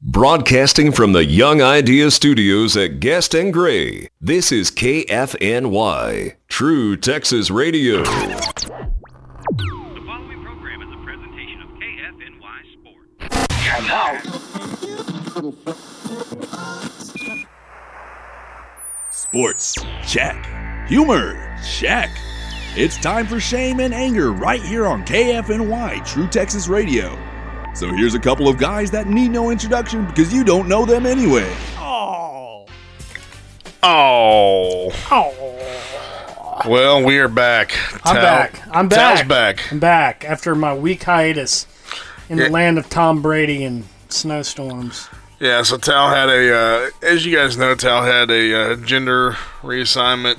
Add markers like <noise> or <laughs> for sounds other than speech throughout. Broadcasting from the Young Idea Studios at Guest and Gray, this is KFNY, True Texas Radio. The following program is a presentation of KFNY Sports. Sports, check. Humor, check. It's time for shame and anger right here on KFNY True Texas Radio. So here's a couple of guys that need no introduction because you don't know them anyway. Oh. Well, we are back. Tal- I'm back. I'm back. Tal's back. I'm back after my week hiatus in Yeah. the land of Tom Brady and snowstorms. Yeah, so Tal had a, uh, as you guys know, Tal had a uh, gender reassignment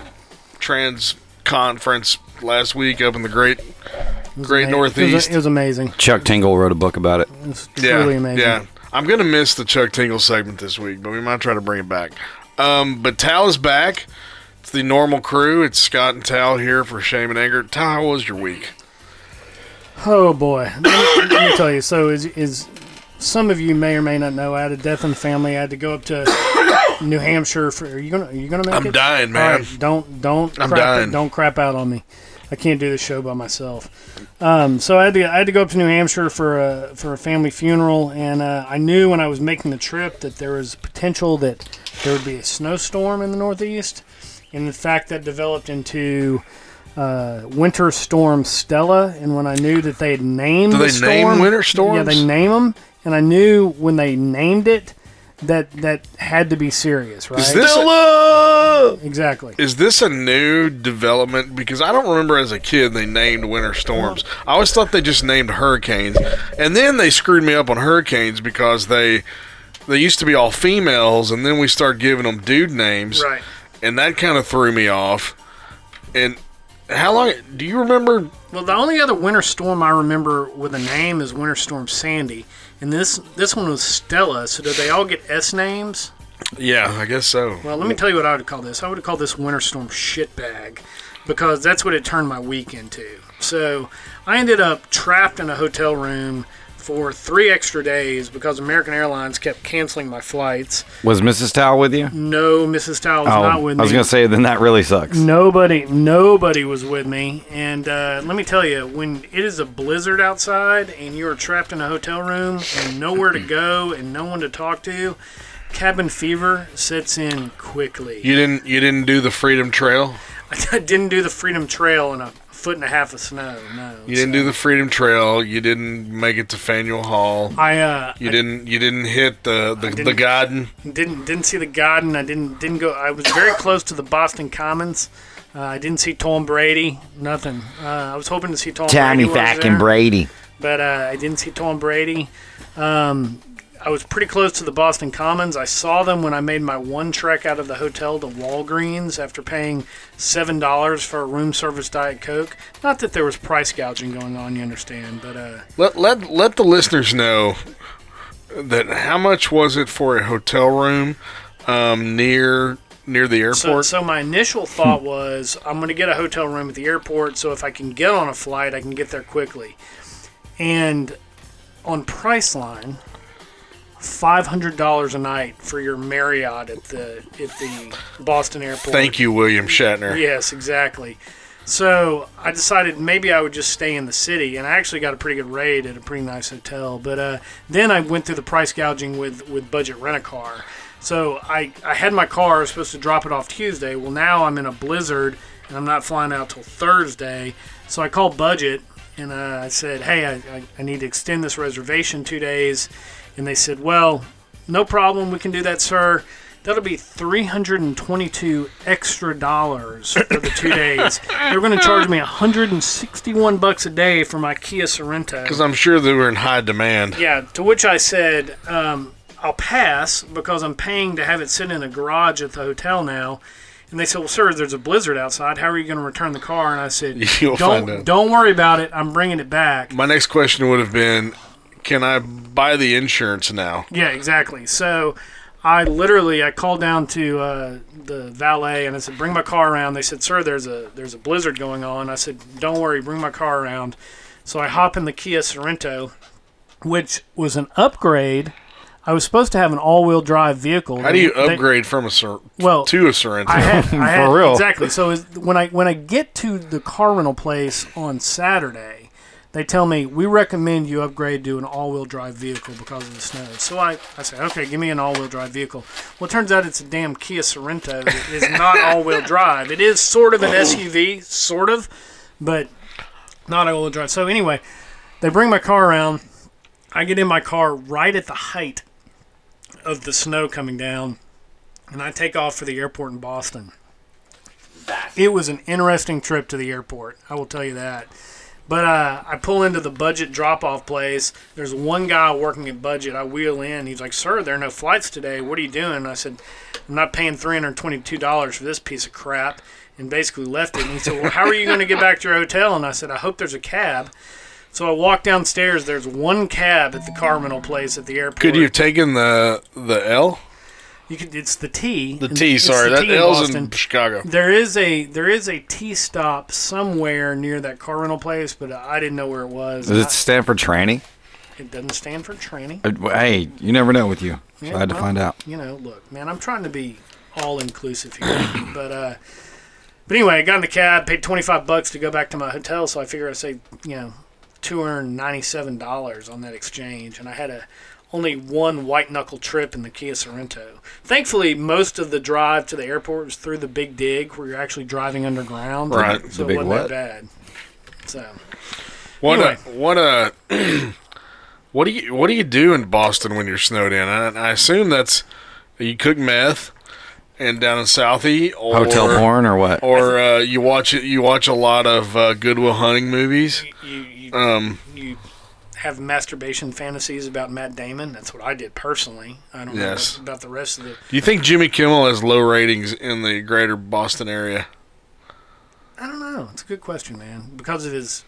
trans conference last week up in the Great Great Ama- It was, Northeast. it was amazing. Chuck Tingle wrote a book about it. It was yeah, truly amazing. yeah. I'm gonna miss the Chuck Tingle segment this week, but we might try to bring it back. Um, but Tal is back. It's the normal crew. It's Scott and Tal here for Shame and Anger. Tal, how was your week? Oh boy. Let me, let me tell you. So is is some of you may or may not know. I had a death in the family. I had to go up to New Hampshire for. Are you gonna? Are you gonna make I'm it? dying, All man. don't don't I'm crap dying. don't crap out on me. I can't do this show by myself. Um, so I had to I had to go up to New Hampshire for a for a family funeral, and uh, I knew when I was making the trip that there was potential that there would be a snowstorm in the Northeast, and in fact that developed into. Uh, winter storm Stella, and when I knew that they had named Do the they storm, name winter Yeah, they storms? name them, and I knew when they named it that that had to be serious, right? Is this a- exactly? Is this a new development? Because I don't remember as a kid they named winter storms. I always thought they just named hurricanes, and then they screwed me up on hurricanes because they they used to be all females, and then we started giving them dude names, Right. and that kind of threw me off. And how long do you remember? Well, the only other winter storm I remember with a name is Winter Storm Sandy, and this this one was Stella. So did they all get S names? Yeah, I guess so. Well, let me tell you what I would call this. I would call this Winter Storm shitbag, because that's what it turned my week into. So I ended up trapped in a hotel room for three extra days because American Airlines kept canceling my flights. Was Mrs. Towel with you? Oh, No, Mrs. Towel was not with I was me. gonna say then that really sucks. Nobody, nobody was with me. And uh, let me tell you, when it is a blizzard outside and you are trapped in a hotel room and nowhere to go and no one to talk to, cabin fever sets in quickly. You didn't you didn't do the Freedom Trail. <laughs> I didn't do the Freedom Trail in a foot and a half of snow. No, You didn't do the Freedom Trail. You didn't make it to Faneuil Hall. I uh, You didn't. You didn't hit the the, the didn't- garden. didn't didn't see the garden. I didn't didn't go. I was very close to the Boston Commons. Uh, I didn't see Tom Brady. Nothing. Uh, I was hoping to see Tom Tommy Brady. while I was fucking there. Brady. but uh, I didn't see Tom Brady. Um, I was pretty close to the Boston Commons. I saw them when I made my one trek out of the hotel to Walgreens after paying seven dollars for a room service diet coke. Not that there was price gouging going on, you understand, but uh, Let let let the listeners know that how much was it for a hotel room um, near near the so, airport? Hmm. so my initial thought was I'm going to get a hotel room at the airport, so if I can get on a flight, I can get there quickly. And on Priceline, five hundred dollars a night for your Marriott at the at the Boston airport. Thank you, William Shatner. Yes, exactly. So I decided maybe I would just stay in the city, and I actually got a pretty good rate at a pretty nice hotel. But uh, then I went through the price gouging with with budget rent a car. So I I had my car I was supposed to drop it off Tuesday. Well, now I'm in a blizzard and I'm not flying out till Thursday. So I called budget and uh, I said, hey, I, I, I need to extend this reservation two days, and they said, well, no problem. We can do that, sir. That'll be 322 extra dollars for the two days. They're going to charge me 161 bucks a day for my Kia Sorento. Because I'm sure they were in high demand. Yeah, to which I said, um, I'll pass because I'm paying to have it sit in a garage at the hotel now. And they said, Well, sir, there's a blizzard outside. How are you going to return the car? And I said, <laughs> You'll Don't find out. don't worry about it. I'm bringing it back. My next question would have been, can I buy the insurance now? Yeah, exactly. So I literally I called down to uh, the valet and I said, "Bring my car around." They said, "Sir, there's a there's a blizzard going on." I said, "Don't worry, bring my car around." So I hop in the Kia Sorento, which was an upgrade. I was supposed to have an all-wheel drive vehicle. How do you They- they- upgrade from a Sor- Well, to a <laughs> Sorrento? I had, I had For real. exactly. So is, when I when I get to the car rental place on Saturday, they tell me we recommend you upgrade to an all-wheel drive vehicle because of the snow. So I, I say, okay, give me an all-wheel drive vehicle. Well, it turns out it's a damn Kia Sorento that is not all-wheel drive. It is <laughs> sort of an SUV, sort of, but not all-wheel drive. So anyway, they bring my car around. I get in my car right at the height of the snow coming down and I take off for the airport in Boston. It was an interesting trip to the airport, I will tell you that. But uh, I pull into the budget drop off place. There's one guy working at budget. I wheel in. He's like, Sir, there are no flights today. What are you doing? And I said, I'm not paying $322 for this piece of crap. And basically left it. And he said, Well, how are you going to get back to your hotel? And I said, I hope there's a cab. So I walk downstairs. There's one cab at the Carmenal place at the airport. Could you have taken the the L? You could, it's the T. The and T, it's sorry, the that T in L's Boston. in Chicago. There is a there is a T stop somewhere near that car rental place, but I didn't know where it was. Is it Stanford tranny? I- it doesn't stand for tranny. Uh, Hey, you never know with you. So Yeah, I had to well, find out. You know, look, man, I'm trying to be all inclusive here, but uh, but anyway, I got in the cab, paid 25 bucks to go back to my hotel, so I figure I saved you know 297 dollars on that exchange, and I had a only one white knuckle trip in the Kia Sorento. Thankfully, most of the drive to the airport was through the Big Dig, where you're actually driving underground. Right. So The big it wasn't what? that bad. So What Anyway. a what a <clears throat> what do you what do you do in Boston when you're snowed in? I, I assume that's you cook meth, and down in Southie or Hotel porn or what? or uh, you watch it. You watch a lot of uh, Goodwill Hunting movies. you you, Um, you have masturbation fantasies about Matt Damon. That's what I did personally. I don't Yes. know about- about the rest of the. do you think Jimmy Kimmel has low ratings in the greater Boston area? I don't know. It's a good question, man. Because of his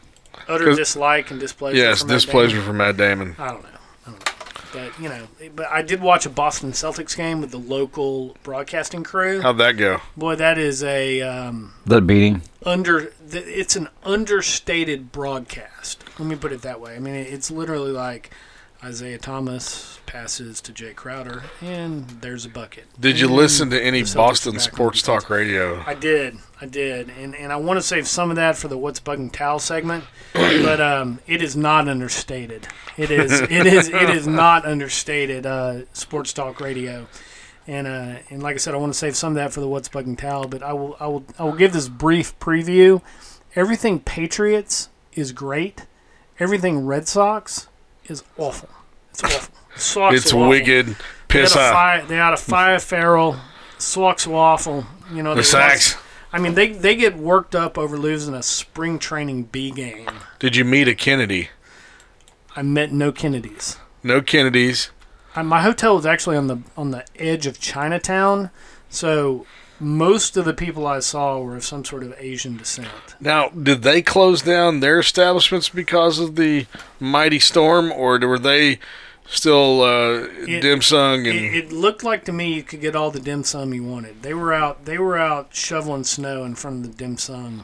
utter 'Cause- dislike and displeasure. Yes, for Matt displeasure for Matt Damon. Damon. I don't know. I don't know. But you know, but I did watch a Boston Celtics game with the local broadcasting crew. How'd that go? Boy, that is a um, That beating. under. th- It's an understated broadcast. Let me put it that way. I mean, it's literally like Isaiah Thomas passes to Jay Crowder, and there's a bucket. Did you And listen to any the Celtics are Boston back on sports defense. talk radio? I did, I did, and and I want to save some of that for the "What's Bugging Tal" segment, <coughs> but um, it is not understated. It is, it is, it is not understated. Uh, sports talk radio, and uh, and like I said, I want to save some of that for the "What's Bugging Tal," but I will, I will, I will give this brief preview. Everything Patriots is great. Everything Red Sox is awful. It's awful. Sox It's are awful. wicked. They Piss had a high. fire. They had a fire Farrell, Swacks waffle. You know The they sacks. lost- I mean, they they get worked up over losing a spring training B game. Did you meet a Kennedy? I met no Kennedys. No Kennedys. I, my hotel was actually on the on the edge of Chinatown, so most of the people I saw were of some sort of Asian descent. Now, did they close down their establishments because of the mighty storm, or were they still uh, dim sum? And It, it looked like to me you could get all the dim sum you wanted. They were out they were out shoveling snow in front of the dim sum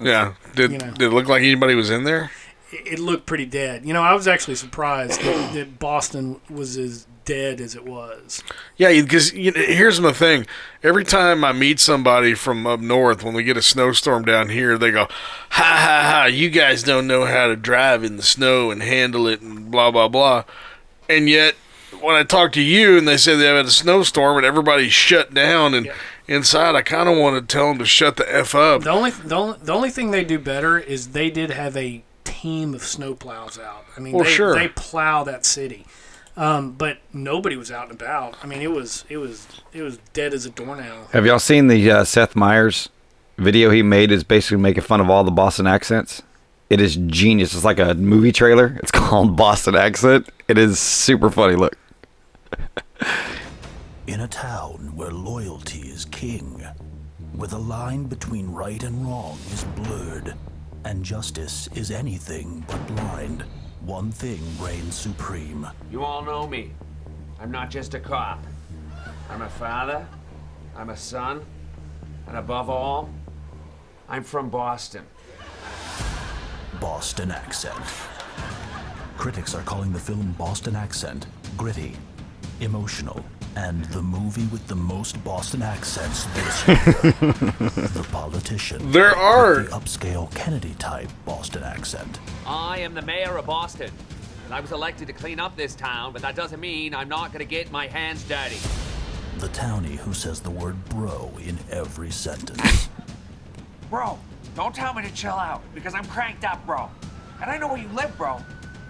yeah, did, you know. did it look like anybody was in there? it it looked pretty dead. You know, I was actually surprised that, that Boston was as dead as it was. Yeah, because you know, here's my thing: every time I meet somebody from up north, when we get a snowstorm down here, they go, "Ha ha ha! You guys don't know how to drive in the snow and handle it, and blah blah blah." And yet, when I talk to you and they say they had a snowstorm and everybody's shut down and inside, I kind of want to tell them to shut the f up. The only the only, the only thing they do better is they did have a team of snowplows out. I mean, Well, they, sure. they plow that city. Um, but nobody was out and about. I mean, it was it was it was dead as a doornail. Have y'all seen the uh, Seth Meyers video he made? Is basically making fun of all the Boston accents. It is genius. It's like a movie trailer. It's <laughs> called Boston Accent. It is super funny. Look, In a town where loyalty is king, where the line between right and wrong is blurred, and justice is anything but blind, one thing reigns supreme. You all know me. I'm not just a cop. I'm a father, I'm a son, and above all, I'm from Boston. Boston Accent. Critics are calling the film Boston Accent gritty, emotional, and the movie with the most Boston accents this year. the Politician. There are- The upscale Kennedy type Boston accent. I am the mayor of Boston, and I was elected to clean up this town, but that doesn't mean I'm not gonna get my hands dirty. The townie who says the word bro in every sentence. Bro, don't tell me to chill out because I'm cranked up, bro. And I know where you live, bro.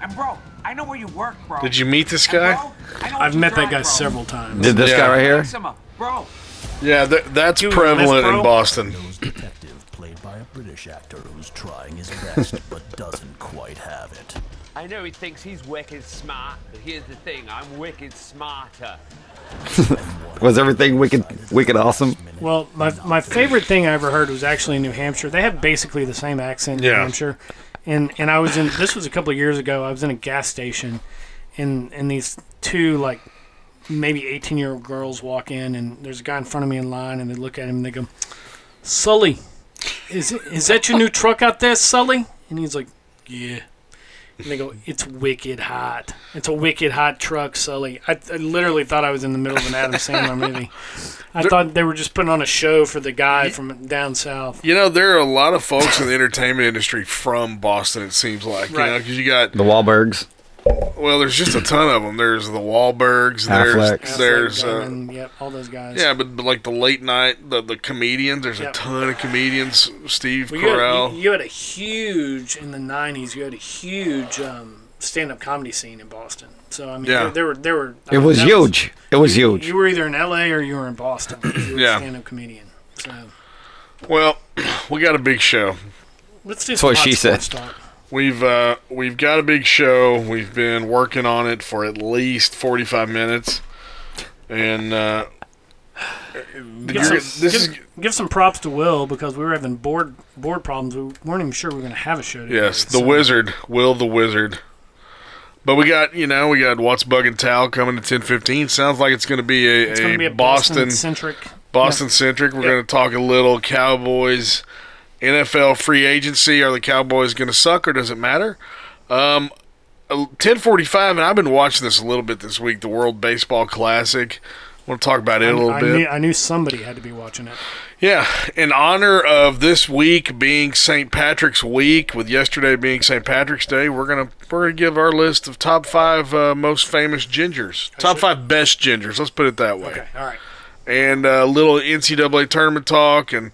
And bro, I know where you work, bro. Did you meet this And, guy? bro, I know what I've you met that drive, guy bro. several times. Did this Yeah. guy right here? Fix him up, bro. Yeah, th- that's <laughs> You prevalent live, bro? in Boston. Those detective played by a British actor who's trying his best but doesn't quite have it. I know he thinks he's wicked smart, but here's the thing: I'm wicked smarter. Was everything wicked, wicked awesome? Well, my, my favorite thing I ever heard was actually in New Hampshire. They have basically the same accent in New Yeah. Hampshire. And and I was in this was a couple of years ago. I was in a gas station and and these two like maybe 18-year-old girls walk in and there's a guy in front of me in line and they look at him and they go, "Sully, is it, is that your new truck out there, Sully?" And he's like, "Yeah." And they go, "It's wicked hot. It's a wicked hot truck, Sully." I, I literally thought I was in the middle of an Adam Sandler movie. I thought they were just putting on a show for the guy from down south. You know, there are a lot of folks in the entertainment industry from Boston. It seems like, you Right. know, because you got The Wahlbergs. well, there's just a ton of them. There's the Wahlbergs. There's Affleck. there's uh, Gunn, yep, all those guys. yeah, but, but like the late night, the the comedians. There's Yeah. a ton of comedians. Steve Well, you, had, Carell. you, you had a huge in the '90s. You had a huge um, stand-up comedy scene in Boston. So I mean, Yeah. there, there were there were. I It mean, was that huge. It was huge. You were either in LA or you were in Boston. You were Yeah. a stand-up comedian. So well, <clears throat> we got a big show. let's do That's what some she hot said. sports talk. We've uh, we've got a big show. We've been working on it for at least forty five minutes, and uh, Give you're- some, this give, is give some props to Will because we were having board board problems. We weren't even sure we were going to have a show. Today, Yes, the so- wizard, Will the wizard. But we got you know we got what's bugging Tal coming to ten fifteen. Sounds like it's going to be a, It's going a, to be a Boston centric. Boston centric. We're going to talk a little Cowboys, NFL free agency. Are the Cowboys going to suck or does it matter? Um, ten forty five, and I've been watching this a little bit this week. The World Baseball Classic. I want to talk about it a little I bit. knew, I knew somebody had to be watching it. Yeah, in honor of this week being St. Patrick's Week, with yesterday being St. Patrick's Day, we're gonna we're gonna give our list of top five uh, most famous gingers, top five best gingers. Let's put it that way. All right. And a little NCAA tournament talk and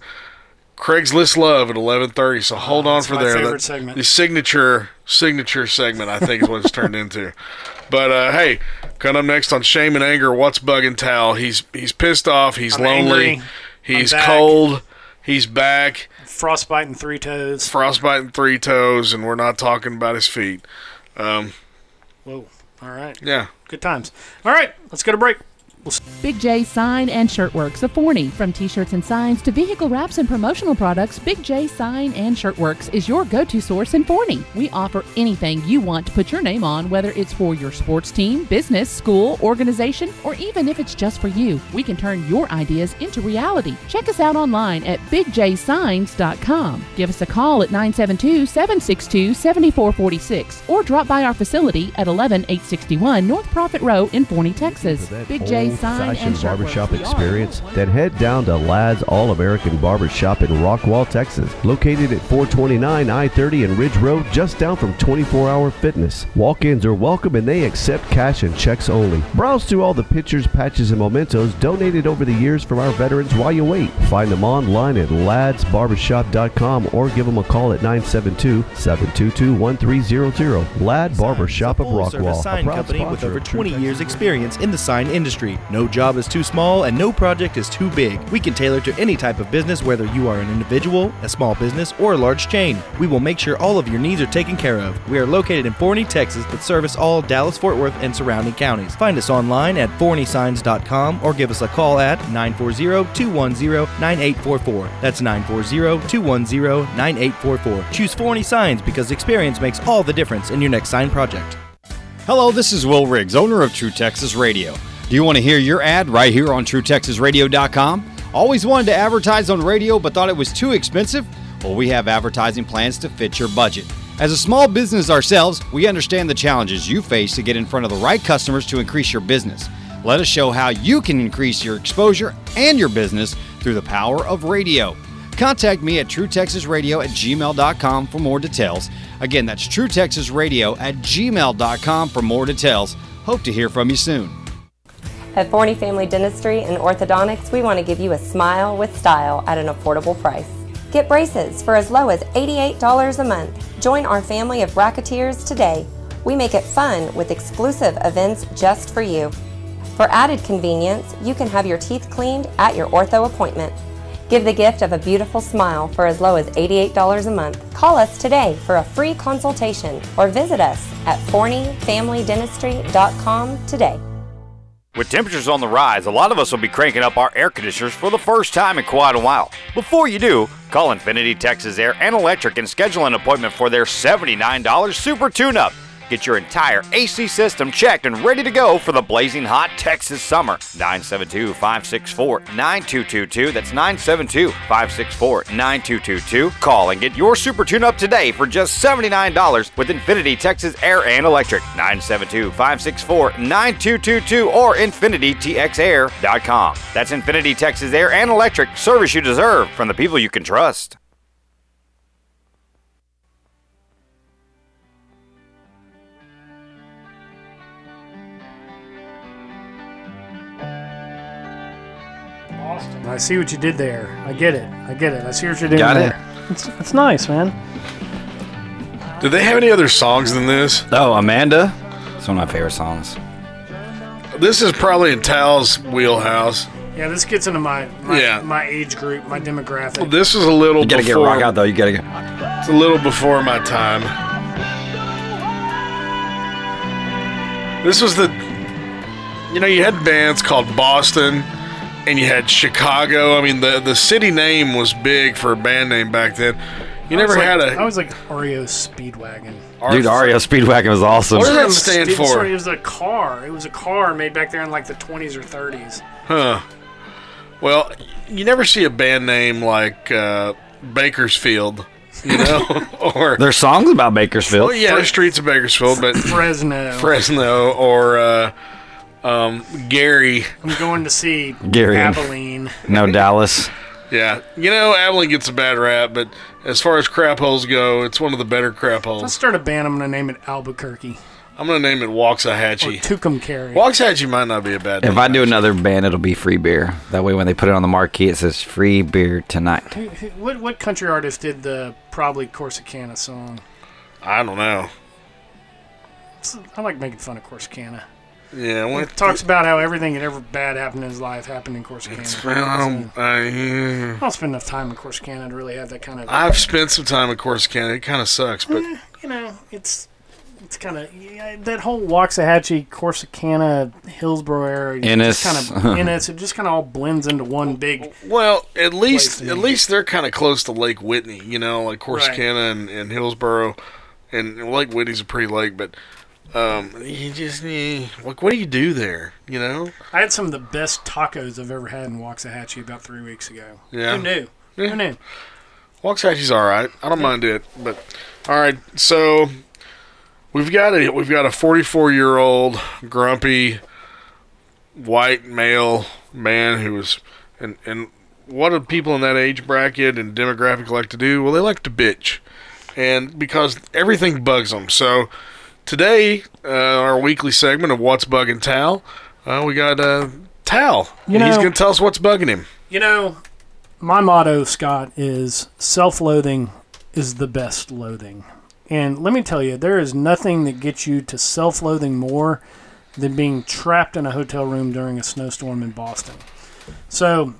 Craigslist love at eleven thirty. So hold on Oh, that's for my there. favorite That- segment. The signature signature segment, I think, is what it's turned into. But uh, hey, coming up next on Shame and Anger, what's bugging Tal? He's he's pissed off. He's I'm lonely. angry. He's back. cold. He's back. Frostbite and three toes. Frostbite and three toes, and we're not talking about his feet. Um, Whoa. All right. Yeah. Good times. All right. Let's go to break. Big J Sign and Shirtworks of Forney. From t shirts and signs to vehicle wraps and promotional products, Big J Sign and Shirtworks is your go to source in Forney. We offer anything you want to put your name on, whether it's for your sports team, business, school, organization, or even if it's just for you. We can turn your ideas into reality. Check us out online at bigjsigns.com. Give us a call at 972 762 7446 or drop by our facility at 11861 North Profit Row in Forney, Texas. for that Big J old sign fashioned and barbershop Shirtworks. experience, then head down to Ladd's All American Barbershop in Rockwall, Texas. Located at 429 I 30 and Ridge Road, just down from 24 Hour Fitness. Walk ins are welcome and they accept cash and checks only. Browse through all the pictures, patches, and mementos donated over the years from our veterans while you wait. Find them online at ladsbarbershop.com or give them a call at 972 722 1300. Lad Barbershop of Rockwall. a sign proud company with sponsor over of True 20 years Texas. experience in the sign industry. No job is too small and no project is too big. We can tailor to any type of business whether you are an individual, a small business, or a large chain. We will make sure all of your needs are taken care of. We are located in Forney, Texas, but service all Dallas-Fort Worth and surrounding counties. Find us online at forneysigns.com or give us a call at 940-210-9844. That's 940-210-9844. Choose Forney Signs because experience makes all the difference in your next sign project. Hello, this is Will Riggs, owner of True Texas Radio. Do you want to hear your ad right here on TrueTexasRadio.com? Always wanted to advertise on radio but thought it was too expensive? Well, we have advertising plans to fit your budget. As a small business ourselves, we understand the challenges you face to get in front of the right customers to increase your business. Let us show how you can increase your exposure and your business through the power of radio. Contact me at truetexasradio at gmail.com for more details. Again, that's truetexasradio at gmail.com for more details. Hope to hear from you soon. At Forney Family Dentistry and Orthodontics, we want to give you a smile with style at an affordable price. Get braces for as low as $88 a month. Join our family of racketeers today. We make it fun with exclusive events just for you. For added convenience, you can have your teeth cleaned at your ortho appointment. Give the gift of a beautiful smile for as low as $88 a month. Call us today for a free consultation or visit us at forneyfamilydentistry.com today. With temperatures on the rise, a lot of us will be cranking up our air conditioners for the first time in quite a while. Before you do, call Infinity Texas Air and Electric and schedule an appointment for their $79 Super Tune Up. Get your entire AC system checked and ready to go for the blazing hot Texas summer. 972 564 9222. That's 972 564 9222. Call and get your Super Tune Up today for just $79 with Infinity Texas Air and Electric. 972 564 9222 or InfinityTXAir.com. That's Infinity Texas Air and Electric. Service you deserve from the people you can trust. I see what you did there. I get it. I get it. I see what you're doing Got it. there. It's, it's nice, man. Do they have any other songs than this? Oh, Amanda. It's one of my favorite songs. This is probably in Tal's wheelhouse. Yeah, this gets into my my, Yeah. my age group, my demographic. Well, this is a little. You gotta get before, rock out though. You gotta get. It's a little before my time. This was the. You know, you had bands called Boston, and you had Chicago. I mean, the the city name was big for a band name back then. You I was never like- had a. I was like Oreo Speedwagon. Dude, REO Speedwagon was awesome. What does that stand Dude, sorry, for? It was a car. It was a car made back there in like the 20s or 30s. Huh. Well, you never see a band name like uh, Bakersfield, you <laughs> know, or There's songs about Bakersfield. well, Oh, yeah, the streets of Bakersfield, but <clears throat> Fresno, Fresno, or uh, um, Gary. I'm going to see Gary. Abilene. No, <laughs> Dallas. Yeah, you know, Abilene gets a bad rap, but as far as crap holes go, it's one of the better crap If I holes. start a band, I'm going to name it Albuquerque I'm gonna name it Waxahachie. Tucumcari. Waxahachie might not be a bad If name. I do another band, it'll be free beer. That way, when they put it on the marquee, it says free beer tonight. Who- who- What what country artist did the probably Corsicana song? I don't know. It's- I like making fun of Corsicana. Yeah, well, It talks about how everything that ever bad happened in his life happened in Corsicana. well, I don't. I, I don't spend enough time in Corsicana to really have that kind of. I've spent some time in Corsicana. It kind of sucks, but you know, it's it's kind of yeah, that whole Waxahachie, Corsicana, Hillsborough area. Ennis. just <laughs> kind of Ennis. It just kind of all blends into one big. well, at least at least they're kind of close to Lake Whitney, you know, like Corsicana and, and Hillsboro, and Lake Whitney's a pretty lake, but um, you just eh, like what do you do there, you know? I had some of the best tacos I've ever had in Waxahachie about three weeks ago. Yeah. Who knew? Who knew? Waxahachie's all right. I don't mind it, but all right. So we've got a we've got a 44 year old grumpy white male man who was and and what do people in that age bracket and demographic like to do? Well, they like to bitch, and because everything bugs them. So today, uh, our weekly segment of what's bugging Tal, uh, we got uh, Tal. You and he's know- going to tell us what's bugging him. You know, my motto, Scott, is self-loathing is the best loathing. And let me tell you, there is nothing that gets you to self-loathing more than being trapped in a hotel room during a snowstorm in Boston. So,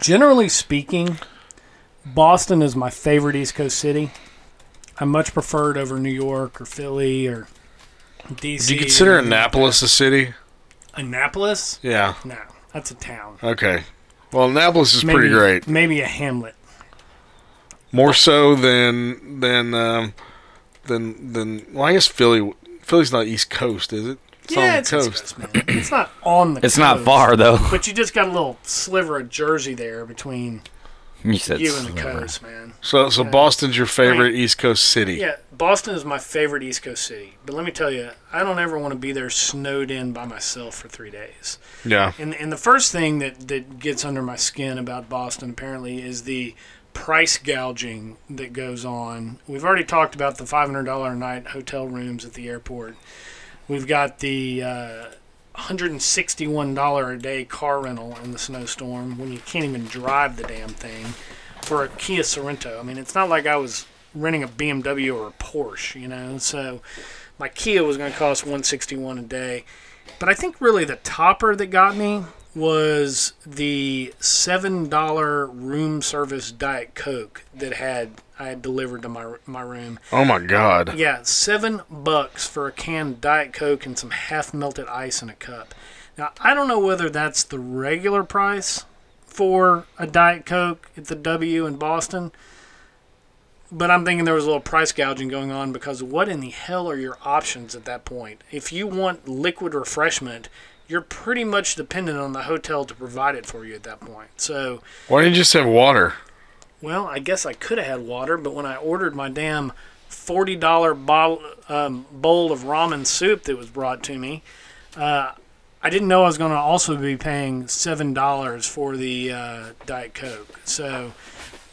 generally speaking, Boston is my favorite East Coast city. I much prefer it over New York or Philly or DC. Do you consider or- Annapolis a city? Annapolis? Yeah. No, that's a town. Okay. Well, Annapolis is pretty Maybe- great. Maybe a hamlet. More so than than um, than than. Well, I guess Philly. Philly's not East Coast, is it? It's Yeah, on the it's East coast. It's not on the It's not coast, far, though. But you just got a little sliver of Jersey there between You said you and the sliver. coast, man. So so Boston's your favorite East Coast city. Yeah, Boston is my favorite East Coast city, but let me tell you, I don't ever want to be there snowed in by myself for three days. Yeah. And and the first thing that that gets under my skin about Boston apparently is the price gouging that goes on. We've already talked about the five hundred dollar a night hotel rooms at the airport. We've got the uh, hundred and sixty one dollar a day car rental in the snowstorm when you can't even drive the damn thing for a Kia Sorento. I mean, it's not like I was renting a BMW or a Porsche, you know. So my Kia was going to cost 161 a day. But I think really the topper that got me was the $7 room service Diet Coke that had I had delivered to my my room. Oh my God. Yeah, 7 bucks for a canned Diet Coke and some half melted ice in a cup. Now, I don't know whether that's the regular price for a Diet Coke at the W in Boston. But I'm thinking there was a little price gouging going on because what in the hell are your options at that point? If you want liquid refreshment, you're pretty much dependent on the hotel to provide it for you at that point. So, Why didn't you just have water? well, I guess I could have had water, but when I ordered my damn forty dollar bottle um, bowl of ramen soup that was brought to me, uh, I didn't know I was going to also be paying seven dollars for the uh, diet coke. So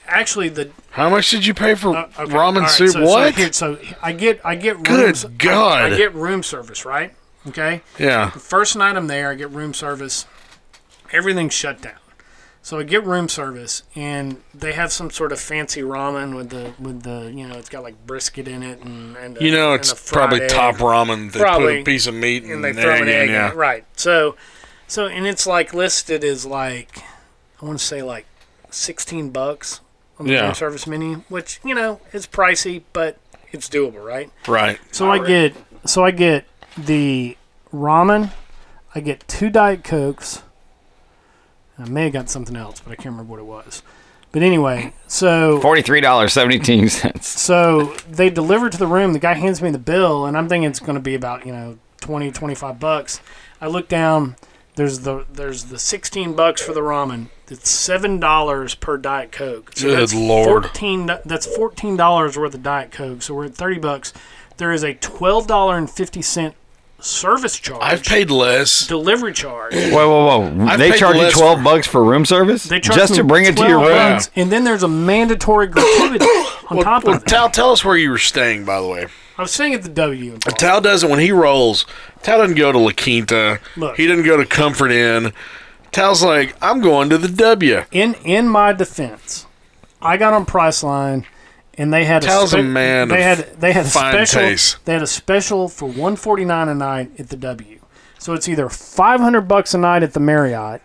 actually, the How much did you pay for uh, okay, all ramen right, soup? So, so what? here- So, I get I get room, Good I- God. I get room service right. Okay. yeah. The first night I'm there, I get room service. Everything's shut down. So I get room service, and they have some sort of fancy ramen with the with the you know it's got like brisket in it and, and a- You know, and it's a fried probably egg. top ramen. They put a piece of meat and, and, they throw egg an in, egg in yeah. it. right? So so and it's like listed as like I want to say like sixteen bucks on the Yeah. room service menu, which you know is pricey, but it's doable, right? Right. So I get so I get the ramen, I get two diet cokes, and I may have got something else, but I can't remember what it was. But anyway, so Forty-three dollars seventy-two <laughs> cents. so they deliver to the room. The guy hands me the bill, and I'm thinking it's going to be about you know 20, 25 bucks. I look down. There's the there's the sixteen bucks for the ramen. It's seven dollars per diet coke. Good that's Lord. Fourteen. That's fourteen dollars worth of diet coke. So we're at thirty bucks. There is a twelve dollar and fifty cent service charge. I've paid less. Delivery charge. Whoa, whoa, whoa! I've they paid charge you less twelve bucks for room service They charge just me to bring it to your 12 room. bucks, And then there's a mandatory gratuity on top Well, of it. Tal, tell us where you were staying, by the way. I was staying at the W. If Tal doesn't when he rolls. Tal doesn't go to La Quinta. Look. He doesn't go to Comfort Inn. Tal's like, I'm going to the W. In in my defense, I got on Priceline, and they had Tal's a, a man They of had they had a fine special. taste. They had a special for one forty nine a night at the W. So it's either five hundred bucks a night at the Marriott,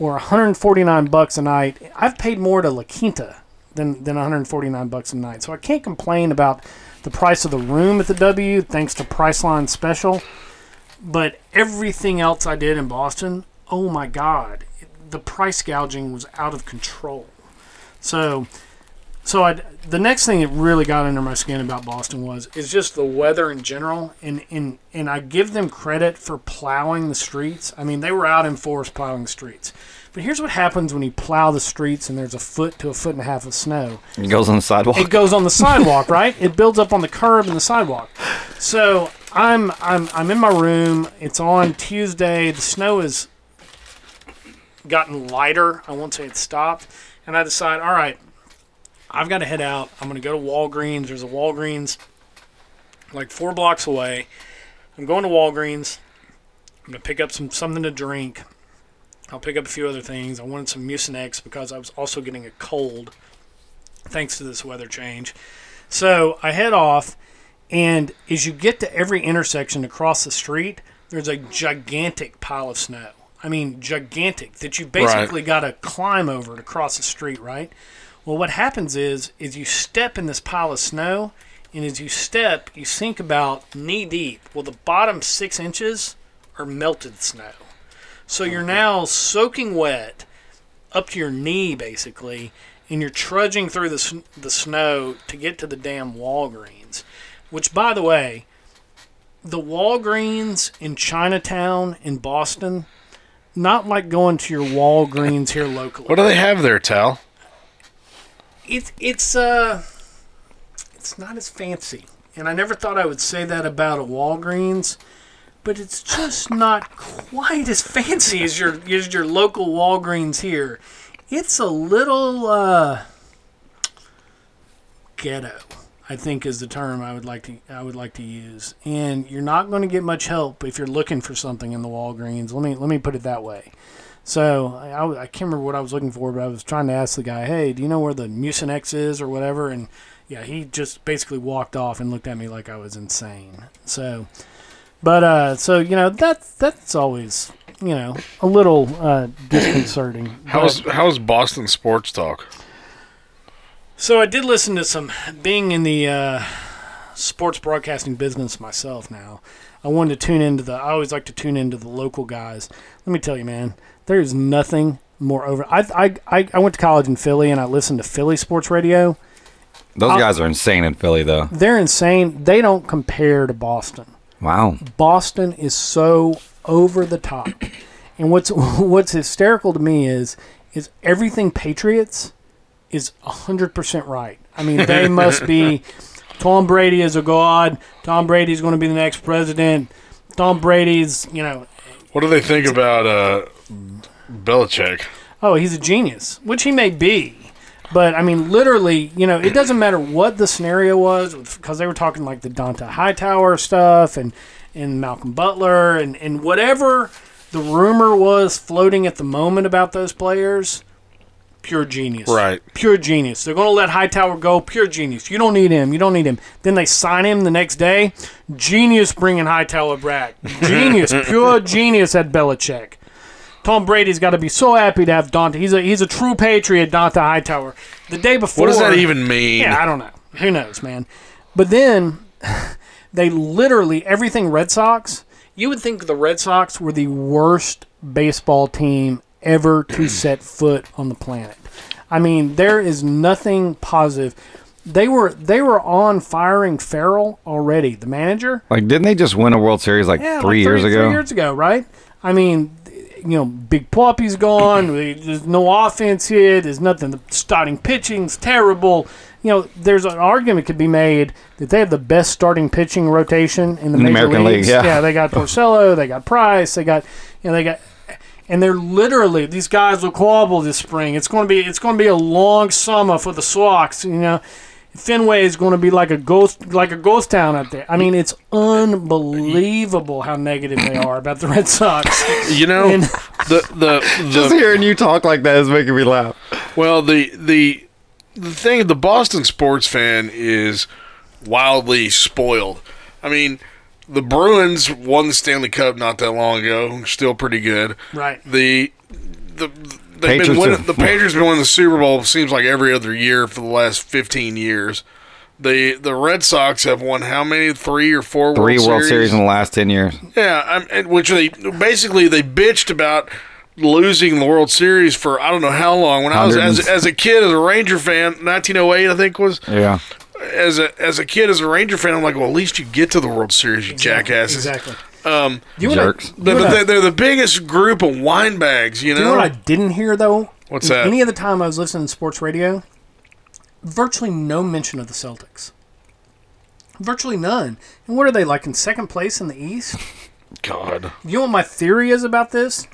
or one hundred forty nine bucks a night. I've paid more to La Quinta than than one hundred forty nine bucks a night. So I can't complain about the price of the room at the W thanks to Priceline special. But everything else I did in Boston, oh my god, the price gouging was out of control. So, so I the next thing that really got under my skin about Boston was is just the weather in general, and and and I give them credit for plowing the streets. I mean, they were out in force plowing the streets. But here's what happens when you plow the streets and there's a foot to a foot and a half of snow. It goes on the sidewalk. It goes on the sidewalk, right? It builds up on the curb and the sidewalk. So I'm I'm I'm in my room. It's on Tuesday. The snow has gotten lighter. I won't say it stopped. And I decide, all right, I've got to head out. I'm going to go to Walgreens. There's a Walgreens like four blocks away. I'm going to Walgreens. I'm going to pick up some something to drink. I'll pick up a few other things. I wanted some Mucinex because I was also getting a cold thanks to this weather change. So I head off, and as you get to every intersection across the street, there's a gigantic pile of snow. I mean, gigantic that you basically got to climb over to cross the street, right? Well, what happens is, is you step in this pile of snow, and as you step, you sink about knee deep. Well, the bottom six inches are melted snow. So you're now soaking wet up to your knee basically, and you're trudging through the sn- the snow to get to the damn Walgreens, which by the way, the Walgreens in Chinatown in Boston, not like going to your Walgreens here locally. What do they have there, Tal? It's it's uh, it's not as fancy. and I never thought I would say that about a Walgreens, but it's just not quite as fancy as your as your local Walgreens here. It's a little uh, ghetto, I think is the term I would like to I would like to use. And you're not going to get much help if you're looking for something in the Walgreens. Let me let me put it that way. So I, I, I can't remember what I was looking for, but I was trying to ask the guy, "Hey, do you know where the Mucinex is or whatever?" And yeah, he just basically walked off and looked at me like I was insane. So, but uh, so you know that's that's always you know a little uh, disconcerting. How's how's Boston sports talk? So I did listen to some being in the uh, sports broadcasting business myself now. I wanted to tune into the I always like to tune into the local guys. Let me tell you, man, there is nothing more over I I I, I went to college in Philly and I listened to Philly sports radio. Those I'll- guys are insane in Philly, though. They're insane. They don't compare to Boston. Wow. Boston is so over the top. <clears throat> And what's <laughs> what's hysterical to me is is everything Patriots is 100% right. I mean, <laughs> they must be Tom Brady is a god. Tom Brady's going to be the next president. Tom Brady's, you know, What do they think about uh, Belichick? oh, he's a genius, which he may be. But I mean, literally, you know, it doesn't matter what the scenario was, because they were talking like the Donta Hightower stuff and and Malcolm Butler and and whatever the rumor was floating at the moment about those players. Pure genius, Right. Pure genius. They're going to let Hightower go. Pure genius. You don't need him. You don't need him. Then they sign him the next day. Genius bringing Hightower back. Genius. pure genius at Belichick. Tom Brady's got to be so happy to have Dante. He's a he's a true patriot, Dante Hightower. The day before, What does that even mean? Yeah, I don't know. Who knows, man? But then <laughs> they literally everything Red Sox. You would think the Red Sox were the worst baseball team ever <clears throat> to set foot on the planet. I mean, there is nothing positive. They were they were on firing Farrell already, the manager Like, didn't they just win a World Series like yeah, three years ago? Three years ago, right? I mean, you know, Big Poppy's gone. there's no offense here. There's nothing. The starting pitching's terrible. You know, there's an argument could be made that they have the best starting pitching rotation in the, In the major American League, leagues. yeah. <laughs> they got Porcello, they got Price, they got, you know, they got, and they're literally these guys will quabble this spring. It's going to be it's going to be a long summer for the Sox. You know, Fenway is going to be like a ghost like a ghost town out there. I mean, it's unbelievable how negative they are about the Red Sox. You know, <laughs> And- the, <laughs> the the Just hearing you talk like that is making me laugh. Well, the the the thing the Boston sports fan is wildly spoiled. I mean, the Bruins won the Stanley Cup not that long ago, still pretty good. Right. The the they've Patriots been winning, have- the Patriots been winning the Super Bowl seems like every other year for the last 15 years. The the Red Sox have won how many? 3 or 4 Three World, World Series. in the last 10 years. yeah, I'm, and which they basically they bitched about losing the World Series for I don't know how long. When I was as, Hundreds. as a kid, as a Ranger fan, 1908 I think was Yeah. as a as a kid as a Ranger fan. I'm like, well, at least you get to the World Series, you jackasses. exactly. Um, You wanna- Jerks. you But, but wanna- they're, they're the biggest group of wine bags, you Do you know know. what I didn't hear though? What's Is that? Any of the time I was listening to sports radio, virtually no mention of the Celtics. Virtually none. And what are they like in second place in the East? God. You know what my theory is about this?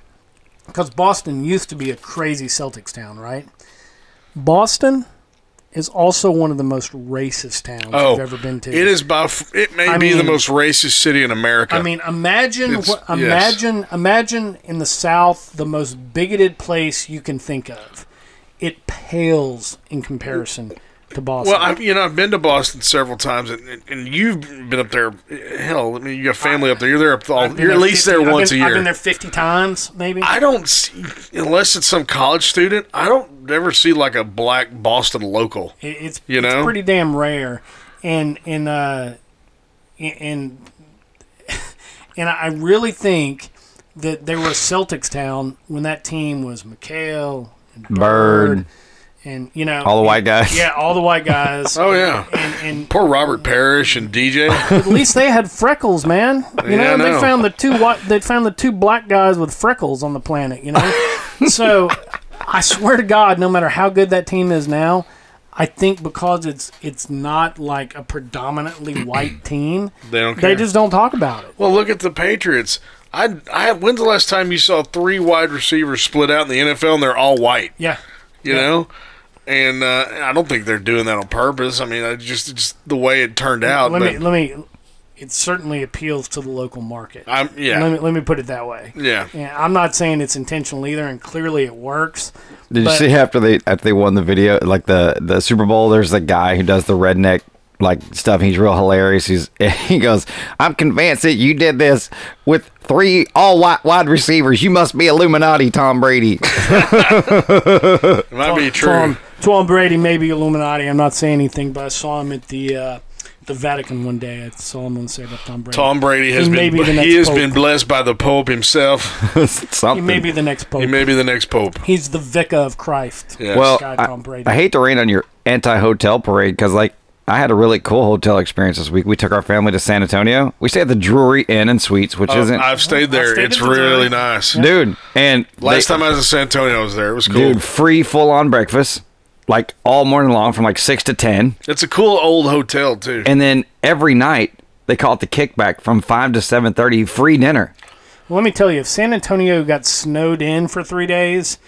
Because Boston used to be a crazy Celtics town, right? Boston is also one of the most racist towns Oh, I've ever been to. it is by f- it may I be the mean- most racist city in America. I mean, imagine It's- what, yes. imagine imagine in the South the most bigoted place you can think of. It pales in comparison to Boston. Well, I've, you know, I've been to Boston several times, and, and you've been up there. Hell, I mean, you got family up there. You're there up all, I've been You're at least 50 there I've once been- a I've year. been there fifty times, maybe. I don't see, unless it's some college student. I don't ever see like a black Boston local. It- it's You it's know? pretty damn rare, and and uh, and <laughs> and I really think that they were a Celtics town when that team was McHale and Bird, Bird. and you know All the white guys. Yeah, all the white <laughs> guys. Oh yeah, and, poor Robert Parrish and <laughs> DJ. At least they had freckles, <laughs> man. You Yeah, I know, they know. found the two white, they found the two black guys with freckles on <laughs> the planet. You know, so I swear to God, no matter how good that team is now, I think because it's it's not like a predominantly <clears throat> white team, They don't they care. just don't talk about it. Well, look at the Patriots. I, I when's the last time you saw three wide receivers split out in the NFL and they're all white? Yeah. you know. And uh, I don't think they're doing that on purpose. I mean, I just just the way it turned out. let but me let me. It certainly appeals to the local market. I'm yeah. Let me let me put it that way. Yeah. Yeah, I'm not saying it's intentional either, and clearly it works. Did but you see after they after they won the video like the the Super Bowl? There's a guy who does the redneck like stuff. He's real hilarious. He's <laughs> he goes, "I'm convinced that you did this with three all white wide receivers. You must be Illuminati, Tom Brady." <laughs> It might be true. Tom, Tom Brady may be Illuminati. I'm not saying anything, but I saw him at the uh, the Vatican one day. I saw him on Say About Tom Brady. Tom Brady has He may been be the next he has pope. been blessed by the Pope <laughs> himself. Something. He may be the next pope. He may be the next pope. He's the vicar of Christ. Well, This guy, Tom I, Brady. I hate to rain on your anti-hotel parade because like I had a really cool hotel experience this week. We took our family to San Antonio. We stayed at the Drury Inn and Suites, which Uh, isn't I've stayed there. it's really nice, dude. And Last they- time I was in San Antonio, I was there. It was cool. dude, free full on breakfast, like all morning long from like six to ten. It's a cool old hotel too. And then every night they call it the kickback from five to seven thirty, free dinner. Well, let me tell you, if San Antonio got snowed in for three days,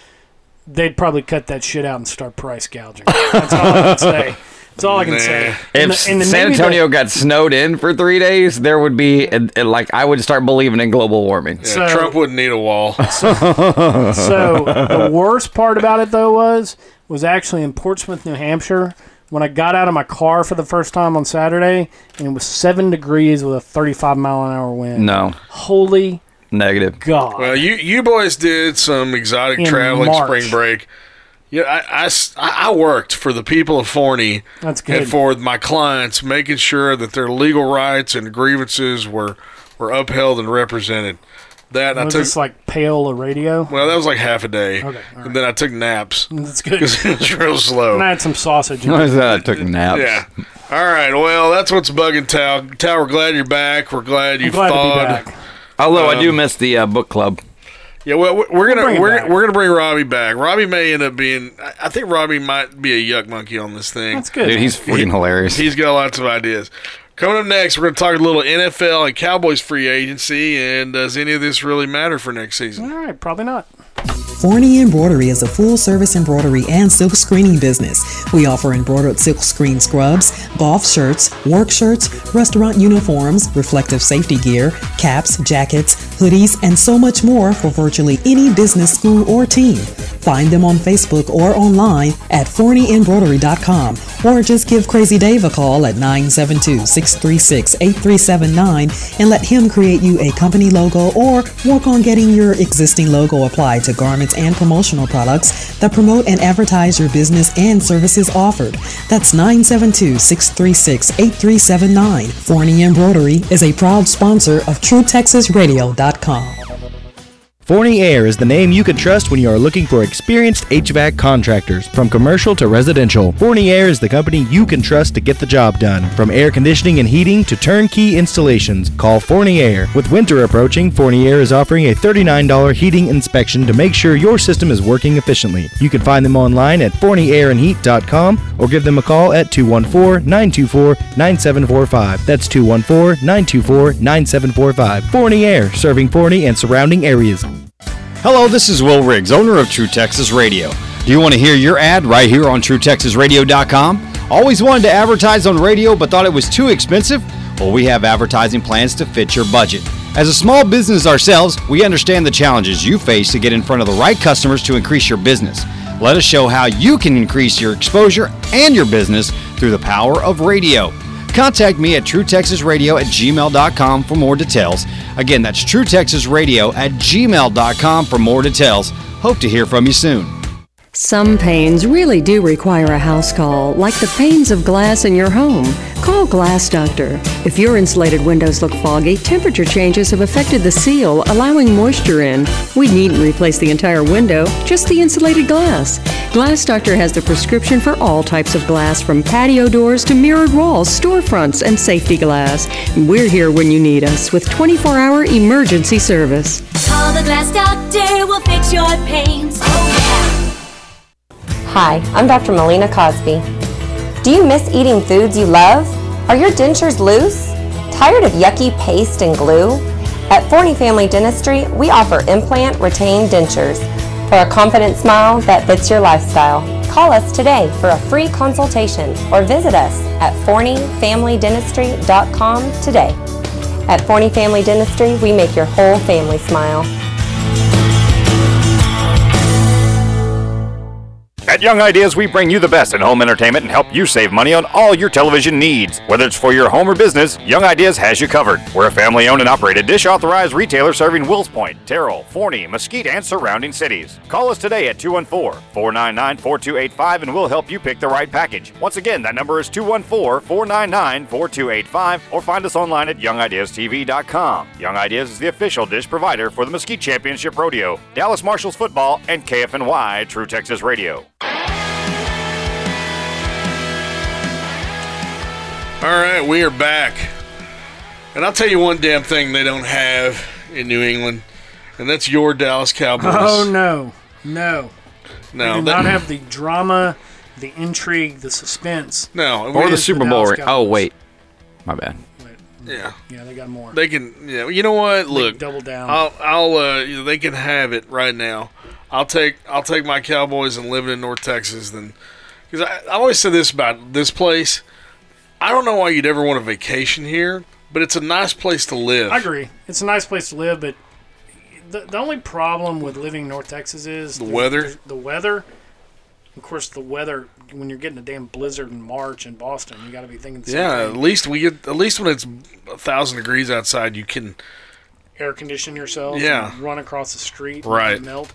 they'd probably cut that shit out and start price gouging. That's all I can say. That's all I can say. If And the- and the- San maybe the- Antonio got snowed in for three days, there would be and- and, like I would start believing in global warming. Yeah, Trump wouldn't need a <laughs> <laughs> wall. so <laughs> the <laughs> worst part about it though was was actually in Portsmouth, New Hampshire. When I got out of my car for the first time on Saturday, and it was seven degrees with a 35 mile an hour wind. No. Holy negative. God. Well, you you boys did some exotic In traveling March. spring break. Yeah, I, I s- I- I worked for the people of Forney That's good. and for my clients, making sure that their legal rights and grievances were were upheld and represented. That and I was took this like pale a radio? well, that was like half a day, and then I took naps. <laughs> That's good. 'Cause it was real <laughs> slow. And I had some <laughs> sausage. I took naps. Oh. Yeah. All right. Well, that's what's bugging Tal. Tal, we're glad you're back. We're glad you Um, glad to be thawed. back. Although I do miss the uh, book club. Yeah, well, we- we're We'll bring gonna him we're, back. we're gonna bring Robbie back. Robbie may end up being. I- I think Robbie might be a yuck monkey on this thing. That's good. Dude, he's freaking hilarious. He's got lots of ideas. Coming up next, we're gonna talk a little NFL and Cowboys free agency, and does any of this really matter for next season? All right, probably not. Forney Embroidery is a full service embroidery and silk screening business. We offer embroidered silk screen scrubs, golf shirts, work shirts, restaurant uniforms, reflective safety gear, caps, jackets, hoodies, and so much more for virtually any business, school, or team. Find them on Facebook or online at forneyembroidery.com or just give Crazy Dave a call at 972 636 8379 and let him create you a company logo or work on getting your existing logo applied to garments and promotional products that promote and advertise your business and services offered. That's 972 636 8379. Forney Embroidery is a proud sponsor of TrueTexasRadio.com. Forney Air is the name you can trust when you are looking for experienced HVAC contractors, from commercial to residential. Forney Air is the company you can trust to get the job done, from air conditioning and heating to turnkey installations. Call Forney Air. With winter approaching, Forney Air is offering a $39 heating inspection to make sure your system is working efficiently. You can find them online at forneyairandheat.com or give them a call at 214-924-9745. That's 214-924-9745. Forney Air, serving Forney and surrounding areas. Hello, this is Will Riggs, owner of True Texas Radio. Do you want to hear your ad right here on TrueTexasRadio.com? Always wanted to advertise on radio but thought it was too expensive? Well, we have advertising plans to fit your budget. As a small business ourselves, we understand the challenges you face to get in front of the right customers to increase your business. Let us show how you can increase your exposure and your business through the power of radio. Contact me at truetexasradio at gmail.com for more details. Again, that's truetexasradio at gmail.com for more details. Hope to hear from you soon. Some pains really do require a house call, like the panes of glass in your home. Call Glass Doctor. If your insulated windows look foggy, temperature changes have affected the seal, allowing moisture in. We needn't replace the entire window, just the insulated glass. Glass Doctor has the prescription for all types of glass, from patio doors to mirrored walls, storefronts, and safety glass. We're here when you need us with 24 hour emergency service. Call the glass doctor, we'll fix your pains. Oh, yeah. Hi, I'm Dr. Melina Cosby. Do you miss eating foods you love? Are your dentures loose? Tired of yucky paste and glue? At Forney Family Dentistry, we offer implant retained dentures for a confident smile that fits your lifestyle. Call us today for a free consultation or visit us at forneyfamilydentistry.com today. At Forney Family Dentistry, we make your whole family smile. At Young Ideas, we bring you the best in home entertainment and help you save money on all your television needs. Whether it's for your home or business, Young Ideas has you covered. We're a family owned and operated, dish authorized retailer serving Wills Point, Terrell, Forney, Mesquite, and surrounding cities. Call us today at 214 499 4285 and we'll help you pick the right package. Once again, that number is 214 499 4285 or find us online at youngideastv.com. Young Ideas is the official dish provider for the Mesquite Championship Rodeo, Dallas Marshals Football, and KFNY True Texas Radio. All right, we are back. And I'll tell you one damn thing they don't have in New England, and that's your Dallas Cowboys. <laughs> Oh no, no, No, They do that- not have the drama, the intrigue, the suspense. No, that or the is Super Bowl. Dallas ring. Cowboys. Oh wait, my bad. Yeah. Yeah, they got more. They can, yeah. You know what? They Look, double down. I'll, I'll, uh, they can have it right now. I'll take, I'll take my Cowboys and living in North Texas than, because I, I always say this about this place. I don't know why you'd ever want a vacation here, but it's a nice place to live. I agree. It's a nice place to live, but the, the only problem with living in North Texas is The weather. The, weather. Of course, the weather when you're getting a damn blizzard in March in Boston, you got to be thinking. the same yeah, thing. at least we get, at least when it's a thousand degrees outside, you can. air condition yourself. Yeah. and run across the street. and Right. melt.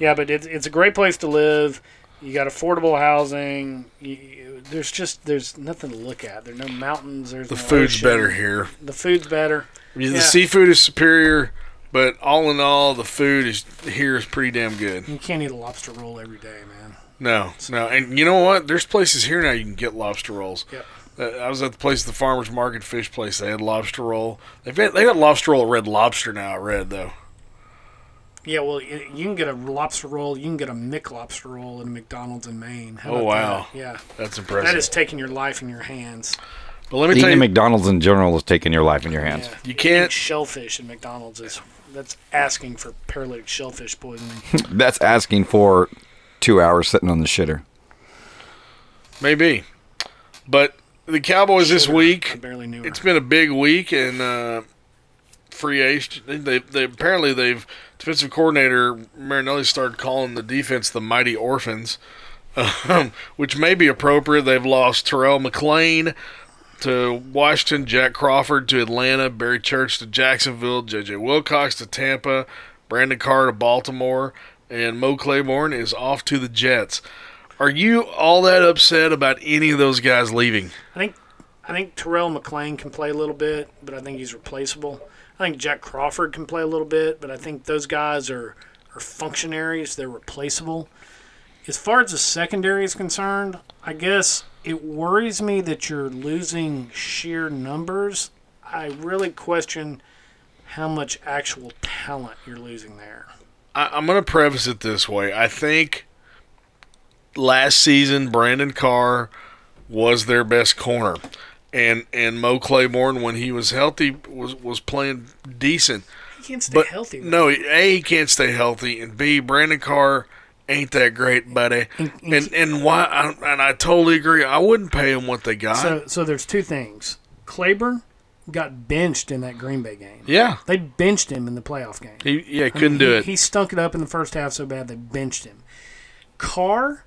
Yeah, but it's it's a great place to live. You got affordable housing. You, you- there's just there's nothing to look at. There's no mountains. There's The no food's ocean. better here. The food's better. The Yeah. seafood is superior, but all in all, the food is here is pretty damn good. You can't eat a lobster roll every day, man. No, no, and you know what? There's places here now you can get lobster rolls. Yep. Uh, I was at the place, the farmers market fish place. They had lobster roll. They've had, they got lobster roll at Red Lobster now. I read though. Yeah, well, y- you can get a lobster roll. You can get a Mick lobster roll at a McDonald's in Maine. How Oh, about wow. that? Yeah, That's impressive. That is taking your life in your hands. But let me Eating tell at you, McDonald's in general is taking your life in your hands. you can't shellfish in McDonald's is that's asking for paralytic shellfish poisoning. <laughs> That's asking for two hours sitting on the shitter. maybe, but the Cowboys this week. I barely knew. It's been a big week and uh, free agent. They, they, they apparently they've defensive coordinator Marinelli started calling the defense the mighty orphans, <laughs> um, which may be appropriate. They've lost Terrell McLean to Washington, Jack Crawford to Atlanta, Barry Church to Jacksonville, J.J. Wilcox to Tampa, Brandon Carr to Baltimore, and Mo Claiborne is off to the Jets. Are you all that upset about any of those guys leaving? I think I think Terrell McLean can play a little bit, but I think he's replaceable. I think Jack Crawford can play a little bit, but I think those guys are are functionaries. They're replaceable. As far as the secondary is concerned, I guess it worries me that you're losing sheer numbers. I really question how much actual talent you're losing there. I, I'm going to preface it this way. I think last season Brandon Carr was their best corner, and and Mo Claiborne when he was healthy was was playing decent. He can't stay But healthy. though. no, a he can't stay healthy, and b Brandon Carr ain't that great, buddy. And and why? I, and I totally agree. I wouldn't pay him what they got. So, so there's two things. Claiborne got benched in that Green Bay game. Yeah. They benched him in the playoff game. he yeah I couldn't mean, do he- it. He stunk it up in the first half so bad they benched him. Carr,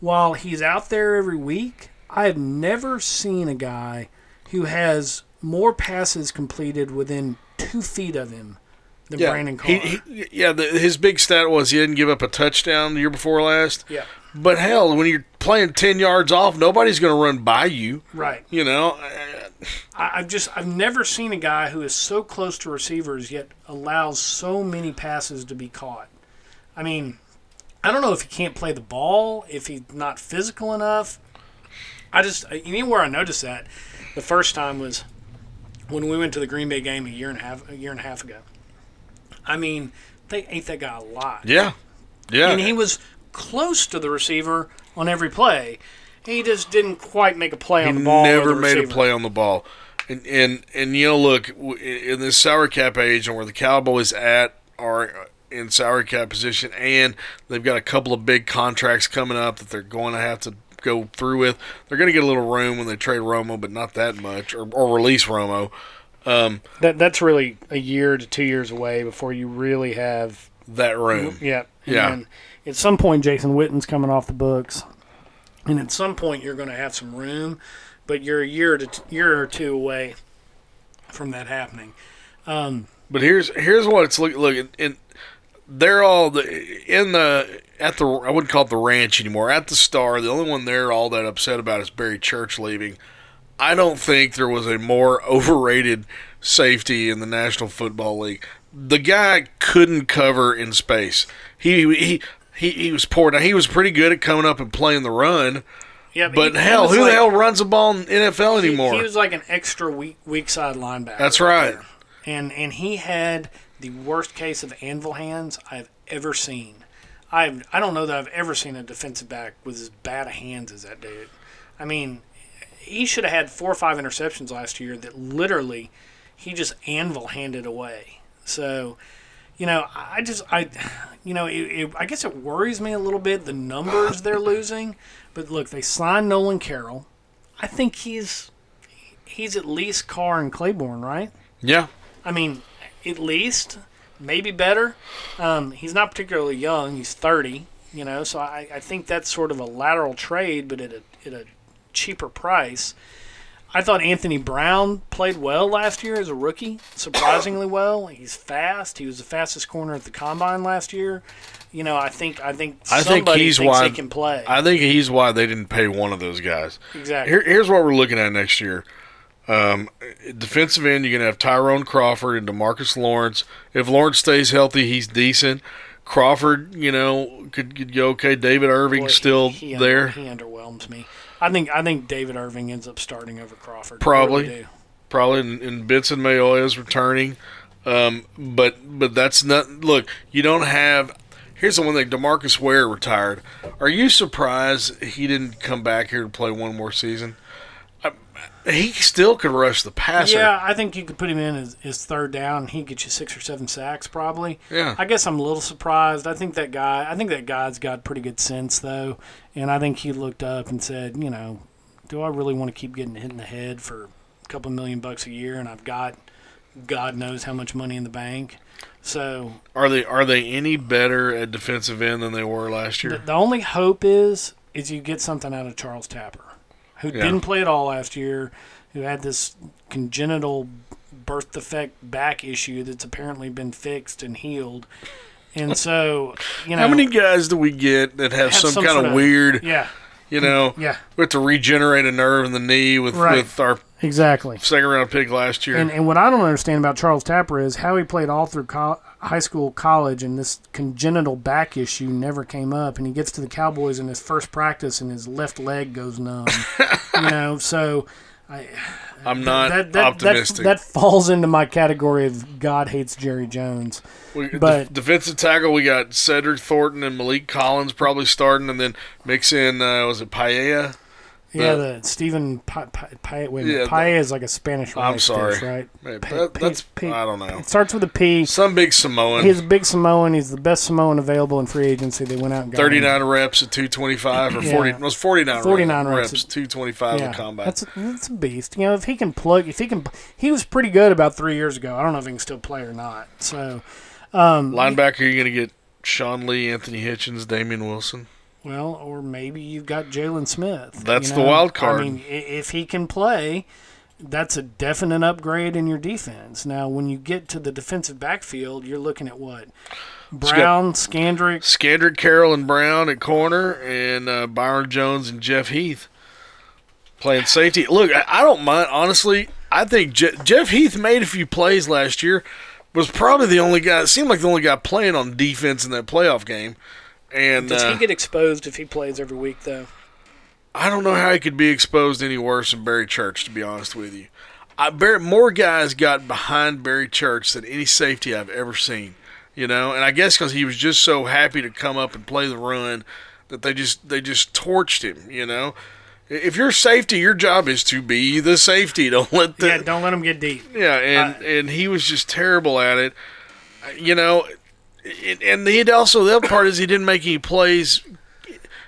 while he's out there every week, I have never seen a guy who has more passes completed within two feet of him than yeah. Brandon Carr. He- he- yeah, the, his big stat was he didn't give up a touchdown the year before last. yeah, But hell, when you're playing ten yards off, nobody's going to run by you. right. You know, I- I, I've just I've never seen a guy who is so close to receivers yet allows so many passes to be caught. I mean, I don't know if he can't play the ball, if he's not physical enough. I just uh, anywhere I noticed that the first time was when we went to the Green Bay game a year and a half a year and a half ago. I mean, they ate that guy alive. yeah, yeah. And he was close to the receiver on every play. He just didn't quite make a play He on the ball. or never the made a receiver. play on the ball. And and and you know, look w- in this sour cap age and where the Cowboys at are in sour cap position, and they've got a couple of big contracts coming up that they're going to have to go through with. They're going to get a little room when they trade Romo, but not that much, or, or release Romo. Um, That that's really a year to two years away before you really have that room. Yeah, And Yeah. then At some point, Jason Witten's coming off the books, and at some point, you're going to have some room, but you're a year to t- year or two away from that happening. Um, But here's here's what it's look look and they're all the in the at the I wouldn't call it the ranch anymore at the star. The only one they're all that upset about is Barry Church leaving. I don't think there was a more <laughs> overrated safety in the National Football League. The guy couldn't cover in space. He he he, he was poor. Now he was pretty good at coming up and playing the run. yeah, but he- he hell, was who the like- hell runs a ball in NFL he- anymore? He, was like an extra weak weak side linebacker. That's right. and and he had the worst case of anvil hands I've ever seen. I I don't know that I've ever seen a defensive back with as bad a hands as that dude. I mean, he should have had four or five interceptions last year that literally he just anvil handed away. So, you know, I I just I, you know, it, it, I guess it worries me a little bit the numbers they're losing. But look, they signed Nolan Carroll. I think he's he's at least Carr and Claiborne, right? Yeah. I mean, at least, maybe better. Um, he's not particularly young. He's 30, you know, so I, I think that's sort of a lateral trade, but at a, at a cheaper price. I thought Anthony Brown played well last year as a rookie, surprisingly <coughs> well. He's fast. He was the fastest corner at the combine last year. You know, I think I think I somebody think he's thinks why he can play. I think he's why they didn't pay one of those guys. Exactly. Here, here's what we're looking at next year. Um, defensive end, you're going to have Tyrone Crawford and Demarcus Lawrence. If Lawrence stays healthy, he's decent. Crawford, you know, could, could go okay. David Irving Boy, still he, he under- there, he underwhelms me. I think I think David Irving ends up starting over Crawford. I really probably, do. probably. And, and Benson Mayoya is returning, um, but but that's not. Look, you don't have. Here's the one thing: Demarcus Ware retired. Are you surprised he didn't come back here to play one more season? I, he still could rush the passer. Yeah, I think you could put him in as, as third down. and He'd get you six or seven sacks probably. Yeah. I guess I'm a little surprised. I think that guy. I think that guy's got pretty good sense though, and I think he looked up and said, you know, do I really want to keep getting hit in the head for a couple million bucks a year? And I've got God knows how much money in the bank. So Are they are they any better at defensive end than they were last the, year? the only hope is is you get something out of Charles Tapper, who Yeah. didn't play at all last year, who had this congenital birth defect back issue that's apparently been fixed and healed. And so, you know, How many guys do we get that have, some, kind sort of weird? Yeah, You know, Yeah. we have to regenerate a nerve in the knee with Right. with our exactly. second round pick last year. And, and what I don't understand about Charles Tapper is how he played all through col- high school, college, and this congenital back issue never came up. And he gets to the Cowboys in his first practice, and his left leg <laughs> goes numb. you know, so I, I'm not optimistic. That, falls into my category of God hates Jerry Jones. We- def- but defensive tackle, we got Cedric Thornton and Malik Collins probably starting, and then mix in uh, was it Paella? yeah, the Stephen Pi Pi Pi- wait a minute, Yeah, the- Paella is like a Spanish. I'm rice sorry, dish, right? Hey, Pa- that- pa- that's pa- I don't know. It starts with a P. Some big Samoan. He's a big Samoan. He's the best Samoan available in free agency. They went out and got him. 39 reps at 225 or 40 Yeah. no, it's 49, 49 reps reps, 225 in combat. That's that's a beast. You know, if he can plug, if he can, he was pretty good about three years ago. I don't know if he can still play or not. So, um, Linebacker, you're going to get Sean Lee, Anthony Hitchens, Damian Wilson. Well, or maybe you've got Jalen Smith. That's the wild card. I mean, i- if he can play, that's a definite upgrade in your defense. Now, when you get to the defensive backfield, you're looking at what? It's got Brown, Scandrick. Scandrick, Carroll, and Brown at corner, and uh, Byron Jones and Jeff Heath playing safety. Look, I, I don't mind. Honestly, I think Je- Jeff Heath made a few plays last year. Was probably the only guy. It seemed like the only guy playing on defense in that playoff game. And Does uh, he get exposed if he plays every week, though? I don't know how he could be exposed any worse than Barry Church. To be honest with you, I, Barry, more guys got behind Barry Church than any safety I've ever seen. You know, and I guess because he was just so happy to come up and play the run that they just they just torched him. You know, If you're safety, your job is to be the safety. <laughs> Don't let the yeah, don't let them get deep. Uh, Yeah, and and he was just terrible at it. Uh, You know, and- and he also the other part is he didn't make any plays.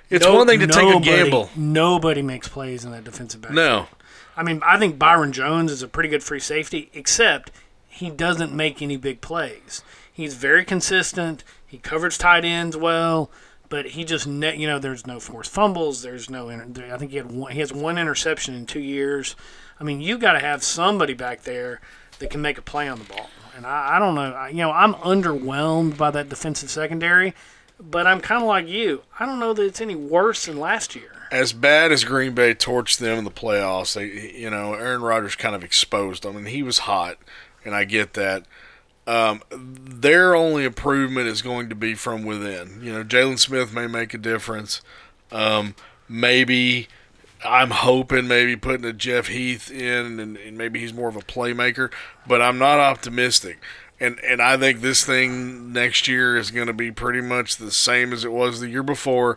It's No- one thing to take a nobody- gamble. Nobody makes plays in that defensive back. No, I mean, I think Byron Jones is a pretty good free safety, except he doesn't make any big plays. He's very consistent. He covers tight ends well, but he just ne- you know there's no forced fumbles. There's no inter- there- I think he had one, he has one interception in two years. I mean, you got to have somebody back there that can make a play on the ball. And I, I don't know. I, you know, I'm underwhelmed by that defensive secondary, but I'm kind of like you. I don't know that it's any worse than last year. as bad as Green Bay torched them in the playoffs, they you know Aaron Rodgers kind of exposed them, and he was hot, and I get that. Um, their only improvement is going to be from within. You know, Jalen Smith may make a difference. Um, maybe I'm hoping maybe putting a Jeff Heath in, and, and maybe he's more of a playmaker. But I'm not optimistic, and and I think this thing next year is going to be pretty much the same as it was the year before.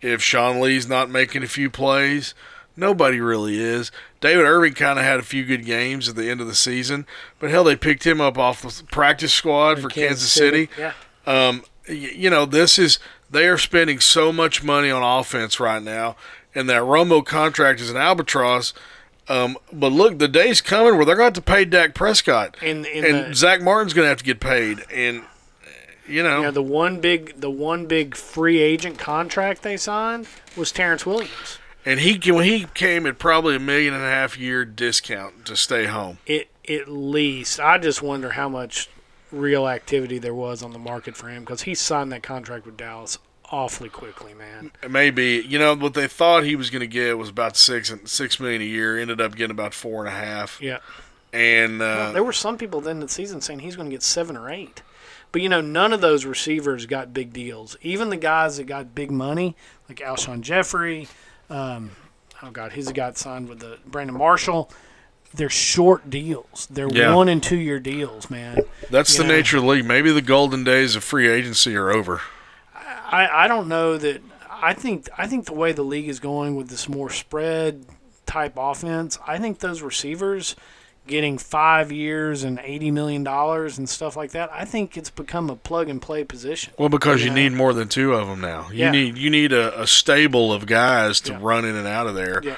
If Sean Lee's not making a few plays, nobody really is. David Irving kind of had a few good games at the end of the season, but hell, they picked him up off the practice squad for Kansas, City. Yeah. Um, y- you know, this is they are spending so much money on offense right now, and that Romo contract is an albatross. Um, but look, the day's coming where they're going to have to pay Dak Prescott, In- in and the- Zach Martin's going to have to get paid, and you know, Yeah, the one big the one big free agent contract they signed was Terrence Williams. and he when he came at probably a million and a half year discount to stay home. It at least I just wonder how much real activity there was on the market for him because he signed that contract with Dallas awfully quickly, man. Maybe you know what they thought he was going to get was about six and six million a year. Ended up getting about four and a half. Yeah. and uh, there were some people then in the season saying he's going to get seven or eight, but you know none of those receivers got big deals. Even the guys that got big money, like Alshon Jeffrey, um, oh god, he's a guy that signed with the Brandon Marshall. They're short deals. They're Yeah. one and two year deals, man. That's You the know, nature of the league. Maybe the golden days of free agency are over. I, I don't know that. I think I think the way the league is going with this more spread type offense, I think those receivers getting five years and eighty million dollars and stuff like that, I think it's become a plug and play position. Well, because you know? need more than two of them now. You Yeah. need you need a, a stable of guys to run in and out of there. Yeah.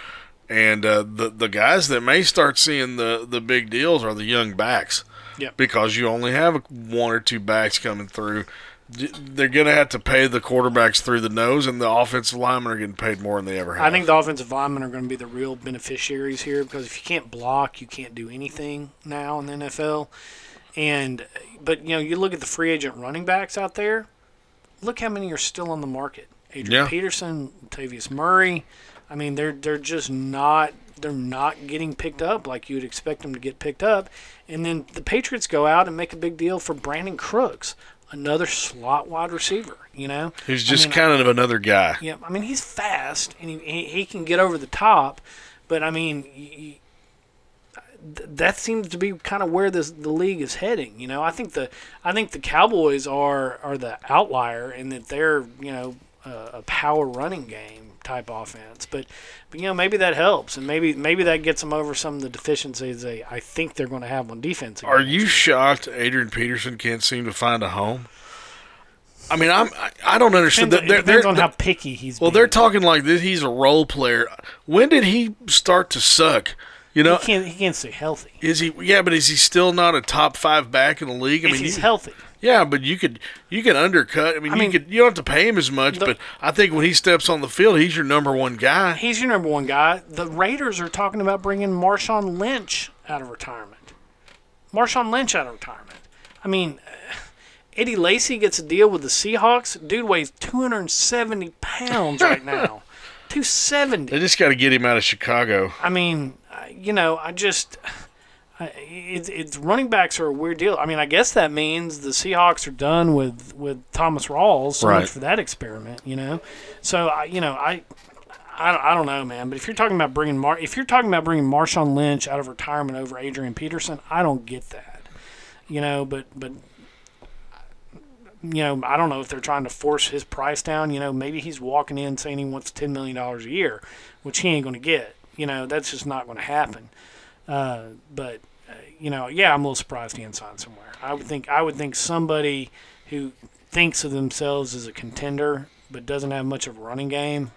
And uh, the the guys that may start seeing the the big deals are the young backs. Yep. Because you only have one or two backs coming through. D- They're going to have to pay the quarterbacks through the nose, and the offensive linemen are getting paid more than they ever have. I think the offensive linemen are going to be the real beneficiaries here because if you can't block, you can't do anything now in the NFL. And but you know, you look at the free agent running backs out there. Look how many are still on the market: Adrian Yeah. Peterson, Tavius Murray. I mean, they're they're just not they're not getting picked up like you'd expect them to get picked up. And then the Patriots go out and make a big deal for Brandon Crooks, another slot wide receiver. You know, He's I just mean, kind of another guy. yeah, I mean he's fast and he, he, he can get over the top, but I mean y y- th- that seems to be kind of where this the league is heading. You know, I think the I think the Cowboys are are the outlier in that they're you know a, a power running game type offense, but but you know maybe that helps and maybe maybe that gets them over some of the deficiencies they I think they're going to have on defense. Are you shocked Adrian Peterson can't seem to find a home? I mean, I'm I, I don't understand. Depends, that it they're, depends they're- on how picky he's. well, they're talking like this. He's a role player. When did he start to suck? You know, he can't he can't stay healthy. is he? Yeah, but is he still not a top five back in the league? I If mean, he's you- healthy. Yeah, but you could you can undercut. I mean, I you mean- could you don't have to pay him as much. but I think when he steps on the field, he's your number one guy. He's your number one guy. The Raiders are talking about bringing Marshawn Lynch out of retirement. Marshawn Lynch out of retirement. I mean, <sighs> Eddie Lacy gets a deal with the Seahawks. Dude weighs 270 pounds right now. 270. They just got to get him out of Chicago. I mean, I- you know, I just. I- It's, it's running backs are a weird deal. I mean, I guess that means the Seahawks are done with, with Thomas Rawls. So Right. much for that experiment, you know. So I, you know, I, I, don't- I don't know, man. But if you're talking about bringing Mar, if you're talking about bringing Marshawn Lynch out of retirement over Adrian Peterson, I don't get that, you know. But but you know, I don't know if they're trying to force his price down. You know, maybe he's walking in saying he wants ten million dollars a year, which he ain't going to get. You know, that's just not going to happen. Uh, but uh, you know, yeah, I'm a little surprised he didn't sign somewhere. I would think I would think somebody who thinks of themselves as a contender but doesn't have much of a running game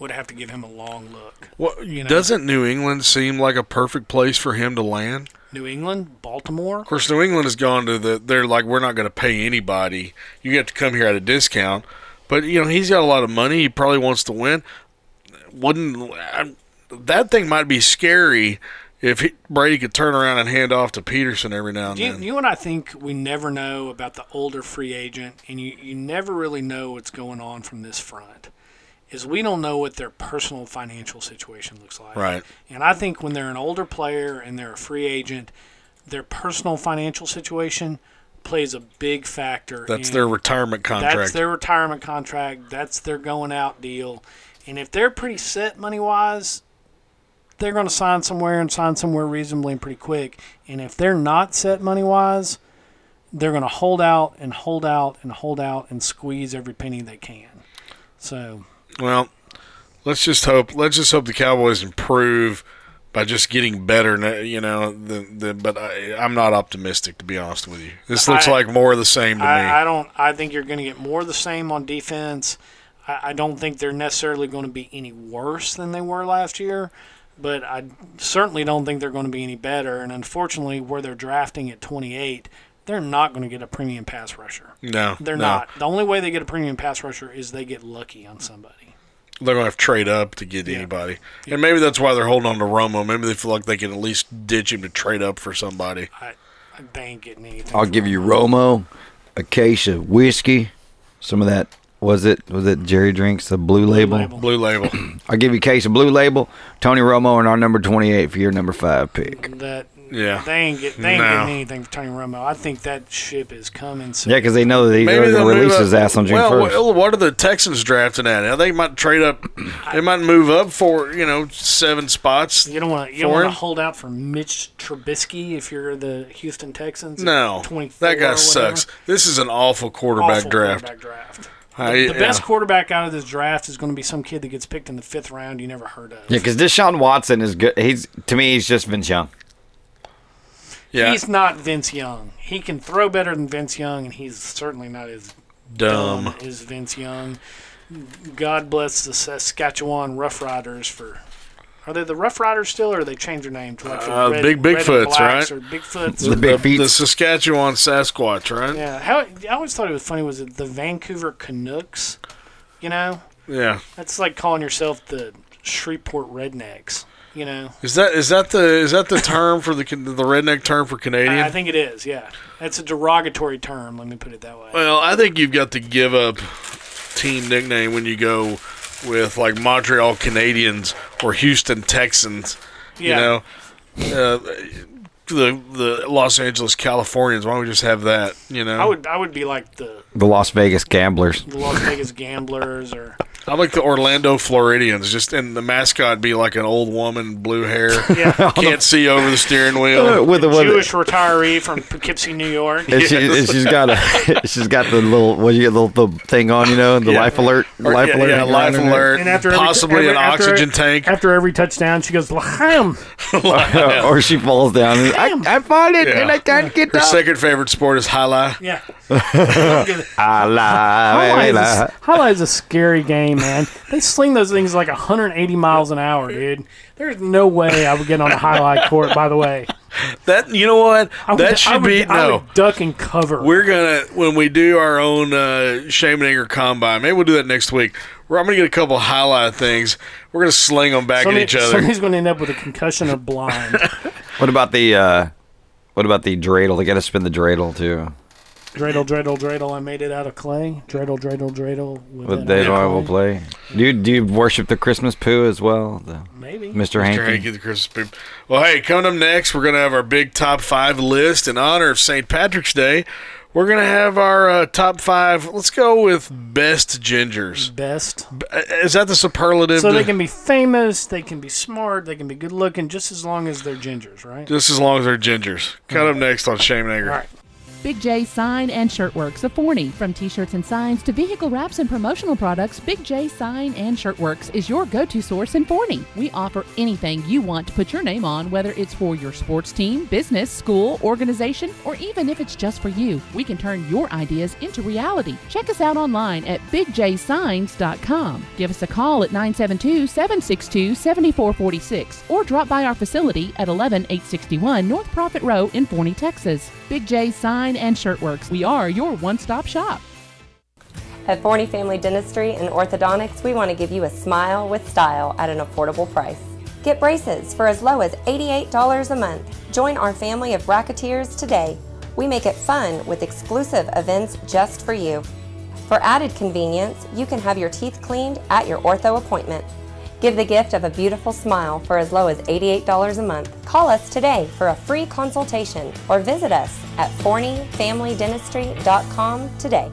would have to give him a long look. Well, You know. doesn't New England seem like a perfect place for him to land? New England, Baltimore. Of course, New England has gone to the. They're like, we're not going to pay anybody. You have to come here at a discount. But you know, he's got a lot of money. He probably wants to win. Wouldn't I, that thing might be scary if he, Brady could turn around and hand off to Peterson every now and Do you, then? you and I think we never know about the older free agent, and you, you never really know what's going on from this front. Is we don't know what their personal financial situation looks like. Right. And I think when they're an older player and they're a free agent, their personal financial situation plays a big factor. That's in- their retirement That's contract. their retirement contract. That's their going out deal. And if they're pretty set money wise, they're going to sign somewhere and sign somewhere reasonably and pretty quick. And if they're not set money wise, they're going to hold out and hold out and hold out and squeeze every penny they can. So Well, let's just hope. Let's just hope the Cowboys improve by just getting better. n- You know, the, the, but I, I'm not optimistic to be honest with you. This looks I- like more of the same to me. I, I don't. I think you're going to get more of the same on defense. I, I don't think they're necessarily going to be any worse than they were last year, but I certainly don't think they're going to be any better. And unfortunately, where they're drafting at 28, they're not going to get a premium pass rusher. no, They're no. not. The only way they get a premium pass rusher is they get lucky on somebody. They're gonna have to trade up to get anybody, and maybe that's why they're holding on to Romo. Maybe they feel like they can at least ditch him to trade up for somebody. They ain't getting anything. I'll give you Romo, a case of whiskey, some of that. Was it was it Jerry drinks the blue label? <clears throat> Blue label. I'll give you a case of blue label, Tony Romo, and our number twenty eight for your number five pick. That Yeah. they ain't get they ain't No. getting anything for Tony Romo. I think that ship is coming soon. Yeah, because they know that they are they'll going to move release up- his ass on June well, first. Well, what are the Texans drafting at? Now they might trade <clears throat> up. They might move up for you know seven spots. You don't want You don't want to hold out for Mitch Trubisky if you're the Houston Texans. at No, that 24 or guy whatever. sucks. This is an awful quarterback Awful draft. quarterback draft. I- the, the yeah. best quarterback out of this draft is going to be some kid that gets picked in the fifth round you never heard of. Yeah, because Deshaun Watson is good. He's to me, he's just Vince Young. Yeah. He's not Vince Young. He can throw better than Vince Young, and he's certainly not as Dumb. as Vince Young. God bless the Saskatchewan Rough Riders for. Are they the Rough Riders still, or they changed their name to like the Uh, Red- big Red and Bigfoots, Blacks right? Or Bigfoots. The, or- the Saskatchewan Sasquatch, right? Yeah, how I always thought it was funny was it the Vancouver Canucks? You know, Yeah. that's like calling yourself the Shreveport Rednecks. You know, Is that is that the is that the term for the Can- the redneck term for Canadian? I, I think it is. Yeah, that's a derogatory term. Let me put it that way. well, I think you've got to give up team nickname when you go with like Montreal Canadiens or Houston Texans. Yeah. You know, uh, the the Los Angeles Californians. Why don't we just have that? You know, I would I would be like the, The Las Vegas Gamblers. the Las Vegas Gamblers or I like the Orlando Floridians. Just and the mascot be like an old woman, blue <laughs> hair, <laughs> can't see over the steering wheel. Uh, With the- with the- Jewish retiree from Poughkeepcy, New York. And she, and she's got <laughs> a, <laughs> she's got the little, what you get, the little the thing on, you know, the Yeah. life alert, Or- life yeah, alert, yeah, hanging around life in there. alert. And after every- Possibly every- an after- oxygen tank. After every touchdown, she <laughs> goes, "Laham." <laughs> <laughs> or she falls <laughs> down. And, I, I fought it, and I can't get Her up. second favorite sport is <laughs> highlight. Yeah. I lie, Highlight baby, is, lie. a, highlight is a scary game, man. They sling those things like 180 miles an hour, dude. There's no way I would get on a highlight court. By the way, That you know what? I would, that I should would, be I no. would duck and cover. We're gonna when we do our own uh, shame and anger combine. Maybe we'll do that next week. Where I'm gonna get a couple highlight things. We're gonna sling them back Somebody- at each other. Somebody's going to end up with a concussion or blind. What about the, uh, what about the dreidel? They got to spin the dreidel too. dreidel, dreidel, dreidel. I made it out of clay. Dreidel, dreidel, dreidel. With What it they out of I clay. will play. Do you, do you worship the Christmas poo as well? The, Maybe. Mr. Hanky. Hanky the Christmas poop. Well, hey, coming up next, we're gonna have our big top five list in honor of St. Patrick's Day. We're gonna have our uh, top five. Let's go with best gingers. uh, Best. Is that the superlative? So to- they can be famous, they can be smart, they can be good looking, just as long as they're gingers, right? Just as long as they're gingers. Cut up next on Shame and Anger. All right. Big J Sign and Shirtworks of Forney. From t shirts and signs to vehicle wraps and promotional products, Big J Sign and Shirtworks is your go to source in Forney. We offer anything you want to put your name on, whether it's for your sports team, business, school, organization, or even if it's just for you. We can turn your ideas into reality. Check us out online at bigjsigns.com. Give us a call at 972 762 7446 or drop by our facility at 11861 North Profit Row in Forney, Texas. Big J Sign and Shirtworks. We are your one stop shop. At Forney Family Dentistry and Orthodontics, we want to give you a smile with style at an affordable price. Get braces for as low as $88 a month. Join our family of racketeers today. We make it fun with exclusive events just for you. For added convenience, you can have your teeth cleaned at your ortho appointment. Give the gift of a beautiful smile for as low as $88 a month. Call us today for a free consultation or visit us at forneyfamilydentistry.com today.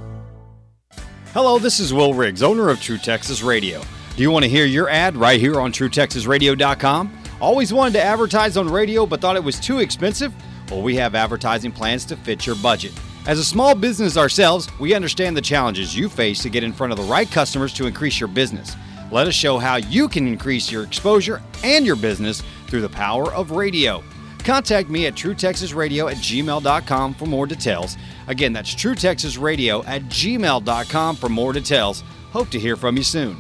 Hello, this is Will Riggs, owner of True Texas Radio. Do you want to hear your ad right here on TrueTexasRadio.com? Always wanted to advertise on radio but thought it was too expensive? Well, we have advertising plans to fit your budget. As a small business ourselves, we understand the challenges you face to get in front of the right customers to increase your business. Let us show how you can increase your exposure and your business through the power of radio. Contact me at truetexasradio at gmail.com for more details. Again, that's truetexasradio at gmail.com for more details. Hope to hear from you soon.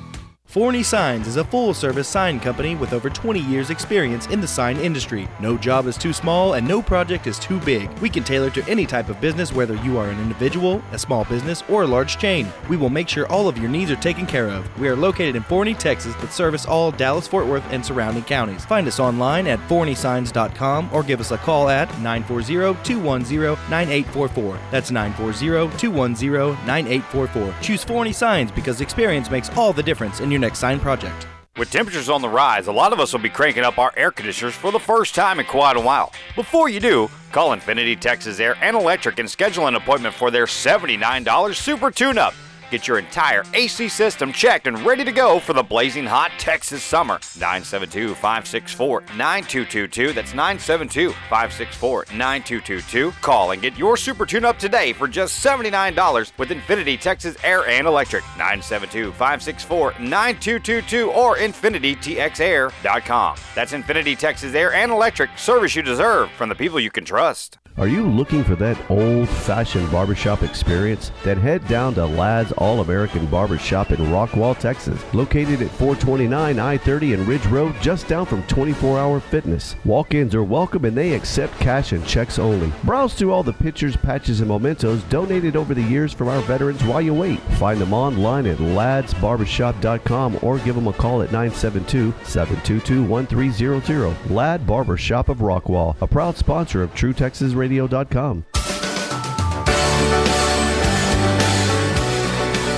Forney Signs is a full service sign company with over 20 years' experience in the sign industry. No job is too small and no project is too big. We can tailor to any type of business, whether you are an individual, a small business, or a large chain. We will make sure all of your needs are taken care of. We are located in Forney, Texas, but service all Dallas, Fort Worth, and surrounding counties. Find us online at forneysigns.com or give us a call at 940 210 9844. That's 940 210 9844. Choose Forney Signs because experience makes all the difference in your next sign project. With temperatures on the rise, a lot of us will be cranking up our air conditioners for the first time in quite a while. Before you do, call Infinity Texas Air and Electric and schedule an appointment for their $79 Super Tune Up. Get your entire AC system checked and ready to go for the blazing hot Texas summer. 972 564 9222. That's 972 564 9222. Call and get your super tune up today for just $79 with Infinity Texas Air and Electric. 972 564 9222 or InfinityTXAir.com. That's Infinity Texas Air and Electric. Service you deserve from the people you can trust. Are you looking for that old fashioned barbershop experience? Then head down to Lad's All American Barbershop in Rockwall, Texas. Located at 429 I 30 and Ridge Road, just down from 24 Hour Fitness. Walk ins are welcome and they accept cash and checks only. Browse through all the pictures, patches, and mementos donated over the years from our veterans while you wait. Find them online at ladsbarbershop.com or give them a call at 972 722 1300. Lad Barbershop of Rockwall, a proud sponsor of TrueTexasRadio.com.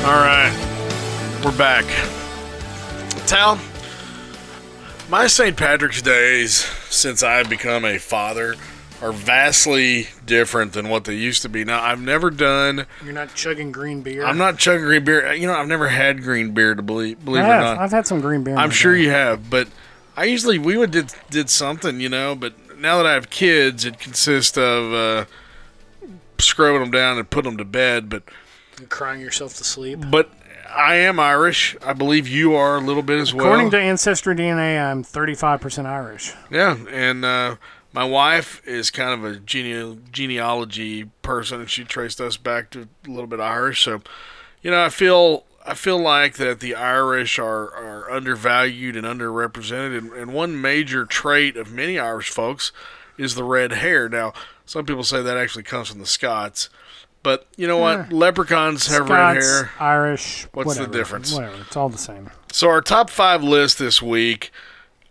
All right, we're back. Tal, my St. Patrick's days since I've become a father are vastly different than what they used to be. Now, I've never done. You're not chugging green beer. I'm not chugging green beer. You know, I've never had green beer to believe. Believe I it or have. not, I've had some green beer. in I'm my sure day. you have, but I usually we would did did something, you know. But now that I have kids, it consists of uh, scrubbing them down and putting them to bed. But You're crying yourself to sleep. but I am Irish. I believe you are a little bit as well. According to Ancestry DNA, I'm 35% Irish. Yeah, and uh, my wife is kind of a gene- genealogy person, and she traced us back to a little bit Irish. So, you know, I feel I feel like that the Irish are, are undervalued and underrepresented, and, and one major trait of many Irish folks is the red hair. Now, some people say that actually comes from the Scots, but you know what? Leprechauns have red Scots, hair. Irish. What's the whatever, difference? Whatever. It's all the same. So our top five list this week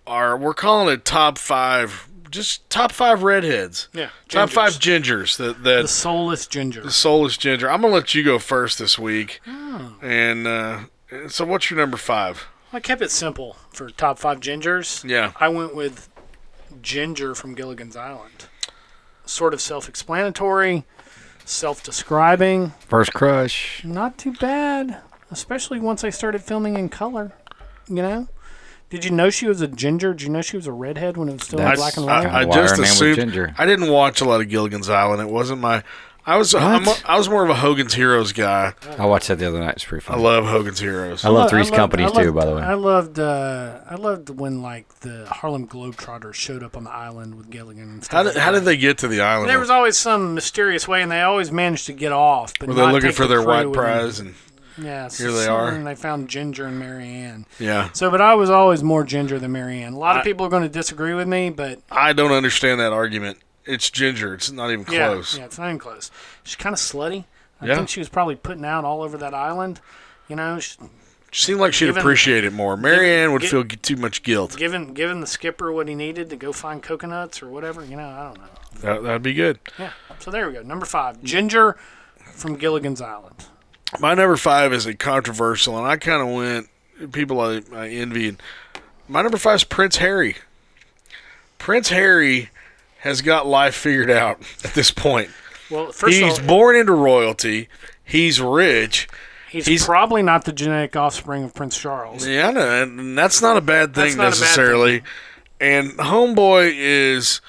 are we're calling it top five, just top five redheads. Yeah, top five gingers. That that the soulless ginger. The soulless ginger. I'm gonna let you go first this week. And uh, so, what's your number five? Oh, I kept it simple for top five gingers. Yeah. I went with Ginger from Gilligan's Island. Sort of self explanatory, self describing. First crush. Not too bad, especially once I started filming in color. You know? Did you know she was a ginger? Did you know she was a redhead when it was still in black and white? I, I just assumed. I didn't watch a lot of Gilligan's Island. It wasn't my. I was I'm, a- I was more of a Hogan's Heroes guy. I watched that the other night. It's pretty I fun. love Hogan's Heroes. I love Three's Companies I too, loved- by the way. I loved uh, I loved when like the Harlem Globetrotters showed up on the island with Gilligan and How stuff. did, how did they get to the island? there was always some mysterious way, and they always managed to get off. But Were they not looking take for the their crew white with prize? them. And yeah, so here they some- are. And they found Ginger and Marianne. Yeah. So, but I was always more Ginger than Marianne. A lot of I- people are going to disagree with me, but I don't understand that argument. It's ginger. It's not even yeah, close. yeah, it's not even close. She's kind of slutty. I Yeah. think she was probably putting out all over that island. You know, she, She seemed like she'd Given- appreciate it more. Marianne would gi- feel g- too much guilt. giving giving the skipper what he needed to go find coconuts or whatever. You know, I don't know. That, that'd be good. Yeah. So there we go. Number five, Ginger from Gilligan's Island. My number five is a controversial, and I kind of went people I, I envied. My number five is Prince Harry. Prince Harry has got life figured out <laughs> at this point. Well, first he's of all, born into royalty. He's rich. he's, probably not the genetic offspring of Prince Charles. Yeah, I know, and and that's not a bad That's thing not a bad thing. necessarily. And homeboy is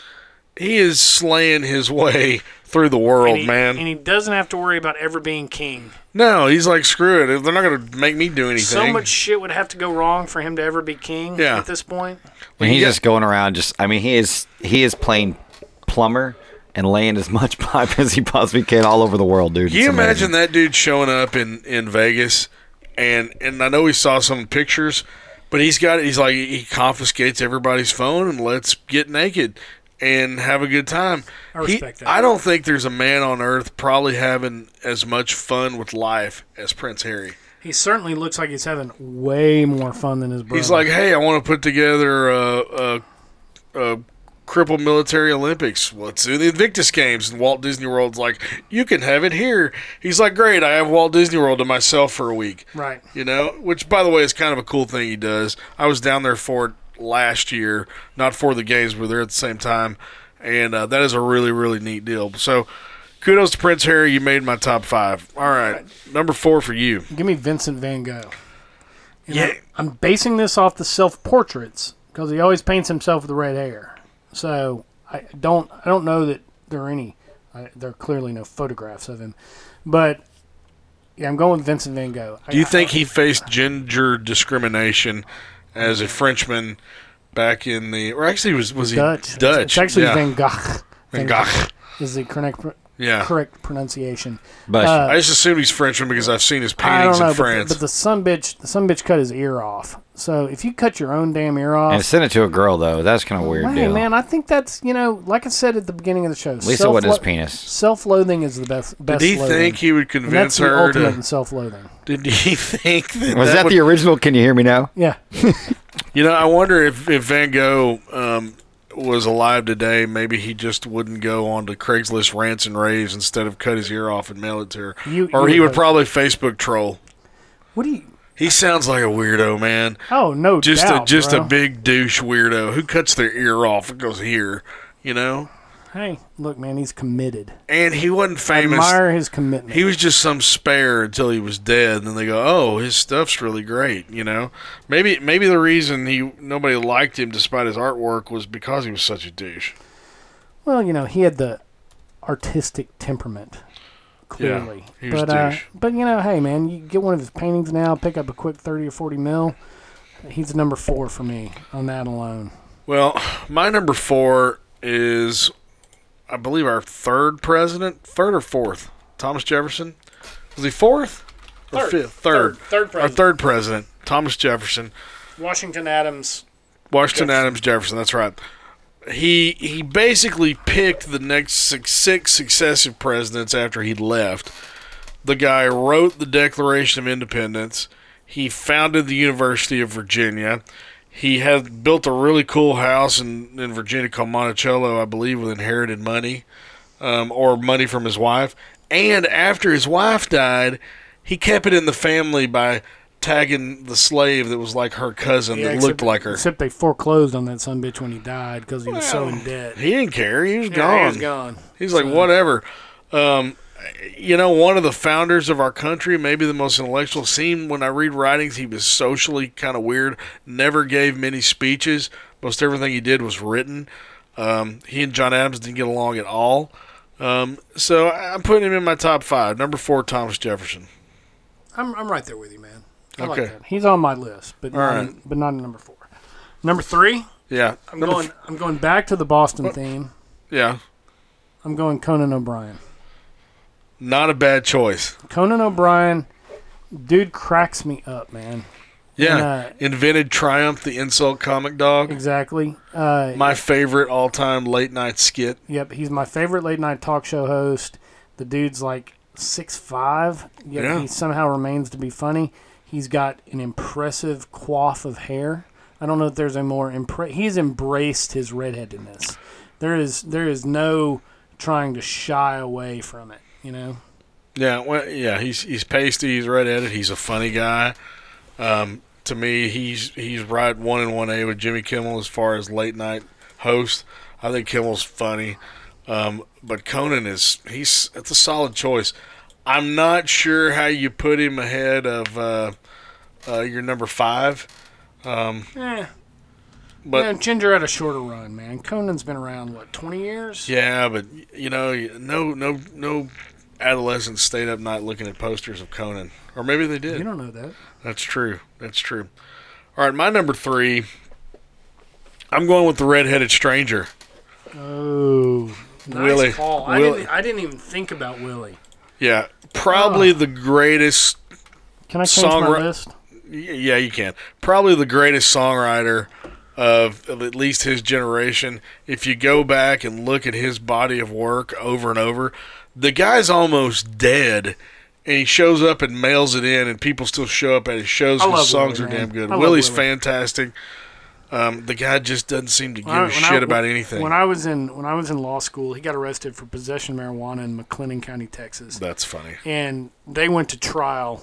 he is slaying his way through the world, and he, man. And he doesn't have to worry about ever being king. no, he's like screw it. They're not going to make me do anything. So much shit would have to go wrong for him to ever be king Yeah. at this point. And he's just going around. Just I mean, he is he is playing plumber and laying as much <laughs> pipe as he possibly can all over the world, dude. Can It's you amazing. imagine that dude showing up in in Vegas, and and I know he saw some pictures, but he's got he's like he confiscates everybody's phone and lets get naked and have a good time. I He- respect that. I don't think there's a man on earth probably having as much fun with life as Prince Harry. He certainly looks like he's having way more fun than his brother. He's like, hey, I want to put together a, a, a crippled military Olympics. Let's do the Invictus Games. And Walt Disney World's like, you can have it here. He's like, great, I have Walt Disney World to myself for a week. Right. You know, which by the way is kind of a cool thing he does. I was down there for it last year, not for the games, we were there at the same time, and uh, that is a really really neat deal. So, kudos to Prince Harry, you made my top five. All right, number four for you. Give me Vincent Van Gogh. And Yeah. I- I'm basing this off the self portraits because he always paints himself with red hair. So I don't I don't know that there are any. I, there are clearly no photographs of him, but yeah, I'm going with Vincent Van Gogh. I- Do you think he faced ginger discrimination as a Frenchman back in the, or actually was was he Dutch? It's- Dutch. It's actually yeah. Van Gogh. Van Gogh. is the correct pr- Yeah. correct pronunciation. Uh, I just assume he's Frenchman because I've seen his I don't paintings know, in but, France. The, but the son bitch, the son bitch cut his ear off. So if you cut your own damn ear off, And send it to a girl though. That's kind of weird, Hey deal. man, I think that's you know, like I said at the beginning of the show. least it wasn't his penis. Self-loathing is the best. best he loathing. think he would And convince that's the her ultimate to- in self-loathing. Did he <laughs> think that Was that, would- the original? Can you hear me now? Yeah. You know, I wonder if, if Van Gogh um, was alive today, maybe he just wouldn't go on to Craigslist rants and raves instead of cut his ear off and mail it to her. You- or you he would would probably Facebook troll. What do you? He sounds like a weirdo, man. Oh no, just doubt, a just bro. a big douche weirdo who cuts their ear off and goes here, you know. Hey, look, man, he's committed. And he wasn't I famous. Admire his commitment. He was just some spare until he was dead, and then they go, "Oh, his stuff's really great," you know. Maybe maybe the reason he nobody liked him despite his artwork was because he was such a douche. Well, you know, he had the artistic temperament. Yeah, Clearly, he was but uh, douche. but you know, hey man, you get one of his paintings now, pick up a quick thirty or forty mil. He's number four for me on that alone. Well, my number four is, I believe, our third president, third or fourth, Thomas Jefferson. Was he fourth or Third. fifth? Third. Third- third Our third president, Thomas Jefferson. Washington Adams. Washington Adams Jefferson. That's right. He he basically picked the next six, six successive presidents after he left. The guy wrote the Declaration of Independence. He founded the University of Virginia. He had built a really cool house in, in Virginia called Monticello, I believe, with inherited money um, or money from his wife. And after his wife died, he kept it in the family by tagging the slave that was like her cousin Yeah, that except- looked like her. Except they foreclosed on that son bitch when he died because he was so in debt. He didn't care. He was Yeah, gone. he was gone. He's like whatever. Um, you know, one of the founders of our country, maybe the most intellectual. Seemed when I read writings, he was socially kind of weird. Never gave many speeches. Most everything he did was written. Um, he and John Adams didn't get along at all. Um, so I- I'm putting him in my top five. Number four, Thomas Jefferson. I'm, I'm right there with you, man. I like Okay. that. He's on my list, but All not, right. in- but not in number four. Number three. Yeah. I'm Number going. f- I'm going back to the Boston theme. Yeah. I'm going Conan O'Brien. Not a bad choice. Conan O'Brien, dude cracks me up, man. Yeah. And, uh, Invented Triumph, the insult comic dog. Exactly. Uh, my favorite all time late night skit. Yep, he's my favorite late night talk show host. The dude's like six five, yet Yeah. he somehow remains to be funny. He's got an impressive coif of hair. I don't know if there's a more impre- he's embraced his redheadedness. There is there is no trying to shy away from it, you know. Yeah, well, yeah, he's he's pasty, he's redheaded, he's a funny guy. Um, to me, he's he's right one in one A with Jimmy Kimmel as far as late night host. I think Kimmel's funny, um, but Conan is he's it's a solid choice. I'm not sure how you put him ahead of uh, uh, your number five, um, Eh. but You know, Ginger had a shorter run, man. Conan's been around what, twenty years? Yeah, but you know, no, no, no, adolescents stayed up night looking at posters of Conan, or maybe they did. You don't know that. That's true. That's true. All right, my number three. I'm going with the redheaded stranger. Oh, nice Willie. call. I Willie. didn't I didn't even think about Willie. Yeah, probably the greatest. Can I change my list? Yeah, you can. Probably the greatest songwriter of, of at least his generation. If you go back and look at his body of work over and over, the guy's almost dead, and he shows up and mails it in, and people still show up at his shows. I His love songs Willie, are man. damn good. I love Willie's Willie. fantastic. Um, the guy just doesn't seem to give When I- a when I- shit about anything. When I was in when I was in law school, he got arrested for possession of marijuana in McLennan County, Texas. That's funny. And they went to trial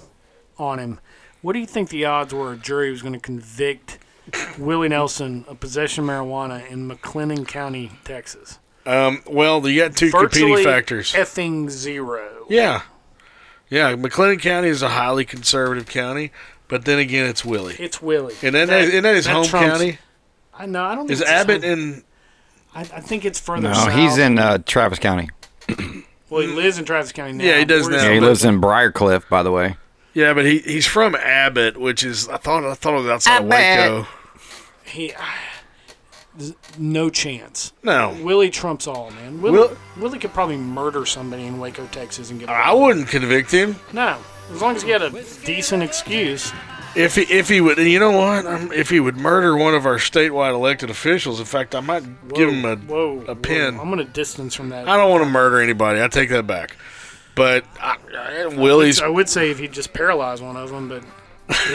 on him. What do you think the odds were a jury was going to convict Willie Nelson of possession of marijuana in McLennan County, Texas? Um, well, you got two Virtually competing factors. Effing zero. Yeah. Yeah, McLennan County is a highly conservative county, but then again, it's Willie. It's Willie. And then that, isn't that his home trumps- county? I know. I don't. Think Is it's his Abbott home- in? I, I think it's further No, south. he's in uh, Travis County. Well, he lives in Travis County now. Yeah, he does We're just- Yeah, he lives in Briarcliff, by the way. Yeah, but he he's from Abbott, which is I thought I thought it was outside of Abbott. Waco. He, there's no chance. No. Willie trumps all, man. Willie, Will- Willie could probably murder somebody in Waco, Texas, and get away. I wouldn't convict him No, as long as he had a decent excuse. if he if he would. You know what? Um if he would murder one of our statewide elected officials, in fact, I might give him a Whoa, a pin. I'm gonna distance from that. I don't want to murder anybody. I take that back. But I, I, I would- Willie's I would say if he just paralyzed one of them, but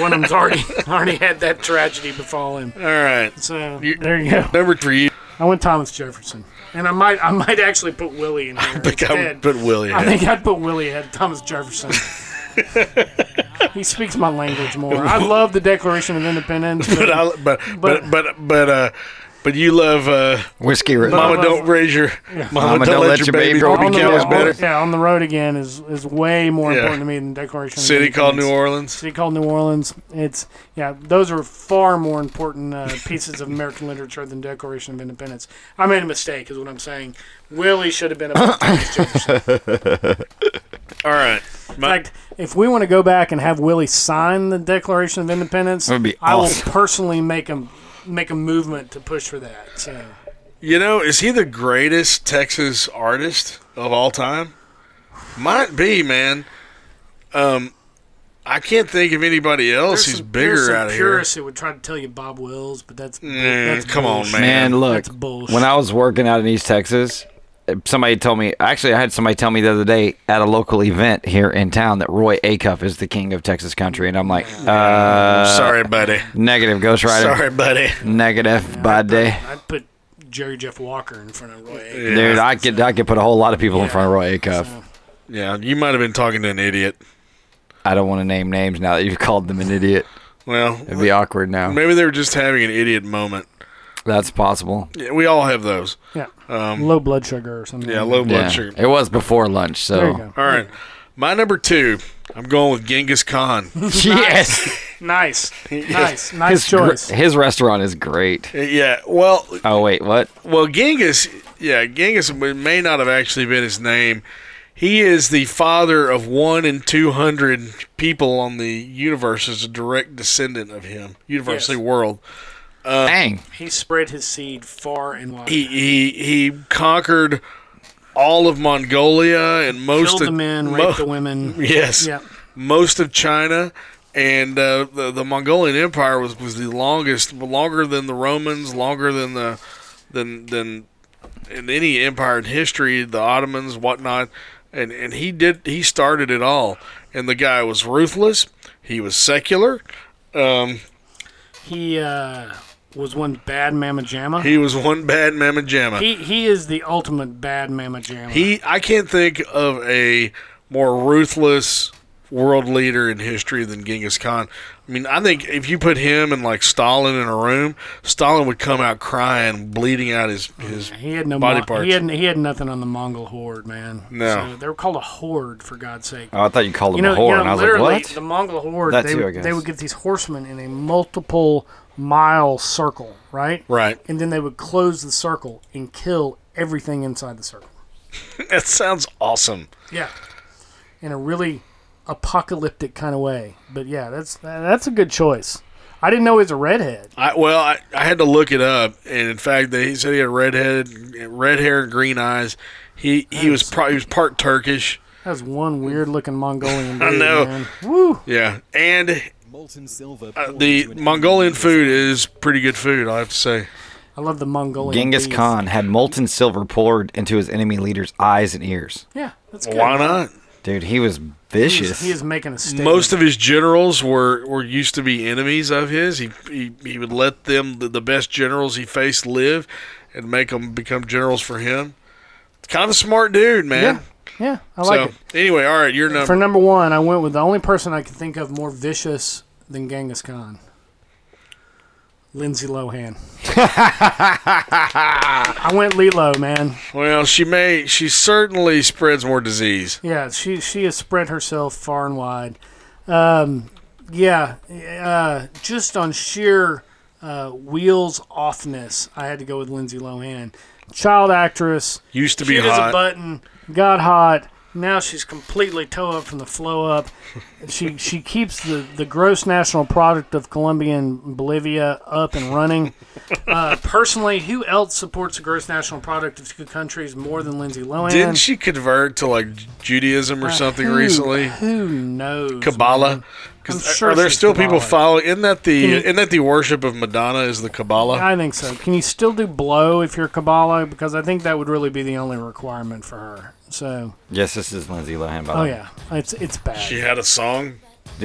one of <laughs> them's already already had that tragedy befall him. All right. So You- there you go. Number three. I went Thomas Jefferson, and I might I might actually put Willie in here. I think I would put Willie I in. think I'd put Willie ahead of <laughs> Thomas Jefferson. he speaks my language more. I love the Declaration of Independence, but, <laughs> <laughs> but, I, but, but but but uh, but you love uh, whiskey. Mama, Mama- don't raise your Yeah. mama, don't, let your baby, On baby the cows road- better. Yeah, on the road again is is way more Yeah. important to me than Declaration. of City called Independence. New Orleans. City called New Orleans. It's yeah, those are far more important uh, pieces of American literature than Declaration of Independence. I made a mistake, is what I'm saying. Willie should have been a. All right. In fact, if we want to go back and have Willie sign the Declaration of Independence, That would be I awesome. will personally make him make a movement to push for that. So You know, is he the greatest Texas artist of all time? Might be, man. Um, I can't think of anybody else who's there's bigger some out of here. purists who would try to tell you Bob Wills, but that's, Mm, that's come on, bullshit. Man, look. that's bullshit. When I was working out in East Texas, somebody told me. Actually, I had somebody tell me the other day at a local event here in town that Roy Acuff is the king of Texas country, and I'm like, uh, sorry, buddy. Negative, Ghost Rider. Sorry, buddy. Negative, buddy. I put Jerry Jeff Walker in front of Roy. Acuff. Dude, I could I could put a whole lot of people in front of Roy Acuff. Yeah, you might have been talking to an idiot. I don't want to name names now that you've called them an idiot. Well, it'd be awkward now. Maybe they were just having an idiot moment. That's possible. Yeah, we all have those. Yeah. Um, <laughs> low blood sugar or something. Yeah, low blood Yeah. sugar. It was before lunch, so There you go. <laughs> All right. My number two, I'm going with Genghis Khan. <laughs> yes. <laughs> Nice, nice, nice his, gr- choice. his restaurant is great. Yeah. Well. Oh wait, what? Well, Genghis. Yeah, Genghis may not have actually been his name. He is the father of one in two hundred people on the universe. Is a direct descendant of him. Universally world. Uh, Dang. he spread his seed far and wide. He he he conquered all of Mongolia and most Killed of the men, mo- raped the women. <laughs> Yes. Yep. Most of China and uh, the the Mongolian Empire was, was the longest, longer than the Romans, longer than the than than in any empire in history, the Ottomans, whatnot. And and he did he started it all. And the guy was ruthless. He was secular. Um, He uh, was one bad mamma jamma. he was one bad mamma jamma. Uh-huh. He he is the ultimate bad mamma jamma. He, I can't think of a more ruthless world leader in history than Genghis Khan. I mean, I think if you put him and like Stalin in a room, Stalin would come out crying, bleeding out his his Mm, He had no body Mon- parts. He had he had nothing on the Mongol horde, man. No. so they were called a horde for God's sake. Oh, I thought you called You him know- a whore, you know, and I was literally, like, what? The Mongol horde. That they, too, I would- guess. they would get these horsemen in a multiple mile circle, right? Right. And then they would close the circle and kill everything inside the circle. that sounds awesome. Yeah. In a really apocalyptic kind of way, but yeah, that's that's a good choice. I didn't know he was a redhead. I, well, I, I had to look it up, and in fact, they, he said he had red head, red hair, and green eyes. He he was pro- he was part Turkish. That was one weird looking Mongolian. Dude, <laughs> I know. Man. Woo. Yeah, and uh, the Mongolian food is pretty good food. I have to say. I love the Mongolian. Genghis beef. Khan had molten silver poured into his enemy leader's eyes and ears. Yeah, that's good. Dude, he was vicious. He is making a statement. Most of his generals were, were used to be enemies of his. He, he he would let them the, the best generals he faced live, and make them become generals for him. Kind of a smart dude, man. yeah, I like it. Anyway, all right, your number. For number one, I went with the only person I could think of more vicious than Genghis Khan. Lindsay Lohan. I went Lilo, man. <laughs> well, she may she certainly spreads more disease. Yeah, she she has spread herself far and wide. Um, yeah, uh, just on sheer uh, wheels offness, I had to go with Lindsay Lohan, child actress. Used to be cute as a hot. button, got hot. Now she's completely toe up from the flow up. She she keeps the, the gross national product of Colombia and Bolivia up and running. Uh, personally, who else supports the gross national product of two countries more than Lindsay Lohan? Didn't she convert to like Judaism or Uh, something who- recently? Who knows? Kabbalah. man? 'Cause I'm sure are there she's still people Kabbalah. following? Isn't that the Can you- isn't that the worship of Madonna? Is the Kabbalah? I think so. Can you still do blow if you're Kabbalah? Because I think that would really be the only requirement for her. So, yes, this is Lindsay Lohan. By the oh way. yeah, it's it's bad. She had a song.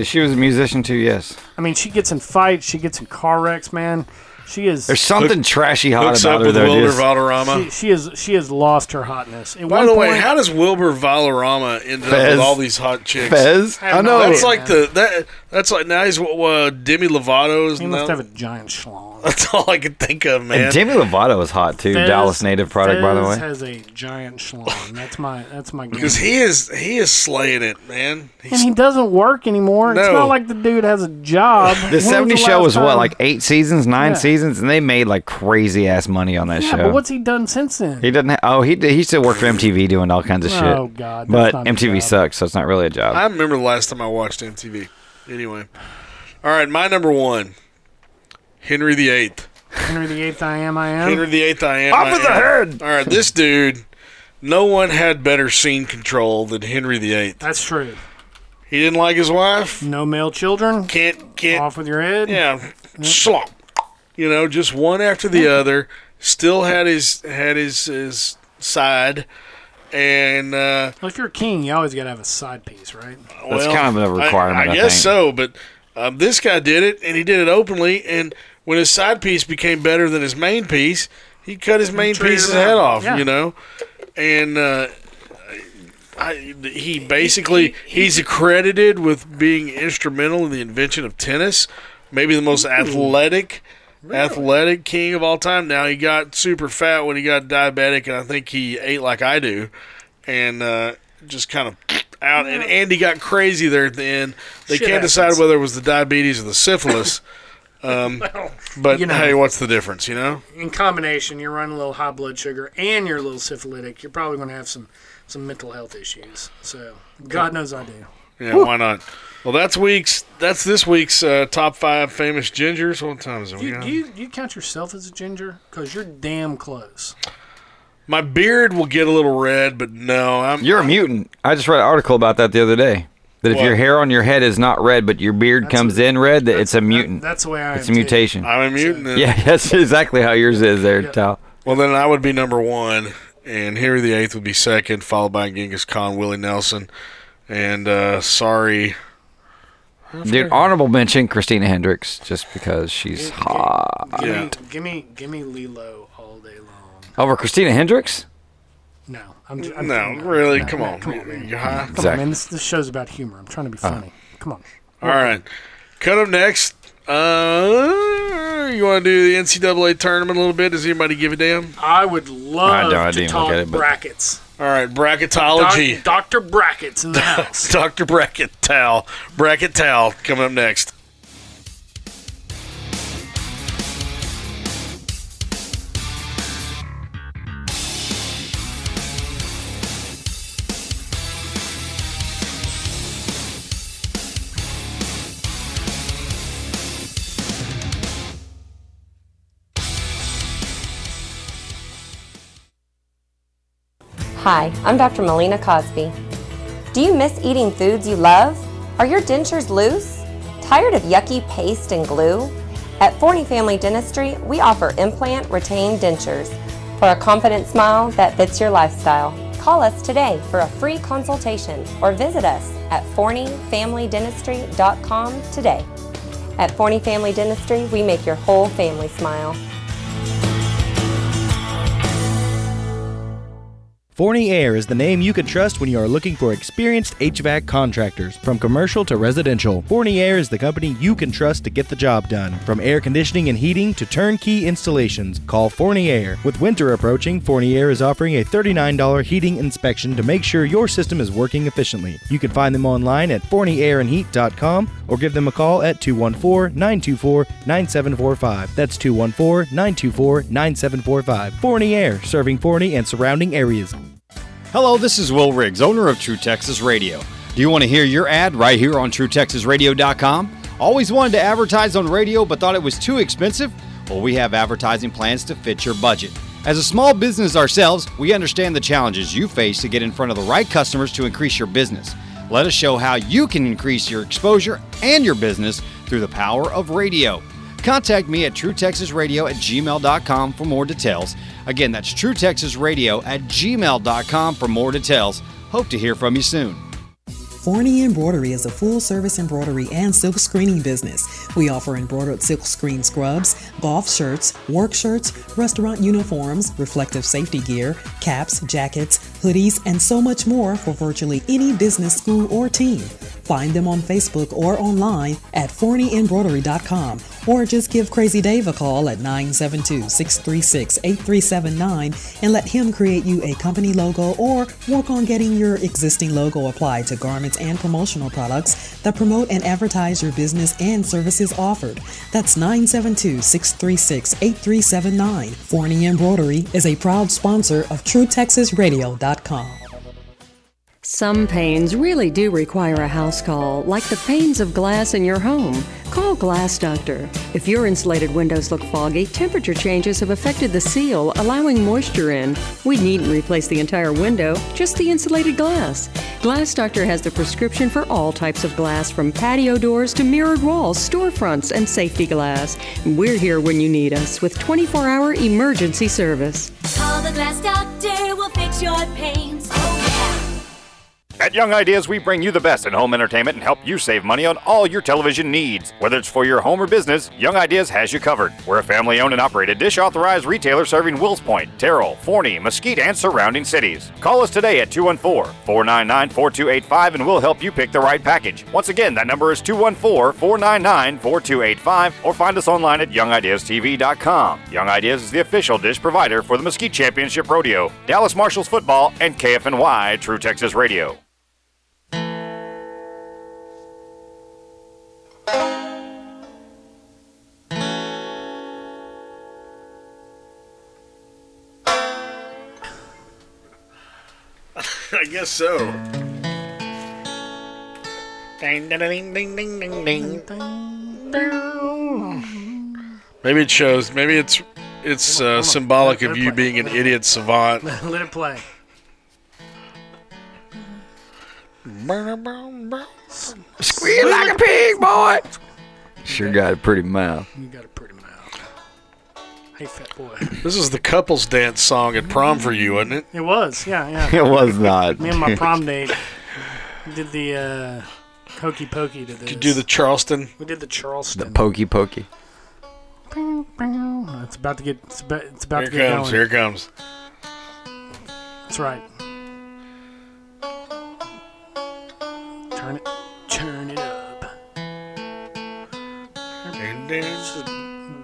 She was a musician too, yes. I mean, she gets in fights. She gets in car wrecks, man. She is. There's something trashy hot Hooks about up her, with though, Wilder just- Valderrama. She, she is. She has lost her hotness. At By one the way, point- how does Wilbur Valderrama end up Fez. with all these hot chicks? Fez? I know. That's like Yeah. the that that's like now he's what uh, Demi Lovato is he now. must have a giant schlong. <laughs> That's all I could think of, man. And Demi Lovato is hot too. Fez- Dallas native product, by the Fez way. has a giant schlong. That's my. That's <laughs> my. because he is he is slaying it, man. and he doesn't work anymore. It's No. not like the dude has a job. Um, When The was 70 show last was what, time- like eight seasons, nine Yeah. seasons, and they made like crazy ass money on that Yeah, show. but what's he done since then? He doesn't. Ha- oh, he did- he still worked for MTV doing all kinds of shit. Oh, God, that's But not a MTV job. sucks, so it's not really a job. I remember the last time I watched MTV. Anyway, all right, my number one, Henry the Eighth. Henry the Eighth, I am, I am. Henry the Eighth, I am. Off I with the am. All right, this dude. No one had better scene control than Henry the Eighth. That's true. He didn't like his wife. No male children. Can't can't off with your head. Yeah, slump. You know, just one after the other. Still had his had his his side, and uh, Well, if you're a king, you always gotta have a side piece, right? well, kind of a I- requirement, I, I guess think. so. But um, this guy did it, and he did it openly. And when his side piece became better than his main piece, he cut his main traded piece's it out. head off. Yeah. You know, and. Uh, I, he basically he's accredited with being instrumental in the invention of tennis, maybe the most athletic athletic king of all time. Now he got super fat when he got diabetic, and I think he ate like I do, and uh, just kind of out, and Andy got crazy there at the end. They Shit can't happens. decide whether it was the diabetes or the <laughs> syphilis. Um, but you know. hey, what's the difference? You know, in combination, you're running a little high blood sugar and you're a little syphilitic. You're probably going to have some some mental health issues. So God knows I do. yeah, why not? Well, that's week's. That's this week's uh, top five famous gingers. What time is it? We You, got- do you, do you count yourself as a ginger? Because you're damn close. My beard will get a little red, but no, I'm. You're a mutant. I just read an article about that the other day. That if What? your hair on your head is not red, but your beard comes in red, that it's a mutant. that's the way I It's am, a too. mutation. I'm a mutant. then. Yeah, <laughs> that's exactly how yours is there, Tal. Well, then I would be number one, and Henry the Eighth would be second, followed by Genghis Khan, Willie Nelson, and uh, sorry. Dude, honorable mention Christina Hendricks, just because she's hot. Give me, give me, give me Lilo all day long. Over Christina Hendricks? No, I'm, j- I'm No, no, really? Come on. come on, man. You high? Come on, Zach. man. This, this show's about humor. I'm trying to be Uh. funny. Come on. All right, cut up next. Uh, you want to do the NCAA tournament a little bit? Does anybody give a damn? I would love don't- I to didn't look talk at it, but- brackets. All right, bracketology. Doctor Brackets <laughs> in the house. Doctor Bracket Towel, Bracket Towel, coming up next. <laughs> Hi, I'm Dr. Melina Cosby. Do you miss eating foods you love? Are your dentures loose? Tired of yucky paste and glue? At Forney Family Dentistry, we offer implant retained dentures for a confident smile that fits your lifestyle. Call us today for a free consultation or visit us at forneyfamilydentistry.com today. At Forney Family Dentistry, we make your whole family smile. Forney Air is the name you can trust when you are looking for experienced HVAC contractors, from commercial to residential. Forney Air is the company you can trust to get the job done, from air conditioning and heating to turnkey installations. Call Forney Air. With winter approaching, Forney Air is offering a $39 heating inspection to make sure your system is working efficiently. You can find them online at forneyairandheat.com or give them a call at 214-924-9745. That's 214-924-9745. Forney Air, serving Forney and surrounding areas. Hello, this is Will Riggs, owner of True Texas Radio. Do you want to hear your ad right here on TrueTexasRadio.com? Always wanted to advertise on radio but thought it was too expensive? Well, we have advertising plans to fit your budget. As a small business ourselves, we understand the challenges you face to get in front of the right customers to increase your business. Let us show how you can increase your exposure and your business through the power of radio. Contact me at truetexasradio at gmail.com for more details. Again, that's truetexasradio at gmail.com for more details. Hope to hear from you soon. Forney Embroidery is a full service embroidery and silk screening business. We offer embroidered silk screen scrubs, golf shirts, work shirts, restaurant uniforms, reflective safety gear, caps, jackets, hoodies, and so much more for virtually any business, school, or team. Find them on Facebook or online at forneyembroidery.com or just give Crazy Dave a call at 972 636 8379 and let him create you a company logo or work on getting your existing logo applied to garments and promotional products that promote and advertise your business and services offered. That's 972 636 8379. Forney Embroidery is a proud sponsor of TrueTexasRadio.com. Some pains really do require a house call, like the panes of glass in your home. Call Glass Doctor. If your insulated windows look foggy, temperature changes have affected the seal, allowing moisture in. We needn't replace the entire window, just the insulated glass. Glass Doctor has the prescription for all types of glass, from patio doors to mirrored walls, storefronts, and safety glass. We're here when you need us with 24 hour emergency service. Call the glass doctor, we'll fix your panes. Oh, yeah. At Young Ideas, we bring you the best in home entertainment and help you save money on all your television needs. Whether it's for your home or business, Young Ideas has you covered. We're a family owned and operated dish authorized retailer serving Wills Point, Terrell, Forney, Mesquite, and surrounding cities. Call us today at 214 499 4285 and we'll help you pick the right package. Once again, that number is 214 499 4285 or find us online at youngideastv.com. Young Ideas is the official dish provider for the Mesquite Championship Rodeo, Dallas Marshals Football, and KFNY True Texas Radio. I guess so. Ding, ding, ding, ding, ding, ding, ding. <laughs> Maybe it shows. Maybe it's it's uh, symbolic of you being an idiot savant. Let it play. Squeal like a pig, boy. Sure got a pretty mouth. Hey, fat boy. This is the couples dance song at prom for you, isn't it? It was, yeah, <laughs> yeah. It was not. Me and my prom date did the uh, hokey pokey to this. You do the Charleston. We did the Charleston. The pokey pokey. Oh, It's about to get. It's about, it's about Here to get comes. going. Here comes. That's right. Turn it. Turn it up. This is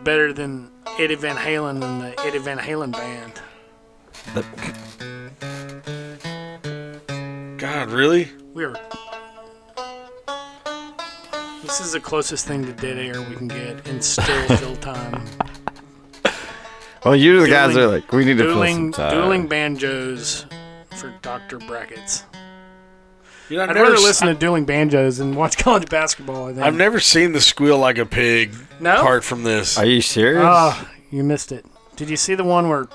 better than Eddie Van Halen and the Eddie Van Halen band. God, really? We are. This is the closest thing to dead air we can get and still fill time. Well, you the guys Dueling- are like, we need to fill dueling, some time. Dueling banjos for Dr. Brackets. You know, I've I'd never rather s- listen to dueling banjos and watch <laughs> college basketball. I think. I've never seen the squeal like a pig No? part from this. Are you serious? Ah, you missed it. Did you see the one where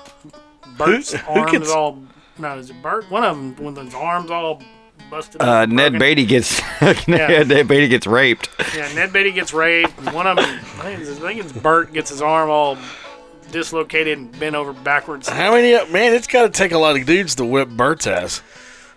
Bert's who arms gets- all? No, is it Bert? One of them with his arms all busted. uh, up, Ned broken. Beatty gets <laughs> Yeah. Ned Beatty gets raped. Uh, Yeah, Ned Beatty gets raped. and One of them, I think it's- I think it's Bert, gets his arm all dislocated and bent over backwards. How many? Man, it's got to take a lot of dudes to whip Bert's ass.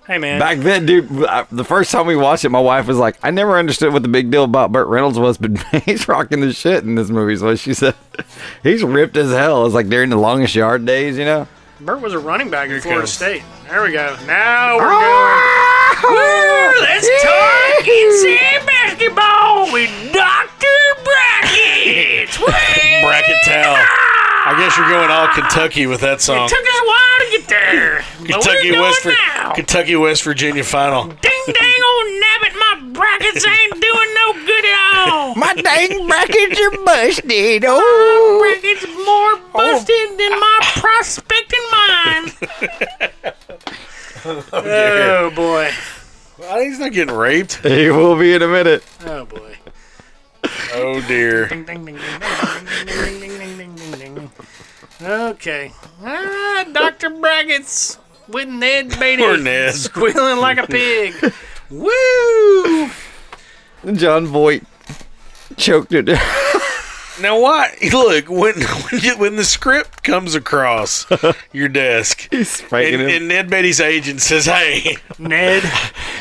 Hey man, Back then, dude, I- the first time we watched it, my wife was like, "I never understood what the big deal about Burt Reynolds was, but <laughs> he's rocking the shit in this movie." So she said, <laughs> "He's ripped as hell." It's like during the longest yard days, you know. Bert was a running back Here at Florida comes. State. There we go. Now we're Oh! going. Woo, let's talk NCAA basketball with Dr. Brackets. Woo! Bracket towel. I guess you're going all Kentucky with that It song. took us a while to get there. but we're Kentucky going West Vir- now. Kentucky West Virginia final. Ding dang old nabbit, my brackets ain't doing no good at all. <laughs> My dang brackets are busted. Oh. Oh, brackets more busted than my prospecting mind. <laughs> Oh, Oh, boy. he's not getting raped. <laughs> He will be in a minute. Oh boy. Oh dear. Ding ding ding ding ding ding ding ding ding ding ding ding. Okay. All right, Dr. Ah, Brackets with Ned Beatty. Poor Ned. <laughs> Squealing like a pig. Woo! John Voight choked it. <laughs> Now, why? <laughs> Look, when when, you, when the script <laughs> comes across your desk, and, him. and Ned Beatty's agent says, "Hey, Ned, <laughs>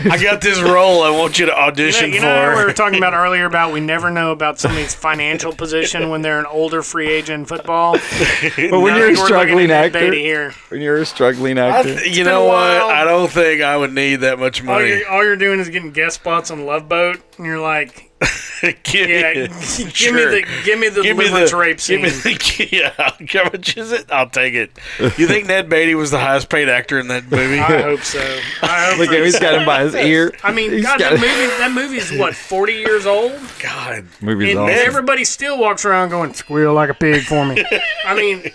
I got this role. I want you to audition you know, you know for." <laughs> we were talking about earlier about we never know about somebody's financial position when they're an older free agent <laughs> in football. but when you're Now a we're looking at struggling Ned actor, Beatty here. when you're a struggling I actor, th- you know what? I don't think I would need that much All money. Oh, you're, all you're doing is getting guest spots on Love Boat, and you're like, <laughs> give <laughs> yeah, me- <laughs> give sure. me the give me the Give me deliverance the- rape give scene. me the- <laughs> yeah, how much is it? I'll take it. You think Ned Beatty was the highest paid actor in that movie? I hope so. <laughs> I hope Look at him, so. he's got him <laughs> by his ear. I mean, He's God, got it. that movie that movie's what forty years old. God, <laughs> Movie's and awesome. everybody still walks around going squeal like a pig <laughs> for me. I mean,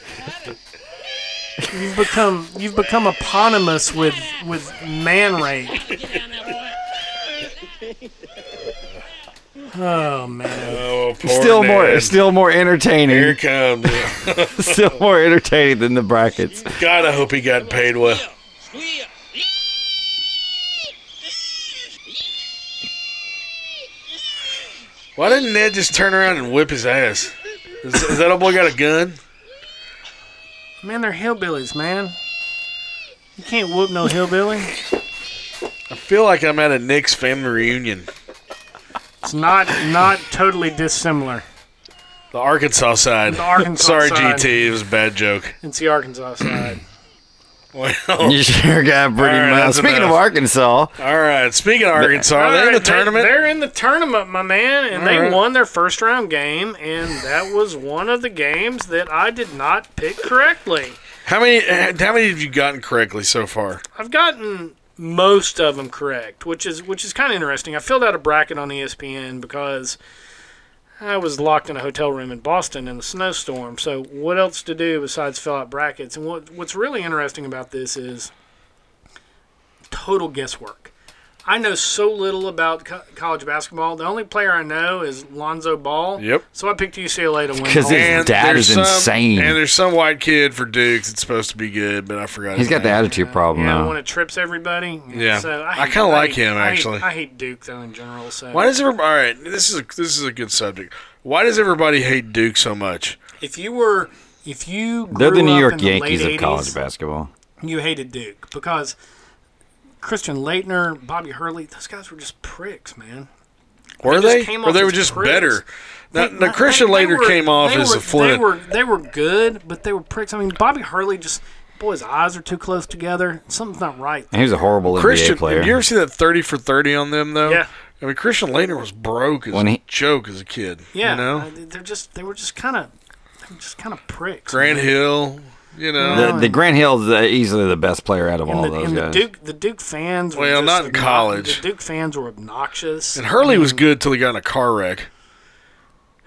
you've become you've become eponymous with with man rape. Oh man. Oh, poor still Ned. more, still more entertaining. Here it comes. <laughs> <laughs> still more entertaining than the brackets. God, I hope he got paid well. Why didn't Ned just turn around and whip his ass? Is, is that old boy got a gun? Man, they're hillbillies, man. You can't whoop no hillbilly. I feel like I'm at a Nick's family reunion. It's not not totally dissimilar. The Arkansas side. The Arkansas Sorry, side. GT. It was a bad joke. It's the Arkansas side. Well, <laughs> You sure got pretty All right, much. that's Speaking enough. of Arkansas, All right. Speaking of Arkansas, are they in the Alright, tournament? They're in the tournament, my man, and they Alright. won their first round game, and that was one of the games that I did not pick correctly. How many? uh, How many have you gotten correctly so far? I've gotten most of them correct, which is which is kind of interesting. I filled out a bracket on E ESPN because I was locked in a hotel room in Boston in the snowstorm. So what else to do besides fill out brackets? And what what's really interesting about this is total guesswork. I know so little about co- college basketball. The only player I know is Lonzo Ball. Yep. So I picked <laughs> UCLA to win. Because the his whole thing. dad There's is some- insane. And there's some white kid for Dukes. It's supposed to be good, but I forgot. he's his got the name. attitude problem Yeah, now. one that trips everybody. Yeah. so I hate- kinda like hate- him, I hate- actually. I hate Duke though in general. So Why does everybody? All right, this is a, this is a good subject. Why does everybody hate Duke so much? If you were, if you grew They're the New up York in Yankees the late of college 80s, basketball. you hated Duke because Christian Leitner, Bobby Hurley, those guys were just pricks, man. Were just they? came Or off they were as just pricks. better? Now, They- now Christian they- they Leitner were- came off they as were- a Flint. They were they were good, but they were pricks. I mean, Bobby Hurley just boy, his eyes are too close together. Something's not right. He was a horrible Christian, NBA player. Did you ever see that thirty for thirty on them though? Yeah. I mean, Christian Leitner was broke as When a he- joke as a kid. Yeah, You know, uh, they're just they were just kind of they were just kind of pricks. Grant man. Hill. You know, the, the Grant Hill's uh, easily the best player out of all And, the, those and the guys. Duke, the Duke fans. Were Well, just not in obnox- college. The Duke fans were obnoxious. and Hurley I was mean, good till he got in a car wreck.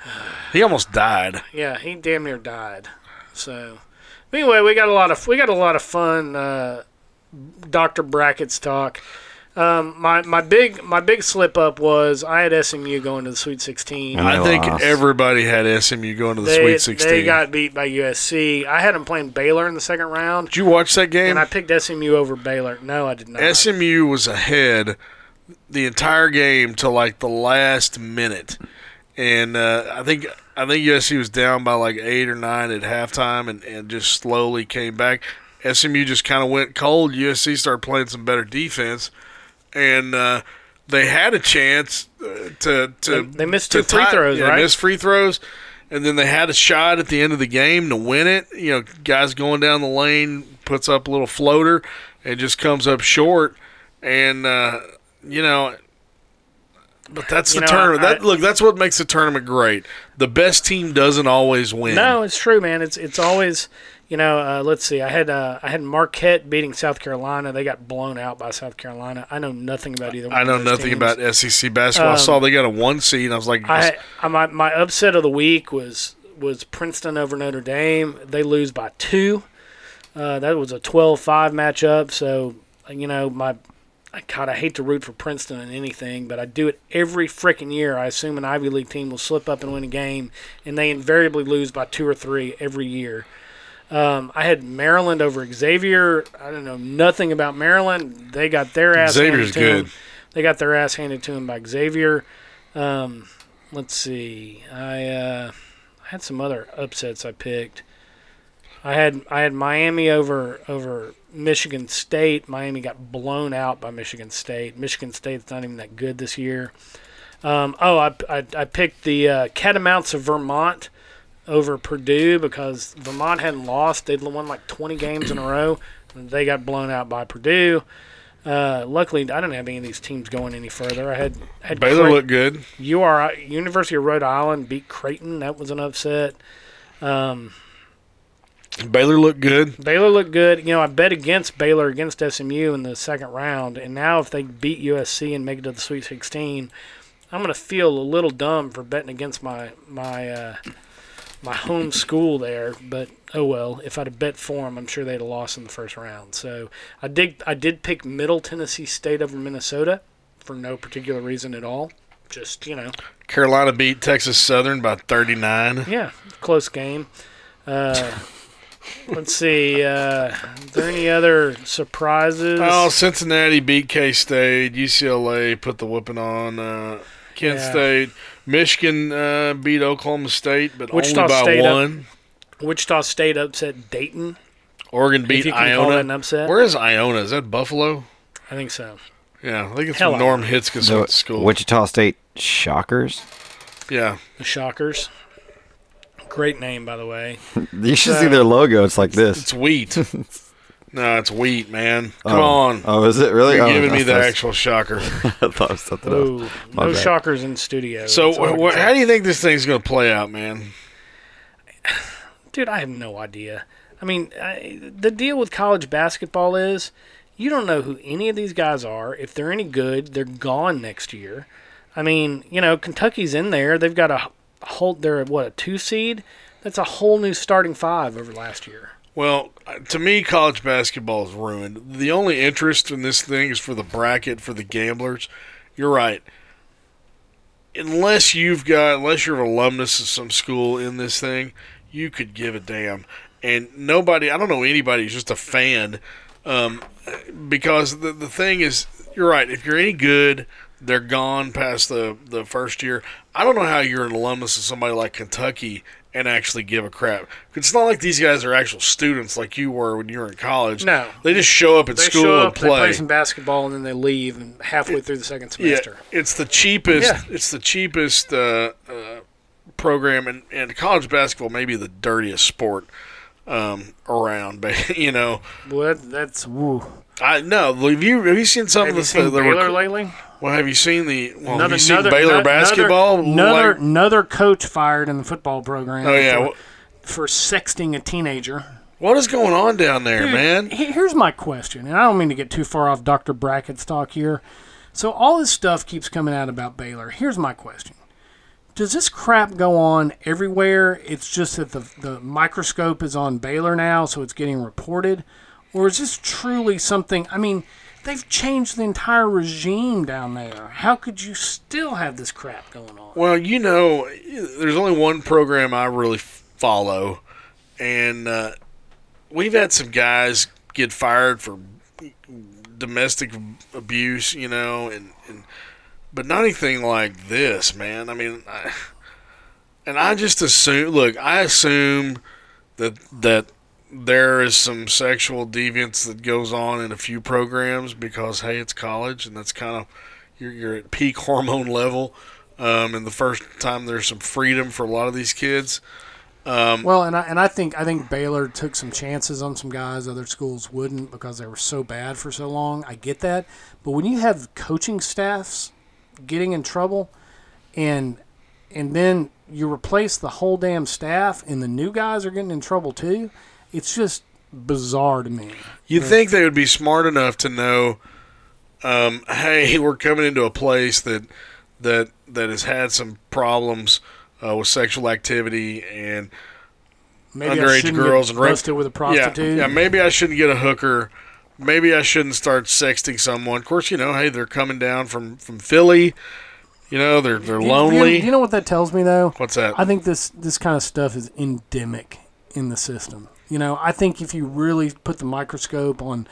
<sighs> He almost died. Yeah, he damn near died. So, but anyway, we got a lot of we got a lot of fun uh, Doctor Brackets talk. Um, my my big my big slip up was I had SMU going to the Sweet Sixteen. I think everybody had SMU going to the they, Sweet Sixteen. They got beat by USC. I had them playing Baylor in the second round, Did you watch that game? and I picked SMU over Baylor. No, I did not. SMU was ahead the entire game to like the last minute, and uh, I think I think USC was down by like eight or nine at halftime, and, and just slowly came back. SMU just kind of went cold. USC started playing some better defense, and uh, they had a chance uh, to to They- they missed to two free tie- throws, yeah, right? Missed free throws. And then they had a shot at the end of the game to win it. You know, guys going down the lane puts up a little floater and just comes up short. And uh, you know, but that's You the know, tournament. I- that look, that's what makes the tournament great. The best team doesn't always win. No, it's true, man. It's it's always, you know. Uh, let's see. I had uh, I had Marquette beating South Carolina. They got blown out by South Carolina. I know nothing about either. one I know of those nothing teams. about SEC basketball. I Um, saw they got a one seed. and I was like, I, I my, my upset of the week was was Princeton over Notre Dame. They lose by two. Uh, that was a 12-5 matchup. So you know my. I- God, I hate to root for Princeton in anything, but I do it every freaking year. I assume an Ivy League team will slip up and win a game, and they invariably lose by two or three every year. Um, I had Maryland over Xavier. I don't know nothing about Maryland. They got their ass. Xavier's handed to 'em. good. They got their ass handed to them by Xavier. Um, let's see. I uh, I had some other upsets I picked. I had I had Miami over over Michigan State. Miami got blown out by Michigan State. Michigan State's not even that good this year. Um, oh, I, I, I picked the uh, Catamounts of Vermont over Purdue because Vermont hadn't lost. They'd won like 20 games in a row. and They got blown out by Purdue. Uh, luckily, I didn't have any of these teams going any further. I had, had Baylor Creighton- looked good. you are University of Rhode Island beat Creighton. That was an upset. Um, Baylor looked good. Baylor looked good. You know, I bet against Baylor against SMU in the second round, and now if they beat USC and make it to the Sweet 16, I'm going to feel a little dumb for betting against my my uh, my home school there. But oh well, if I'd have bet for them, I'm sure they'd have lost in the first round. So I did I did pick Middle Tennessee State over Minnesota for no particular reason at all. Just you know, Carolina beat Texas Southern by thirty nine. yeah, close game. Uh, let's see. Uh, is there any other surprises? Oh, Cincinnati beat K State. UCLA put the whooping on uh, Kent Yeah. State. Michigan uh, beat Oklahoma State, but only by State up- one. Wichita State upset Dayton. Oregon beat you can call Iona. that an upset. Where is Iona? Is that Buffalo? I think so. Yeah, I think it's Hell, when I- Norm Hitzkus The went to school. Wichita State Shockers. Yeah. The Shockers. Great name, by the way. You should So- see their logo. It's like this. It's <laughs> wheat. no, it's wheat, man. Come Oh. on. Oh, is it really? You're Oh, giving me that's- the that's- actual shocker. <laughs> I thought it was something Ooh, else. My no bad. shockers in studio. So, That's all I wh- can wh- say. how do you think this thing's going to play out, man? dude, I have no idea. I mean, I, the deal with college basketball is you don't know who any of these guys are. If they're any good, they're gone next year. I mean, you know, Kentucky's in there. They've got a whole. They're what a two seed. That's a whole new starting five over last year. Well, to me, college basketball is ruined. The only interest in this thing is for the bracket for the gamblers. You're right. Unless you've got, unless you're an alumnus of some school in this thing, you could give a damn. And nobody, I don't know anybody who's just a fan, um, because the the thing is, you're right. If you're any good, they're gone past the the first year. I don't know how you're an alumnus of somebody like Kentucky and actually give a crap. It's not like these guys are actual students like you were when you were in college. No. they just show up at They school show and up, they play play. some basketball, and then they leave and halfway through the second semester. Yeah, it's the cheapest. Yeah. It's the cheapest uh, uh, program, and, and college basketball may be the dirtiest sport um, around. <laughs> But you know, Well, that, that's woo. I no. Have you have you seen some Have of you the seen the Baylor rec- lately? Well, have you seen the well, have Another- you seen another- Baylor another- basketball? Another, Like- another coach fired in the football program. <laughs> Oh, yeah, for- for sexting a teenager. what is going on down there, Dude, man? he- Here's my question, and I don't mean to get too far off Dr. Brackett's talk here. So all this stuff keeps coming out about Baylor. Here's my question. Does this crap go on everywhere? It's just that the, the microscope is on Baylor now, so it's getting reported? Or is this truly something? I mean, they've changed the entire regime down there. How could you still have this crap going on? Well, you know, there's only one program I really follow, and uh, we've had some guys get fired for domestic abuse, you know, and, and but not anything like this, man. I mean, I, and I just assume. Look, I assume that that there is some sexual deviance that goes on in a few programs because hey, it's college, and that's kind of you're, you're at peak <laughs> hormone level. Um, and the first time there's some freedom for a lot of these kids. Um, Well, and I and I think I think Baylor took some chances on some guys other schools wouldn't because they were so bad for so long. I get that, but when you have coaching staffs getting in trouble, and and then you replace the whole damn staff, and the new guys are getting in trouble too, it's just bizarre to me. You'd think they would be smart enough to know, um, hey, <laughs> we're coming into a place that that that has had some problems uh, with sexual activity and Maybe I underage shouldn't get girls and rape- busted with a Yeah, prostitute. Yeah, maybe I shouldn't get a hooker. Maybe I shouldn't start sexting someone. Of course, you know, hey, they're coming down from from Philly. You know, they're they're Do you- do you- lonely. do you know what that tells me though? What's that? I think this this kind of stuff is endemic in the system. You know, I think if you really put the microscope on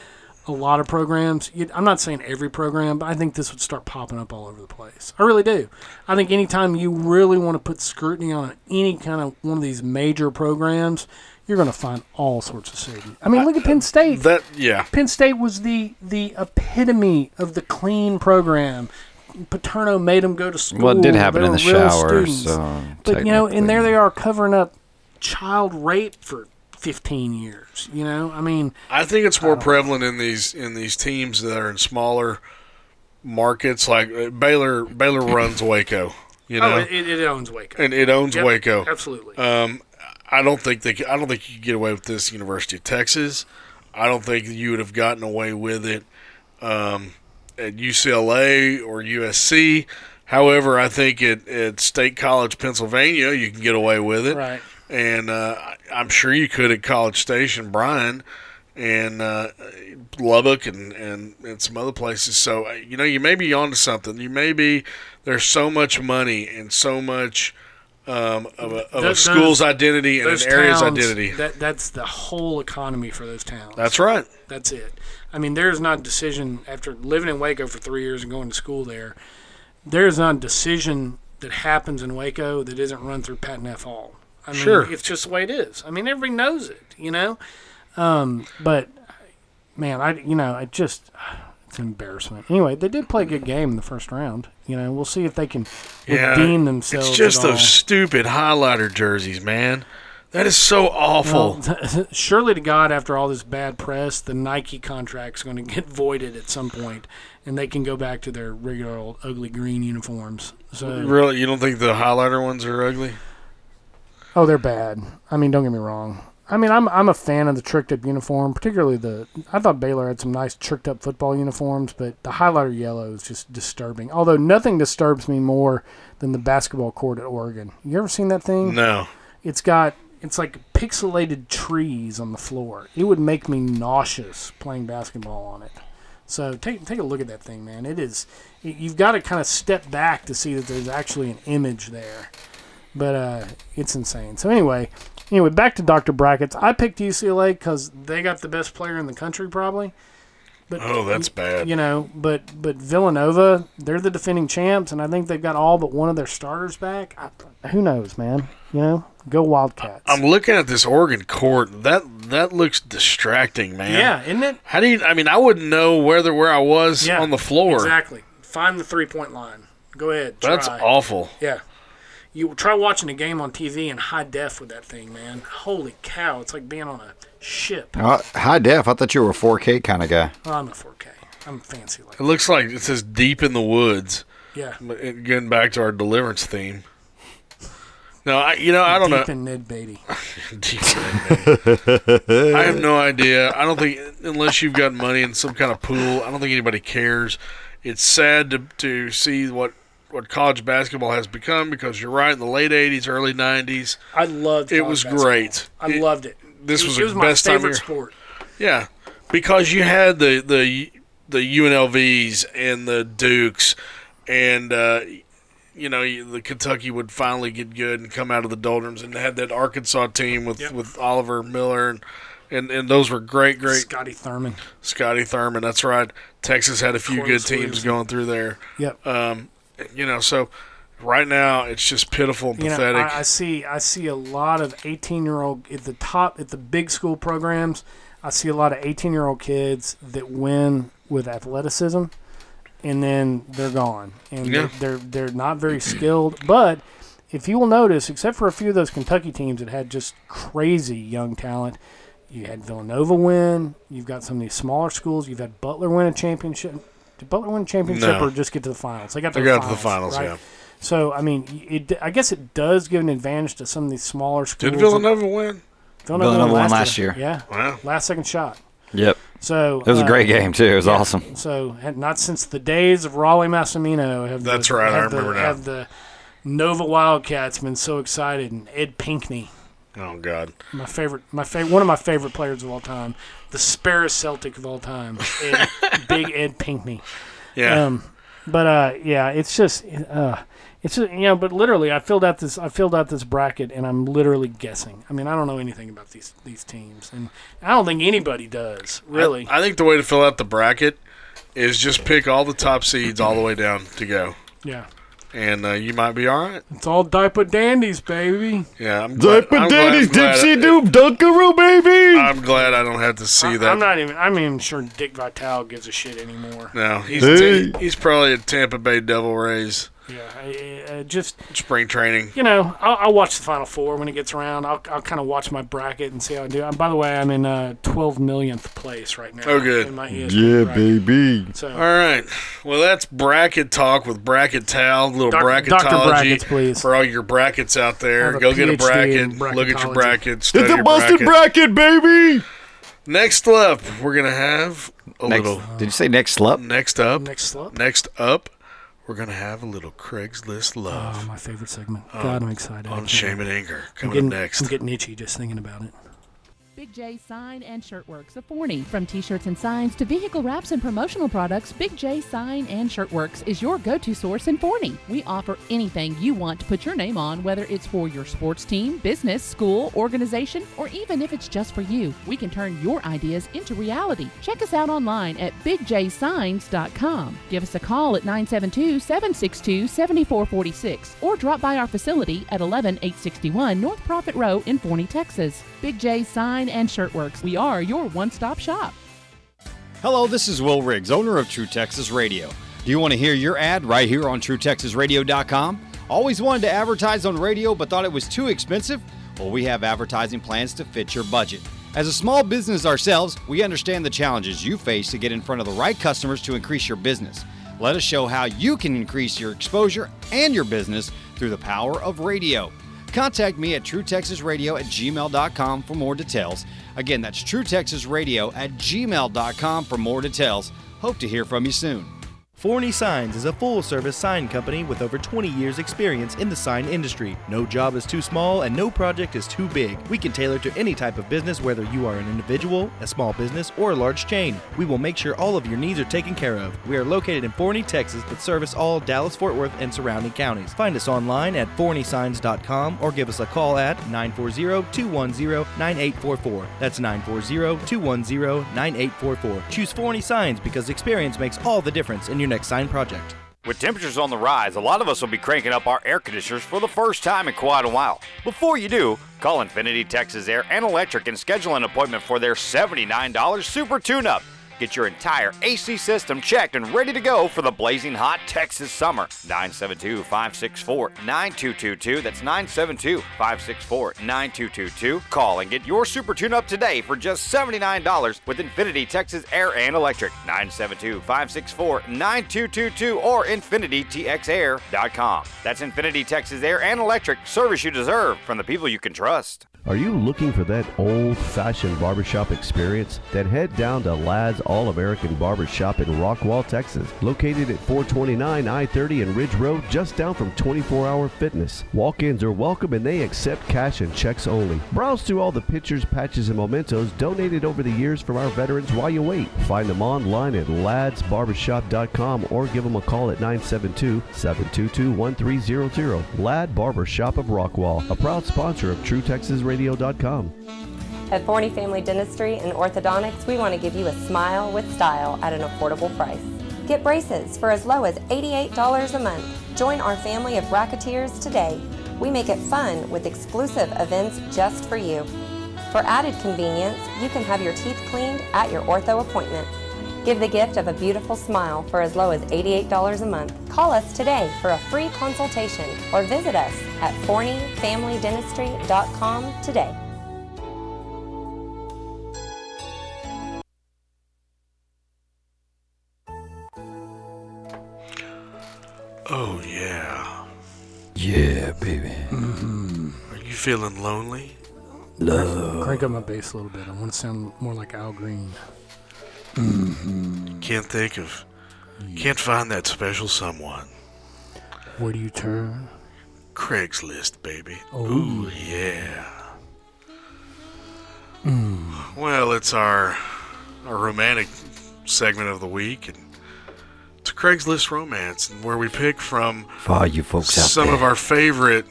a lot of programs, you, I'm not saying every program, but I think this would start popping up all over the place. I really do. I think anytime you really want to put scrutiny on any kind of one of these major programs, you're going to find all sorts of students. I mean, look at Penn State. That yeah. Penn State was the the epitome of the clean program. Paterno made them go to school. Well, it did happen They in the were real shower, students. so But you know, and there they are covering up child rape for 15 years. You know, I mean, I think it's more prevalent in these in these teams that are in smaller markets. Like uh, Baylor, Baylor runs Waco, you know, oh, it, it owns Waco, and it owns Yep, Waco. Absolutely. Um, I don't think they. c- I don't think you could get away with this. University of Texas. I don't think you would have gotten away with it um, at UCLA or USC. However, I think at, at State College, Pennsylvania, you can get away with it. Right. And uh, I- I'm sure you could at College Station, Bryan, and uh, Lubbock, and, and, and some other places. So, uh, you know, you may be onto something. You may be, there's so much money and so much um, of, a, of a Those- school's identity and an those area's towns, identity. That that's the whole economy for those towns. That's right. That's it. I mean, there's not a decision after living in Waco for three years and going to school there. There's not a decision that happens in Waco that isn't run through Patton F. Hall. I mean, Sure. it's just the way it is. I mean, everybody knows it, you know. Um, but man, I you know, I just It's an embarrassment. Anyway, they did play a good game in the first round. You know, we'll see if they can Yeah, redeem themselves. It's just at all. those stupid highlighter jerseys, man. That is so awful. Well, <laughs> surely to God, after all this bad press, the Nike contract's going to get voided at some point, and they can go back to their regular old ugly green uniforms. So really, you don't think the highlighter ones are ugly? Oh, they're bad. I mean, don't get me wrong. I mean, I'm I'm a fan of the tricked up uniform, particularly the. I thought Baylor had some nice tricked up football uniforms, but the highlighter yellow is just disturbing. Although nothing disturbs me more than the basketball court at Oregon. You ever seen that thing? No. It's got it's like pixelated trees on the floor. It would make me nauseous playing basketball on it. So take take a look at that thing, man. It is y- you've got to kind of step back to see that there's actually an image there. But uh, it's insane. So anyway, anyway, back to Doctor Brackets. I picked UCLA because they got the best player in the country, probably. But Oh, that's bad. You know, but but Villanova, they're the defending champs, and I think they've got all but one of their starters back. I, who knows, man? You know, go Wildcat. I'm looking at this Oregon court. That that looks distracting, man. Yeah, isn't it? How do you? I mean, I wouldn't know whether where I was on the floor. Exactly. Find the three point line. Go ahead. That's try. awful. Yeah. You try watching a game on TV in high def with that thing, man. Holy cow! It's like being on a ship. Uh, hi, Def. I thought you were a 4K kind of guy. Well, I'm a 4K. I'm fancy like. It looks like it says deep in the woods. Yeah. But it- Getting back to our deliverance theme. No, I you know I don't Deep know. in Ned Beatty. <laughs> Deep I have no idea. I don't think unless you've got money in some kind of pool, I don't think anybody cares. It's sad to, to see what what college basketball has become because you're right. In the late '80s, early '90s, I loved. It college was basketball. great. I loved it. This it was it the was my best time favorite of- sport. Yeah, because you had the the the UNLVs and the Dukes, and uh, you know you- the Kentucky would finally get good and come out of the doldrums, and they had that Arkansas team with, with Oliver Miller and, and and those were great, great. Scotty Thurman, Scotty Thurman, that's right. Texas had a few Corliss good teams Williamson. going through there. Yep. Um, you know, so right now it's just pitiful and You know, pathetic. I, I see. I see a lot of 18 year old at the top at the big school programs. I see a lot of 18 year old kids that win with athleticism, and then they're gone, and Yeah. they're, they're they're not very skilled. But if you will notice, except for a few of those Kentucky teams that had just crazy young talent, you had Villanova win. You've got some of these smaller schools. You've had Butler win a championship. Did Butler win a championship No. or just get to the finals? They got They to the got to the finals, finals, right? yeah. So I mean, it. I guess it does give an advantage to some of these smaller schools. Did Villanova win? Villanova, Villanova won won last, last year. year. Yeah. Wow. Last second shot. Yep. So It was a uh, great game, too. It was awesome. So had- not since the days of Raleigh Massimino have That's the, right, I have the- remember now. have the Nova Wildcats been so excited and Ed Pinkney, oh God. my favorite, my favorite, one of my favorite players of all time, the sparest Celtic of all time, <laughs> Ed, Big Ed Pinkney. Yeah. Um, but uh, yeah, it's just uh, it's just, you know, but literally, I filled out this I filled out this bracket, and I'm literally guessing. I mean, I don't know anything about these these teams, and I don't think anybody does really. I, I think the way to fill out the bracket is just pick all the top seeds all the way down to go, yeah, and uh, you might be all right. it's all diaper dandies, baby. Yeah, I'm glad, I'm glad- glad I- Doop Dunkaroo, baby. I'm glad I don't have to see that. I'm not even. I'm even sure Dick Vitale gives a shit anymore. no, he's Hey. he's probably a Tampa Bay Devil Rays Yeah, I- I- I just spring training. you know, I'll, I'll watch the Final Four when it gets around. I'll, I'll kind of watch my bracket and see how I do. And by the way, I'm in uh, 12 millionth place right now. Oh, good. In my E ESPN Yeah, bracket. baby. So- All right. Well, that's bracket talk with bracket towel, little Doc- bracketology Dr. Brackets, please. for all your brackets out there. Have a Go get a PhD bracket. in Look at your bracketology. brackets. It's study a your busted bracket, <laughs> baby. Next up, we're gonna have a Next- little. did you say next slup? Next up. Next slup. Next up, we're gonna have a little Craigslist love. Oh, my favorite segment. Um, God, I'm excited. On I shame can't- and anger I'm coming getting, up next. I'm getting itchy just thinking about it. Big J Sign and Shirtworks of Forney. From t-shirts and signs to vehicle wraps and promotional products, Big J Sign and Shirtworks is your go-to source in Forney. We offer anything you want to put your name on, whether it's for your sports team, business, school, organization, or even if it's just for you. We can turn your ideas into reality. Check us out online at bigjsigns.com. Give us a call at 972-762-7446 or drop by our facility at 11861 North Profit Row in Forney, Texas. Big J Sign and Shirtworks. We are your one-stop shop. Hello, this is Will Riggs, owner of True Texas Radio. Do you want to hear your ad right here on TrueTexasRadio.com? Always wanted to advertise on radio but thought it was too expensive? Well, we have advertising plans to fit your budget. As a small business ourselves, we understand the challenges you face to get in front of the right customers to increase your business. Let us show how you can increase your exposure and your business through the power of radio. Contact me at truetexasradio at gmail.com for more details. Again, that's truetexasradio at gmail.com for more details. Hope to hear from you soon. Forney Signs is a full service sign company with over 20 years' experience in the sign industry. No job is too small and no project is too big. We can tailor to any type of business, whether you are an individual, a small business, or a large chain. We will make sure all of your needs are taken care of. We are located in Forney, Texas, but service all Dallas, Fort Worth, and surrounding counties. Find us online at forneysigns.com or give us a call at 940 210 9844. That's 940 210 9844. Choose Forney Signs because experience makes all the difference in your next sign project. With temperatures on the rise, a lot of us will be cranking up our air conditioners for the first time in quite a while. Before you do, call Infinity Texas Air and Electric and schedule an appointment for their $79 Super Tune Up. Get your entire AC system checked and ready to go for the blazing hot Texas summer. 972 564 9222. That's 972 564 9222. Call and get your Super Tune Up today for just $79 with Infinity Texas Air and Electric. 972 564 9222 or InfinityTXAir.com. That's Infinity Texas Air and Electric service you deserve from the people you can trust. Are you looking for that old fashioned barbershop experience? Then head down to Ladd's All American Barbershop in Rockwall, Texas. Located at 429 I 30 and Ridge Road, just down from 24 Hour Fitness. Walk ins are welcome and they accept cash and checks only. Browse through all the pictures, patches, and mementos donated over the years from our veterans while you wait. Find them online at ladsbarbershop.com or give them a call at 972 722 1300. Ladd Barbershop of Rockwall, a proud sponsor of TrueTexasRadio.com. At Forney Family Dentistry and Orthodontics, we want to give you a smile with style at an affordable price. Get braces for as low as $88 a month. Join our family of racketeers today. We make it fun with exclusive events just for you. For added convenience, you can have your teeth cleaned at your ortho appointment. Give the gift of a beautiful smile for as low as $88 a month. Call us today for a free consultation or visit us at forneyfamilydentistry.com today. Oh yeah. Mm-hmm. Yeah, baby. Are you feeling lonely? Love. Crank up my bass a little bit. I want to sound more like Al Green. Mm-hmm. Can't think of. Can't find that special someone. <laughs> Where do you turn? Craigslist, baby. Oh, Ooh yeah. Well, it's our our romantic segment of the week, and it's Craigslist romance, and where we pick from For all you folks out some there. of our favorite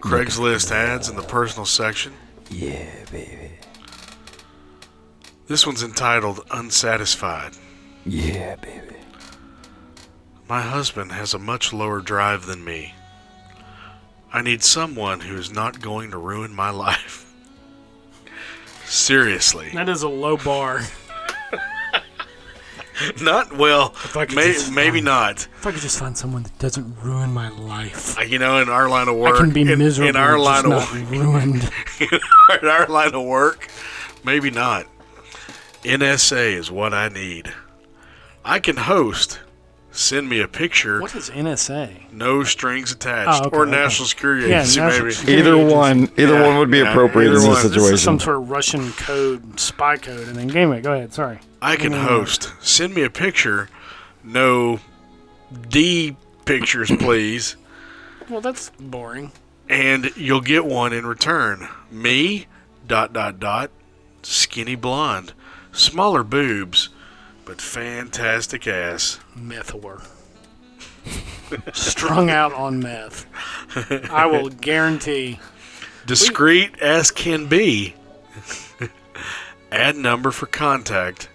Craigslist ads in the personal section. Yeah, baby. This one's entitled Unsatisfied. Yeah, baby. My husband has a much lower drive than me. I need someone who is not going to ruin my <laughs> life. Seriously. That is a low bar. <laughs> Not well. I could May, just maybe find- not. If I could just find someone that doesn't ruin my life, Uh, You know, in our line of work, I can be in, miserable. in our line of just not ruined. <laughs> in our- <laughs> in our line of work, maybe not. NSA is what I need. I can host. Send me a picture. What is NSA? No strings attached, Oh, okay, or okay. National Security Yeah, Agency, National maybe. Security Either Agency. one- either one would be appropriate either in this one. This is Situation. some sort of Russian code, spy code. And then anyway, go ahead. Sorry. I can Mm. host. Send me a picture. No D pictures, please. Well, that's boring. and you'll get one in return. Me, dot dot dot, skinny blonde, smaller boobs, but fantastic ass. Meth whore. Strung out on meth. I <laughs> will guarantee. Discreet as can be. <laughs> Add number for contact.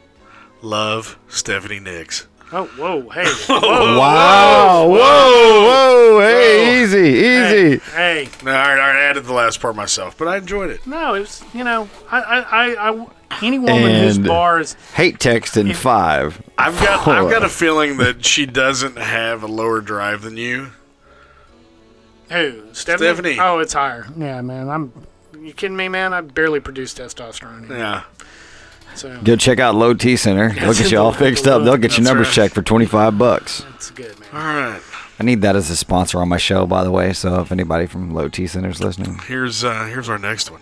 Love, Stephanie Nix. Oh, <laughs> whoa, hey. Whoa, <laughs> Whoa, Wow, whoa, whoa, hey, easy, easy. Hey. No, all right, all right, I added the last part myself, but I enjoyed it. No, it was, you know, I, I, I, I, any woman whose And bars hate text in five. I've <laughs> got I've got Four. a feeling that she doesn't have a lower drive than you. who Stephanie? Stephanie. Oh, it's higher. Yeah, man. I'm. You kidding me, man? I barely produce testosterone. Yeah. So Go check out Low T Center. They'll get you all fixed up. They'll get your numbers checked for twenty five bucks. that's good, man. All right. I need that as a sponsor on my show, by the way. So if anybody from Low T Center is listening, Here's uh, here's our next one.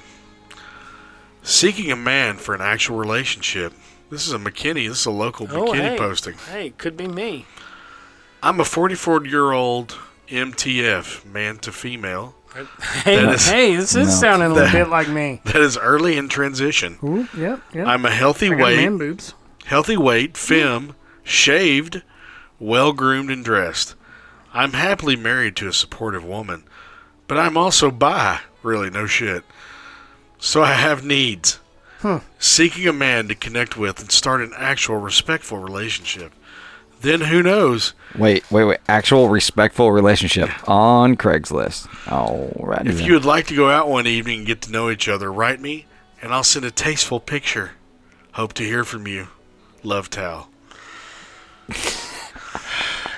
Seeking a man for an actual relationship. This is a McKinney. This is a local Oh, McKinney hey. posting. Hey, could be me. I'm a 44 year old MTF, man to female. Hey, hey, this is sounding a little bit like me. <laughs> That is early in transition. Ooh, yep, yep. I'm a healthy I got weight, Man boobs. healthy weight, femme, shaved, well groomed, and dressed. I'm happily married to a supportive woman, but I'm also bi. Really, no shit. So I have needs. Huh. Seeking a man to connect with and start an actual respectful relationship. Then who knows? wait, wait, wait. Actual respectful relationship on Craigslist. All right. If you would like to go out one evening and get to know each other, write me and I'll send a tasteful picture. Hope to hear from you. Love Tal.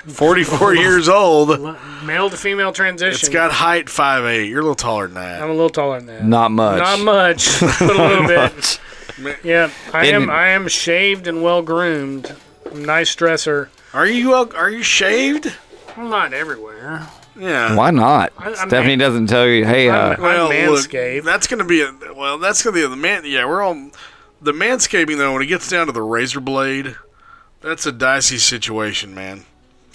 44 years old. Male to female transition. It's got height 5'8. You're a little taller than that. I'm a little taller than that. Not much. <laughs> Not much, but a little bit. much. Yeah, I Didn't- am. I am shaved and well groomed. Nice dresser. Are you well, are you shaved? I'm not everywhere. Yeah. Why not? I- I'm- Stephanie doesn't tell you. Hey, uh, well, look, manscaped. that's gonna be a well. That's gonna be the man. Yeah, we're all the manscaping though. When it gets down to the razor blade, that's a dicey situation, man.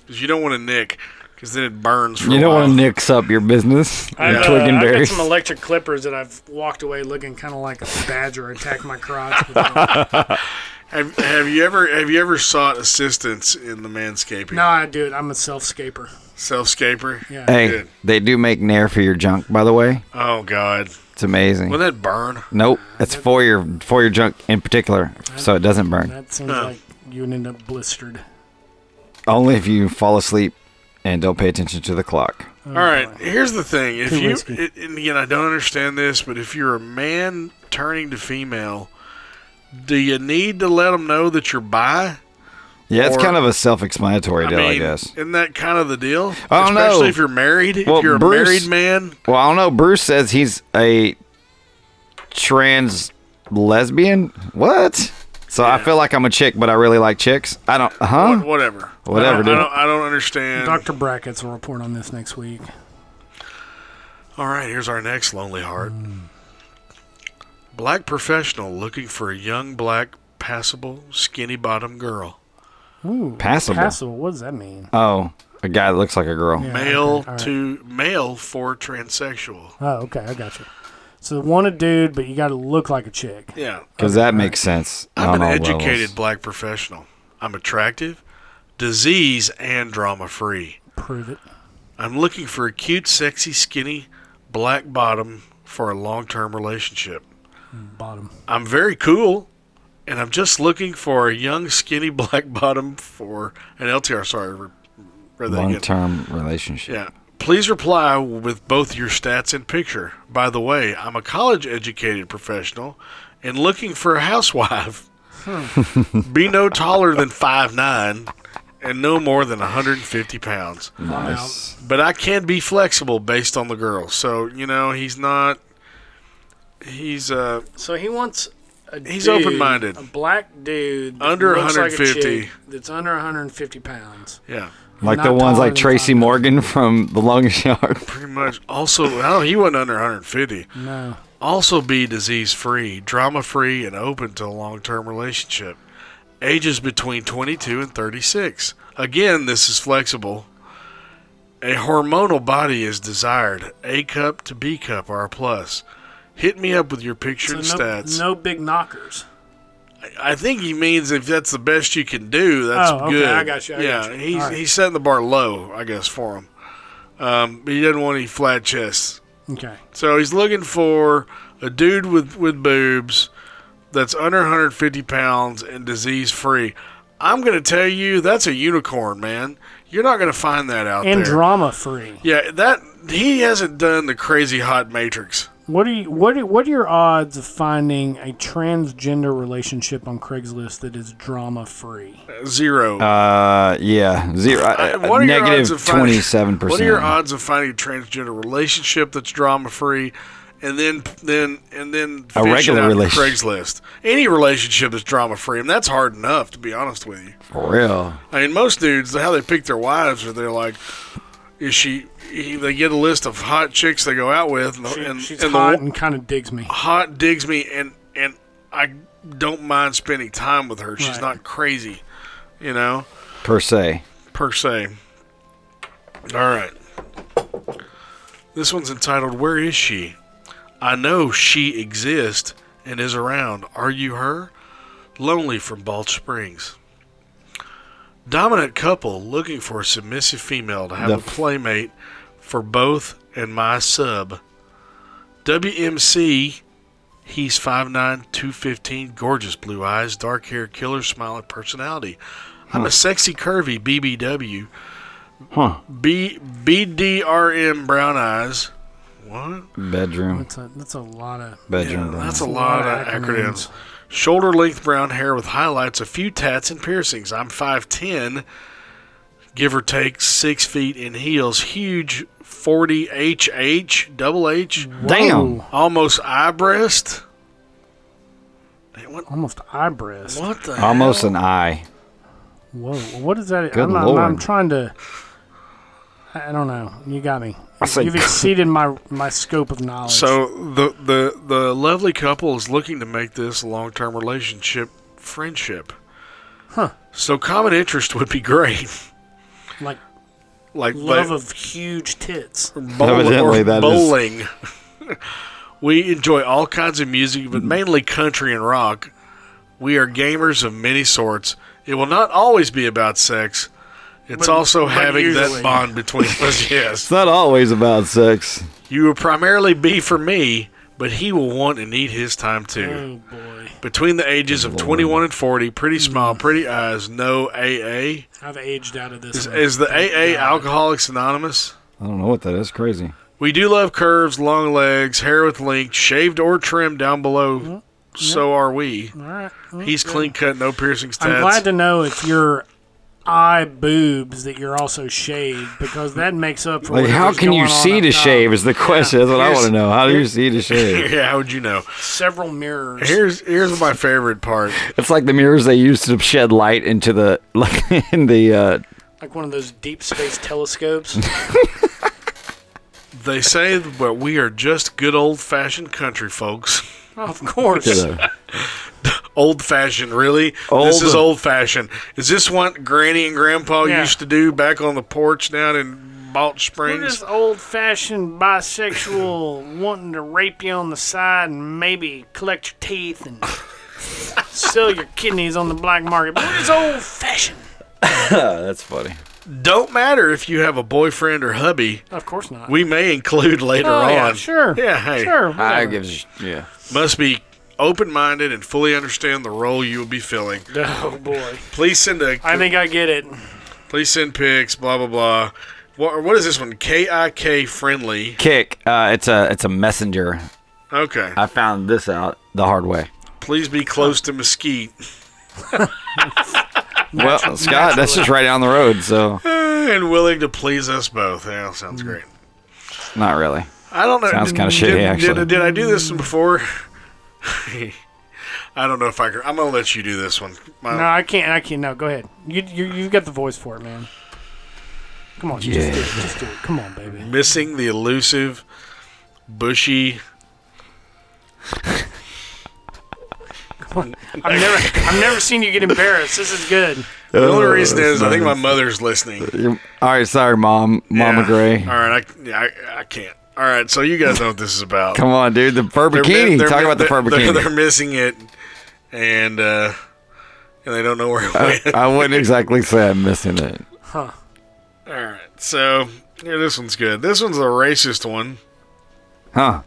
Because you don't want to nick, because then it burns. For you a don't while. want to mix up your business. I've, your uh, twig and I've got berries. some electric clippers that I've walked away looking kind of like a badger attacked my crotch. with. have, have you ever have you ever sought assistance in the manscaping? no, I do it. I'm a self scaper. Self scaper. Yeah. <laughs> Hey, Good. they do make nair for your junk, by the way. Oh God. It's amazing. Will that burn? Nope, it's for your for your junk in particular, so it doesn't burn. That seems like you would end up blistered. Only if you fall asleep and don't pay attention to the clock. All right. Here's the thing. If Oh, Too you risky. it, and again, I don't understand this, but if you're a man turning to female, do you need to let them know that you're bi? Yeah, it's Or- kind of a self-explanatory deal, I mean, guess. Isn't that kind of the deal? I don't know. Especially if you're married. Well, if you're Bruce- a married man, Well, I don't know. Bruce says he's a trans lesbian. What? So I feel like I'm a chick, but I really like chicks. I don't. Huh? wha- whatever. Whatever, I don't, dude. I don't, I don't understand. Doctor Brackets will report on this next week. All right, here's our next lonely heart. Black professional looking for a young black passable skinny bottom girl. Ooh, Passable. Passable. What does that mean? Oh, a guy that looks like a girl. male okay, all right. to male for transsexual. Oh, okay, I got you. So want a dude, but you got to look like a chick. Yeah. Because that makes sense. I'm on an all educated levels. black professional. I'm attractive, disease and drama free. Prove it. I'm looking for a cute, sexy, skinny black bottom for a long term relationship. Bottom. I'm very cool, and I'm just looking for a young, skinny <laughs> black bottom for an LTR. Sorry, re- read that again. long-term relationship. Yeah. Please reply with both your stats and picture. By the way, I'm a college educated professional and looking for a housewife. Be no taller than 5'9 and no more than 150 pounds. Nice. But I can be flexible based on the girl. So, you know, he's not. He's uh So he wants a He's dude, open-minded. A black dude that Under looks like a 150. chick that's under 150 pounds. yeah. Like Not the ones taller like than Tracy Morgan from The Longest Yard. pretty much also well, he wasn't under 150. No. Also be disease free, drama free, and open to a long term relationship. Ages between 22 and 36. Again, this is flexible. A hormonal body is desired. A cup to B cup are a plus. Hit me up with your picture and So no, stats. no big knockers. I think he means if that's the best you can do, that's Oh, okay, good. I got you, I yeah, got you. he's All right. he's setting the bar low, I guess, for him. Um, but he doesn't want any flat chests. Okay. So he's looking for a dude with, with boobs that's under 150 pounds and disease free. I'm going to tell you, that's a unicorn, man. You're not going to find that out And there. drama free. yeah, that he hasn't done the crazy hot matrix. What are you, what are, what are your odds of finding a transgender relationship on Craigslist that is drama free? Zero. Uh, yeah, zero. Uh, Uh, what are your odds Negative of finding- twenty-seven What are your percent. odds of finding a transgender relationship that's drama free, and then then and then A fish it regular out on relationship. Craigslist? Any relationship that's drama free, and that's hard enough to be honest with you. For real. I mean, most dudes, how they pick their wives are they're like, is she? he- They get a list of hot chicks they go out with, and, the- and, She's and the hot wo- and kind of digs me. hot digs me, and and I don't mind spending time with her. She's Right. not crazy, you know, per se. per se. All right. This one's entitled "Where Is She?" I know she exists and is around. Are you her? Lonely from Bald Springs. Dominant couple looking for a submissive female to have The a f- playmate for both and my sub. WMC, he's 5'9, 215, gorgeous blue eyes, dark hair, killer smiling personality. I'm Huh. a sexy, curvy BBW. Huh. B BDRM brown eyes. What? Bedroom. That's a, that's a lot of Bedroom. brown. That's a lot of acronyms. Shoulder length brown hair with highlights, a few tats and piercings. I'm 5'10, give or take six feet in heels. Huge 40 HH, double H. Damn. Almost eye breast. Almost eye breast. What the Almost an eye. Whoa, what is that? Good I'm, not, I'm- I'm lord. trying to. I I don't know. You got me. I said You've good. exceeded my my scope of knowledge. So the, the the lovely couple is looking to make this a long term relationship friendship. Huh. So common interest would be great. like Like love like- of huge tits. Bowl- Evidently, or that is- bowling. we enjoy all kinds of music, Mm-hmm. but mainly country and rock. We are gamers of many sorts. It will not always be about sex. It's But- also but having usually. that bond <laughs> between us. yes. It's not always about sex. You will primarily be for me, but he will want and need his time too. Oh boy. Hmm. Between the ages of 21 and 40, pretty smile, pretty eyes, no AA. I've aged out of this. Is, one. is the AA Alcoholics Anonymous? I don't know what that is. Crazy. We do love curves, long legs, hair with length, shaved or trimmed down below. So are we. Mm-hmm. All right. Mm-hmm. He's clean cut, no piercings, tats. I'm glad to know if your eye boobs that you're also shaved because that makes up for Like, how whatever's can you going on see up to top. shave? Is the question. That's what I Here's- want to know. How do you see <laughs> to shave? yeah, how would you know? Several mirrors. Here's here's my favorite part. It's like the mirrors they use to shed light into the <laughs> like in the. Uh, Like one of those deep space <laughs> telescopes. They say that we are just good old fashioned country folks. <laughs> of course. old fashioned, really? Old- This is old fashioned. Is this what Granny and Grandpa Yeah. used to do back on the porch down in Balt We're Springs? just old fashioned bisexual <laughs> wanting to rape you on the side and maybe collect your <laughs> teeth and sell your kidneys on the black market. But we're just old fashioned. <laughs> That's funny. Don't matter if you have a boyfriend or hubby. Of course not. We may include later Oh, on. yeah, sure. Yeah, hey. Sure, I whatever. gives yeah. Must be open minded and fully understand the role you will be filling. <laughs> Oh boy. Please send a I think I get it. please send pics, blah blah blah. What what is this one? K I K friendly. Kick. Uh, it's a it's a messenger. Okay. I found this out the hard way. Please be close to mesquite. well, Scott, that's just right down the road, so <laughs> and willing to please us both. Yeah, sounds great. not really. I don't know. Sounds did- kind of did- shitty, actually. Did, did I do this one before? <laughs> I don't know if I can. I'm gonna let you do this one. My- No, I can't. I can't. No, go ahead. You, you, you've got the voice for it, man. Come on, just do it. Just do it. Come on, baby. Missing the elusive, bushy. Come on. I've never, I've never seen you get embarrassed. This is good. The only Oh, reason that's is I think my nice. mother's listening. You're- All right, sorry, mom, Mama Yeah. Gray. All right, I, yeah, I, I can't. All right, so you guys know what this is about. Come on, dude, the fur Oh. They're mi- bikini. they're Talk mi- about the fur they're- they're- bikini. <laughs> They're missing it, and uh, and they don't know where it I, went. I wouldn't exactly say I'm missing it. Huh. All right, so here, this one's good. This one's a racist one. Huh.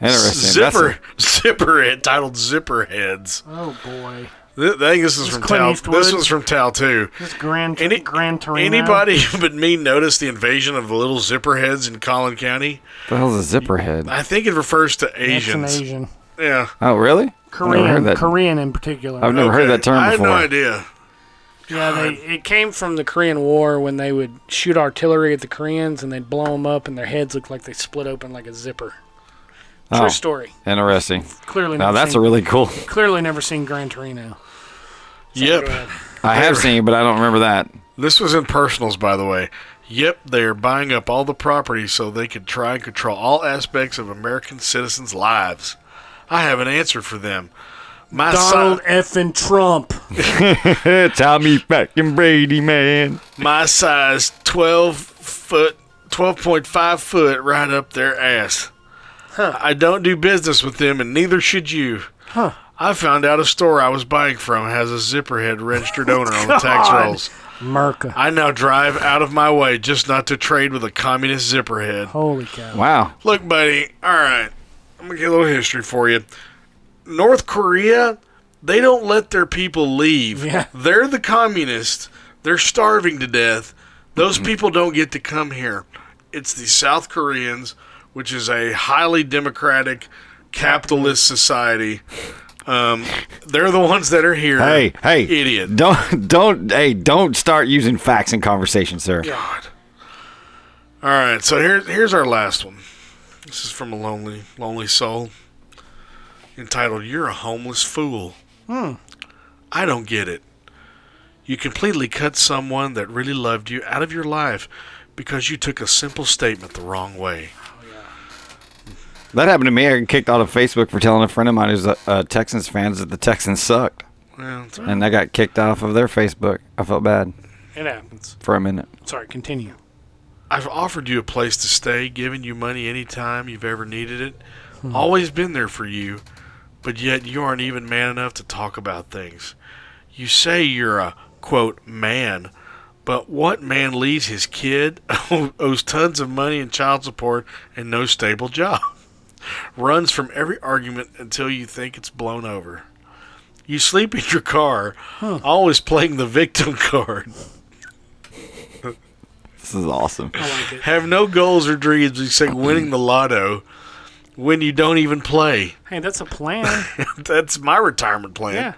Interesting. That's <laughs> Zipper, a- zipper head titled "Zipper Heads." Oh boy. Th- I think this is This from Clint Tal. Eastwood. This was from Tal too. This Grand Grand Torino. Anybody <laughs> but me noticed the invasion of the little zipperheads in Collin County? the hell's a zipperhead? I think it refers to an Asians. Asian. Yeah. Oh, really? Korean, Never heard that. Korean in particular. I've never heard that term I had before. no idea. Yeah, they, it came from the Korean War when they would shoot artillery at the Koreans and they'd blow them up, and their heads looked like they split open like a zipper. True Oh, story. Interesting. Clearly, Now never that's seen- a really cool. Clearly, never seen Gran Torino. Yep. I have seen, it, but I don't remember that. This was in personals, by the way. Yep, they're buying up all the property so they could try and control all aspects of American citizens' lives. I have an answer for them. My Donald son, F. and Trump. <laughs> Tommy fucking Brady, man. my size, twelve foot, twelve point five foot, right up their ass. I don't do business with them, and neither should you. Huh. I found out a store I was buying from has a Zipperhead registered owner on the tax Oh, God. rolls. Merca. I now drive out of my way just not to trade with a communist Zipperhead. Holy cow. Wow. Look, buddy. All right. I'm going to get a little history for you. North Korea, they don't let their people leave. They're the communists. They're starving to death. Those Mm-hmm. people don't get to come here. It's the South Koreans, which is a highly democratic capitalist society. Um, they're the ones that are here. Hey, hey, idiot. Don't, don't, hey, don't start using facts in conversation, sir. God. All right, so here's here's our last one. This is from a lonely lonely soul, entitled "You're a homeless fool." Hmm. I don't get it. You completely cut someone that really loved you out of your life because you took a simple statement the wrong way. That happened to me. I got kicked out of Facebook for telling a friend of mine who's a, a Texans fan that the Texans sucked, Well, it's- and I got kicked off of their Facebook. I felt bad It happens. for a minute. Sorry, continue. I've offered you a place to stay, given you money any time you've ever needed it, Hmm. always been there for you, but yet you aren't even man enough to talk about things. You say you're a, quote, man, but what man leaves his kid, <laughs> owes tons of money in child support, and no stable job? <laughs> Runs from every argument until you think it's blown over. You sleep in your car, always playing the victim <laughs> card. This is awesome. Have no goals or dreams except winning the lotto when you don't even play. <laughs> Hey, that's a plan. That's my retirement plan. Yeah.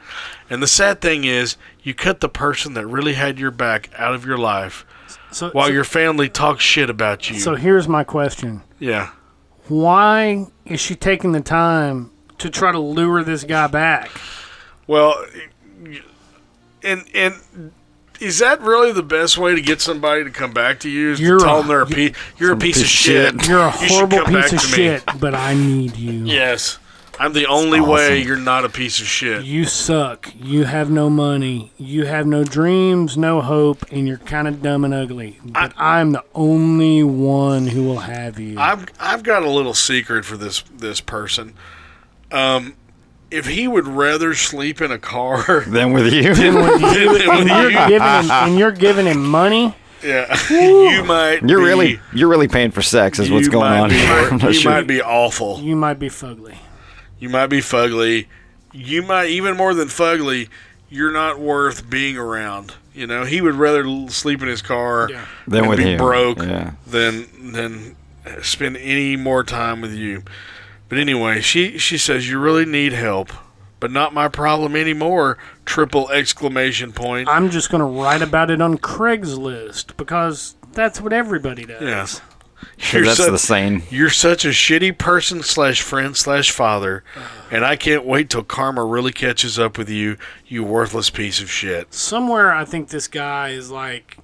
And the sad thing is, you cut the person that really had your back out of your life so- while so- your family talks shit about you. so here's my question. yeah. Why is she taking the time to try to lure this guy back? Well, and and is that really the best way to get somebody to come back to you? Is You're to tell a- them they're a piece. You're a piece, of shit. You're a You should horrible come back piece of to me. shit, but I need you. Yes. I'm the only way you're not a piece of shit. You suck. You have no money. You have no dreams, no hope, and you're kind of dumb and ugly. But I, am the only one who will have you. I've I've got a little secret for this this person. Um, if he would rather sleep in a car Then with you, <laughs> than with you, than and, with you're you, giving him, and you're giving him money. <laughs> yeah, <laughs> you might You're be, really, you're really paying for sex, is what's you going might on <laughs> be- here. I'm not you sure. might be awful. You might be fugly. You might be fugly. You might even more than fugly. You're not worth being around. You know, he would rather l- sleep in his car Than and with be you. broke Yeah. than than spend any more time with you. But anyway, she she says you really need help, but not my problem anymore. Triple exclamation point. I'm just gonna write about it on Craigslist because that's what everybody does. Yes. that's the same. You're such a shitty person slash friend slash father, and I can't wait till karma really catches up with you, you worthless piece of shit. Somewhere, I think this guy is like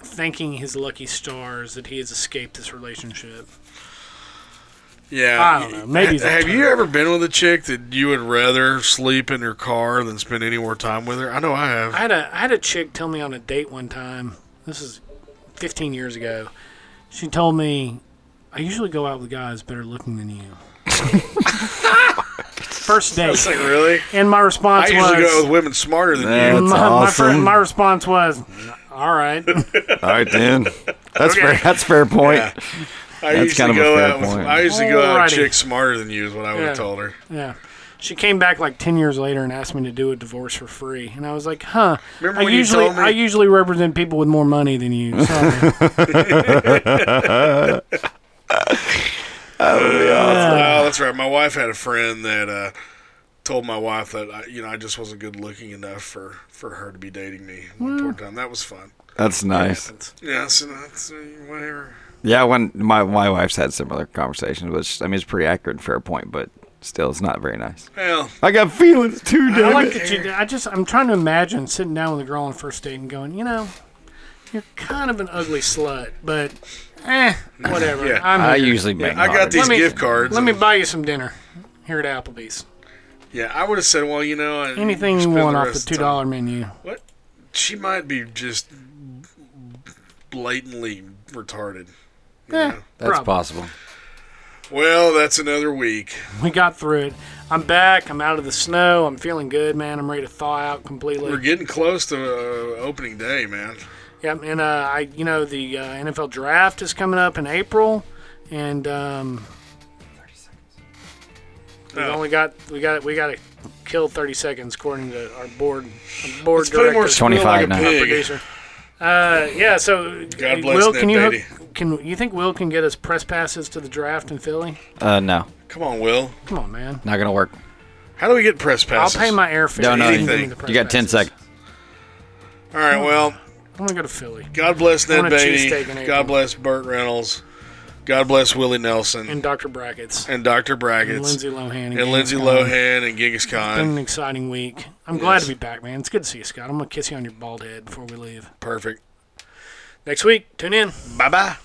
thanking his lucky stars that he has escaped this relationship. Yeah, I don't know. Maybe it's Ha- a have you turn. ever been with a chick that you would rather sleep in her car than spend any more time with her? I know I have. I had a I had a chick tell me on a date one time. This is 15 years ago. She told me, "I usually go out with guys better looking than you." <laughs> First date. I was like, really? And my response I usually was, go with women smarter than you. my, my, fir- my response was, "All <laughs> right." All right, then. That's Okay. fair. That's a fair point. Yeah. I That's usually kind of a go fair out with point. I usually go out with Alrighty. chicks smarter than you is what I would Yeah. have told her. Yeah. She came back like ten years later and asked me to do a divorce for free, and I was like, "Huh." Remember I when you usually told me- I usually represent people with more money <laughs> than you. Sorry. That Yeah. Oh, that's right. My wife had a friend that uh, told my wife that I, you know I just wasn't good looking enough for, for her to be dating me one poor time. That was fun. That's nice. Yeah, so that's uh, whatever. Yeah, when my my wife's had similar conversations, which I mean, it's pretty accurate and fair point, but still, it's not very nice. Hell. I got feelings too, I damn like it. that you. I just I'm trying to imagine sitting down with a girl on a first date and going, you know, you're kind of an ugly slut, but eh, whatever. Yeah. I'm I here." usually make Yeah, I got moderate these Let me- gift cards Let me and- buy you some dinner here at Applebee's. Yeah, I would have said, well, you know, and Anything you spend want off the rest two of time- dollar menu. What? She might be just blatantly retarded. you Eh, know? That's probably. possible. Well, that's another week. We got through it. I'm back. I'm out of the snow. I'm feeling good, man. I'm ready to thaw out completely. We're getting close to uh, opening day, man. Yep, and uh, I, you know, the uh, NFL draft is coming up in April, and um, Oh. we have only got we got we got to kill thirty seconds according to our board our board Let's play more director, squeal like 25 a now. pig. producer. Uh, yeah, so uh, God bless Will, that can you hook- baby. can you think Will can get us press passes to the draft in Philly? Uh, no, Come on, Will. Come on, man. not gonna work. How do we get press passes? I'll pay my airfare. No, no, You can you, give me the press you got ten seconds. All right, well, I want to go to Philly. God bless I Ned want a cheesesteak in Beatty. April. God bless Burt Reynolds. God bless Willie Nelson and Dr. Brackets and Dr. Brackets And Lindsay Lohan and and Lindsay Genghis Khan. Lohan and Genghis It's been an Khan. exciting week. I'm glad Yes. to be back, man. It's good to see you, Scott. I'm gonna kiss you on your bald head before we leave. Perfect. Next week, tune in. Bye bye.